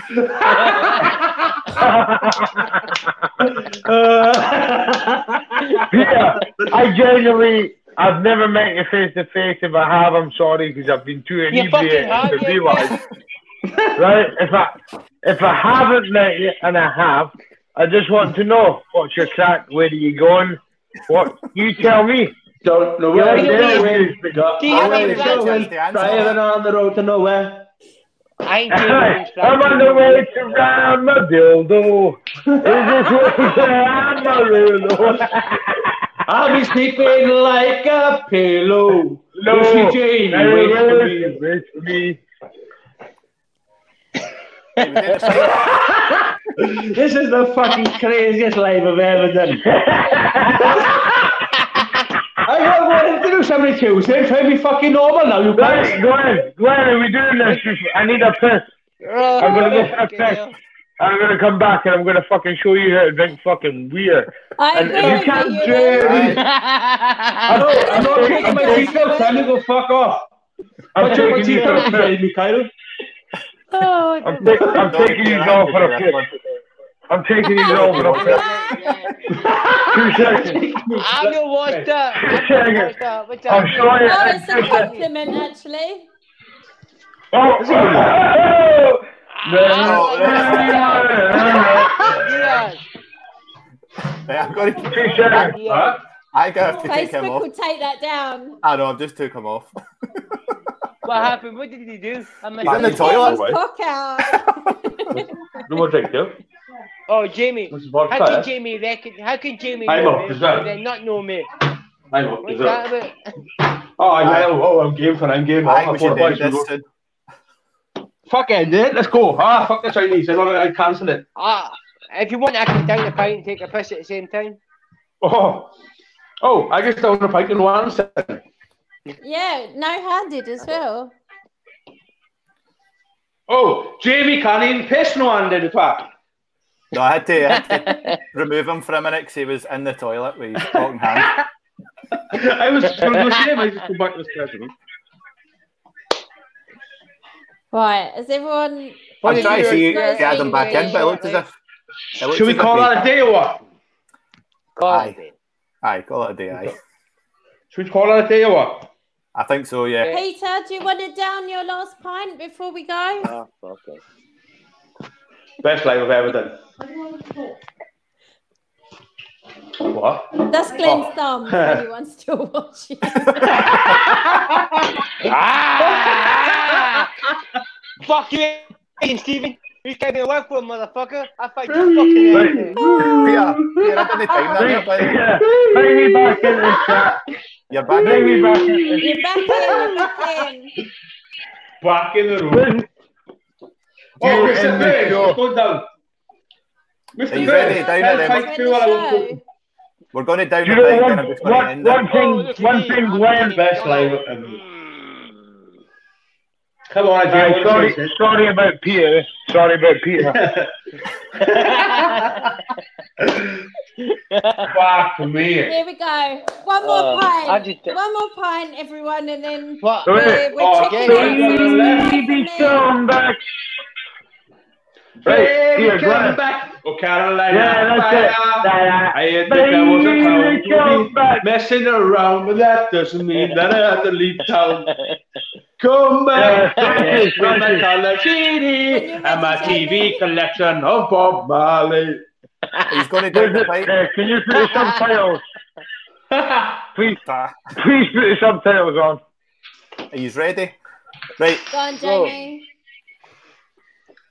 Speaker 1: (laughs)
Speaker 3: (laughs) Ah.
Speaker 1: Peter, I genuinely, I've never met you face to face. If I have, I'm sorry because I've been too
Speaker 5: You fucking
Speaker 1: inebriated
Speaker 5: have.
Speaker 1: to
Speaker 5: you
Speaker 1: realise. Right, if I, if I haven't met you, and I have, I just want to know what's your crack, where are you going? What you tell me.
Speaker 3: Don't know
Speaker 1: You're
Speaker 3: where
Speaker 1: a
Speaker 3: to
Speaker 1: bit-
Speaker 3: go.
Speaker 5: Do you have any plans?
Speaker 3: Driving on the road to nowhere.
Speaker 1: (laughs)
Speaker 5: I ain't doing
Speaker 1: Hey,
Speaker 5: things,
Speaker 1: I'm
Speaker 5: Frank.
Speaker 1: on the way to round my dildo. Is this what I'm a dildo?
Speaker 3: I'll be sleeping like a pillow.
Speaker 1: No,
Speaker 3: Lucy Jane,
Speaker 1: Mary
Speaker 3: wait for
Speaker 1: Rose,
Speaker 3: me.
Speaker 1: wait for me.
Speaker 3: This is the fucking craziest life I've ever done. I got want to do somebody kills him. Try to be fucking normal now, you guys.
Speaker 1: Glenn, Glenn, Glenn, are we doing this? I need a piss.
Speaker 5: Oh,
Speaker 1: I'm gonna go for a piss. I'm gonna come back and I'm gonna fucking show you how to drink fucking beer.
Speaker 4: I
Speaker 1: And
Speaker 4: agree
Speaker 1: you
Speaker 4: with
Speaker 1: can't
Speaker 4: you.
Speaker 1: do
Speaker 4: Liam.
Speaker 1: it.
Speaker 3: I know, I know, I'm taking my teeth out, tell you to go fuck off.
Speaker 1: I'm
Speaker 3: I took my
Speaker 1: taking you
Speaker 3: teeth
Speaker 1: for
Speaker 3: out,
Speaker 1: a piss.
Speaker 3: Jamie Kyle.
Speaker 4: Oh, I (laughs) don't
Speaker 1: I'm, ta- I'm taking you all for a piss. I'm taking you all for a piss. Two seconds.
Speaker 5: I'm gonna watch that. I'm gonna watch that. What's
Speaker 1: I'm
Speaker 5: that?
Speaker 1: sorry.
Speaker 4: Oh,
Speaker 1: I (laughs)
Speaker 4: it's a compliment, actually.
Speaker 1: (laughs) Oh!
Speaker 5: Oh,
Speaker 1: No. (laughs)
Speaker 3: (laughs)
Speaker 5: Diaz.
Speaker 2: I've got to,
Speaker 1: Two seconds.
Speaker 5: Diaz.
Speaker 2: I've got to take him
Speaker 4: Facebook
Speaker 2: off.
Speaker 4: will take that down.
Speaker 2: I know, I've just took him off. (laughs)
Speaker 5: What happened? What did he do? I missed
Speaker 2: He's in the
Speaker 5: it.
Speaker 2: toilet.
Speaker 4: His cock out.
Speaker 3: No more drink, yo.
Speaker 5: Oh, Jamie.
Speaker 3: This is vodka.
Speaker 5: How can
Speaker 3: eh?
Speaker 5: Jamie reckon? How can Jamie
Speaker 3: I'm
Speaker 5: know
Speaker 3: up,
Speaker 5: me
Speaker 3: is that-
Speaker 5: and then not know me?
Speaker 3: Hang on,
Speaker 5: What's
Speaker 3: is it?
Speaker 5: that about?
Speaker 3: Oh, I know. Oh, I'm game for I'm game.
Speaker 2: I think
Speaker 3: I'm
Speaker 2: we
Speaker 3: for
Speaker 2: should
Speaker 3: boys.
Speaker 2: end
Speaker 3: we
Speaker 2: this
Speaker 3: go-
Speaker 2: soon.
Speaker 3: Fuck it, end it. Let's go. Ah, fuck the Chinese. I don't. I cancel it.
Speaker 5: Ah, if you want, I can down the pint and take a piss at the same time.
Speaker 3: Oh, oh, I just don't want to fight in one second.
Speaker 4: yeah, no-handed as well.
Speaker 3: Oh, Jamie can't even piss no hand in the twat.
Speaker 2: No, I had to, I had
Speaker 5: (laughs)
Speaker 2: to remove him for a minute because he was in the toilet with his fucking hand.
Speaker 3: I was just going to go see him. I just go back to this question.
Speaker 4: Right, has everyone?
Speaker 5: What
Speaker 2: I'm
Speaker 5: did
Speaker 2: trying
Speaker 5: you
Speaker 2: to
Speaker 5: do?
Speaker 2: see you
Speaker 4: Nice
Speaker 2: add him
Speaker 4: meeting
Speaker 2: back
Speaker 4: you.
Speaker 2: in, but it looked as if. it looked
Speaker 3: Should we
Speaker 2: as if
Speaker 3: call that a day or what?
Speaker 5: God.
Speaker 2: Aye, call it a day, aye.
Speaker 3: Should we call that a day or what?
Speaker 2: I think so, (laughs) yeah.
Speaker 4: Peter, do you want to down your last pint before we go?
Speaker 5: Oh, fuck it.
Speaker 3: Best life I've ever done. What?
Speaker 2: Uh,
Speaker 4: That's Glenn's
Speaker 3: Oh.
Speaker 4: thumb. If anyone's still watching.
Speaker 5: Ah! Fuck you, Ian Steven. You gave me a left one, motherfucker. I fight you fucking
Speaker 1: Right.
Speaker 2: Peter, Peter, I didn't time that, yeah, buddy.
Speaker 1: Yeah. Bring me back in this chat.
Speaker 2: You're back.
Speaker 1: Bring me back in this
Speaker 4: you're back in. You're
Speaker 3: Back
Speaker 4: back in.
Speaker 3: in the room.
Speaker 1: Listen,
Speaker 3: Oh,
Speaker 1: You're in
Speaker 3: Mr.
Speaker 1: the
Speaker 3: Bird,
Speaker 1: show.
Speaker 3: it's going down.
Speaker 2: Are
Speaker 3: Mr.
Speaker 2: you
Speaker 3: Bird,
Speaker 2: ready? Down
Speaker 3: I'll
Speaker 2: there,
Speaker 3: fight
Speaker 4: When
Speaker 3: you while I'm
Speaker 4: the
Speaker 3: cooking.
Speaker 4: show-
Speaker 2: We're going to down
Speaker 1: you
Speaker 2: the
Speaker 1: know
Speaker 2: pint and I'm
Speaker 1: one,
Speaker 2: just going to
Speaker 1: one,
Speaker 2: end it.
Speaker 1: one thing, one thing, Glenn.
Speaker 3: Best life ever. Come on, I
Speaker 1: Aye, sorry, sorry about Peter. Sorry about Peter.
Speaker 3: Fuck me.
Speaker 4: Here we go. One more
Speaker 5: Uh, I
Speaker 4: pint.
Speaker 5: just-
Speaker 4: One more pint, everyone, and then
Speaker 5: What?
Speaker 1: Sorry.
Speaker 4: we're, we're
Speaker 3: Oh,
Speaker 4: checking
Speaker 5: okay.
Speaker 4: out who's
Speaker 3: Baby,
Speaker 4: next.
Speaker 1: Baby, come back. Right,
Speaker 3: Baby,
Speaker 1: here,
Speaker 3: come
Speaker 1: Glenn.
Speaker 3: back. Oh, Carolina.
Speaker 1: Yeah, that's it.
Speaker 3: fire.
Speaker 1: Da-da.
Speaker 3: I had think I was a clown.
Speaker 1: Baby, come back.
Speaker 3: Messing around, but that doesn't mean that I have to leave
Speaker 1: (laughs)
Speaker 3: town. Come back
Speaker 1: Yeah,
Speaker 3: yeah,
Speaker 1: thank you,
Speaker 3: with my
Speaker 1: thank you.
Speaker 3: color CD
Speaker 4: Can you
Speaker 3: and my
Speaker 4: imagine
Speaker 3: TV
Speaker 4: that?
Speaker 3: collection of
Speaker 1: (laughs)
Speaker 3: Bob Marley.
Speaker 2: He's going to down
Speaker 1: There's
Speaker 2: the
Speaker 1: a-
Speaker 2: pint.
Speaker 1: uh, Can you put some subtitles? Please,
Speaker 2: Ah,
Speaker 1: please put the subtitles on.
Speaker 2: Are you ready? Right,
Speaker 4: Go on, Jamie.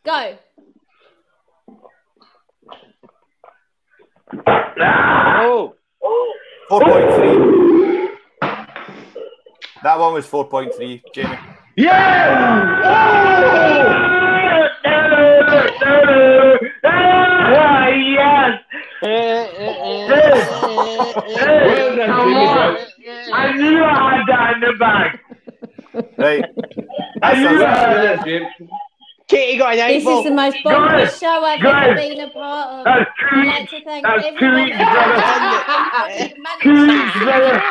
Speaker 4: Go.
Speaker 5: Oh,
Speaker 2: 4.3. That one was 4.3, Jamie.
Speaker 3: yeah!
Speaker 1: Ah, yes.
Speaker 3: Well done,
Speaker 1: Come
Speaker 3: Jimmy
Speaker 1: on.
Speaker 3: Butt.
Speaker 1: I knew I had that in the bag.
Speaker 2: Right.
Speaker 1: I knew I had
Speaker 2: That's
Speaker 3: Well
Speaker 1: it.
Speaker 3: done, Jim.
Speaker 5: Katie got an
Speaker 4: This is
Speaker 5: eyeball.
Speaker 4: the most boring
Speaker 1: Guys,
Speaker 4: show I've ever
Speaker 1: guys,
Speaker 4: been a part of.
Speaker 1: That's two
Speaker 4: I'd
Speaker 1: weeks.
Speaker 4: like to thank
Speaker 1: That's two
Speaker 4: everyone
Speaker 1: weeks,
Speaker 4: who's
Speaker 1: brother.
Speaker 4: managed to
Speaker 1: Two
Speaker 4: support
Speaker 1: weeks,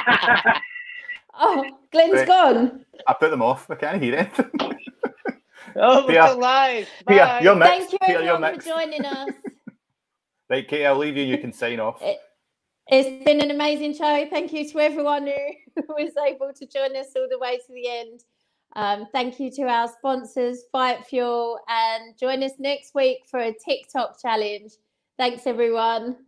Speaker 1: brother.
Speaker 4: it. Oh, Glenn's
Speaker 2: Right.
Speaker 4: gone.
Speaker 2: I put them off. I can't hear (laughs) anything.
Speaker 5: Oh, we're
Speaker 2: Yeah.
Speaker 5: still live.
Speaker 2: Peter,
Speaker 5: Bye.
Speaker 2: you're next.
Speaker 4: Thank you
Speaker 2: Peter, you're
Speaker 4: everyone for
Speaker 2: next.
Speaker 4: joining us.
Speaker 2: Right, Katie, I'll leave you. You can sign off.
Speaker 4: It's been an amazing show. Thank you to everyone who (laughs) was able to join us all the way to the end. Um, thank you to our sponsors, Fight Fuel, and join us next week for a TikTok challenge. Thanks, everyone.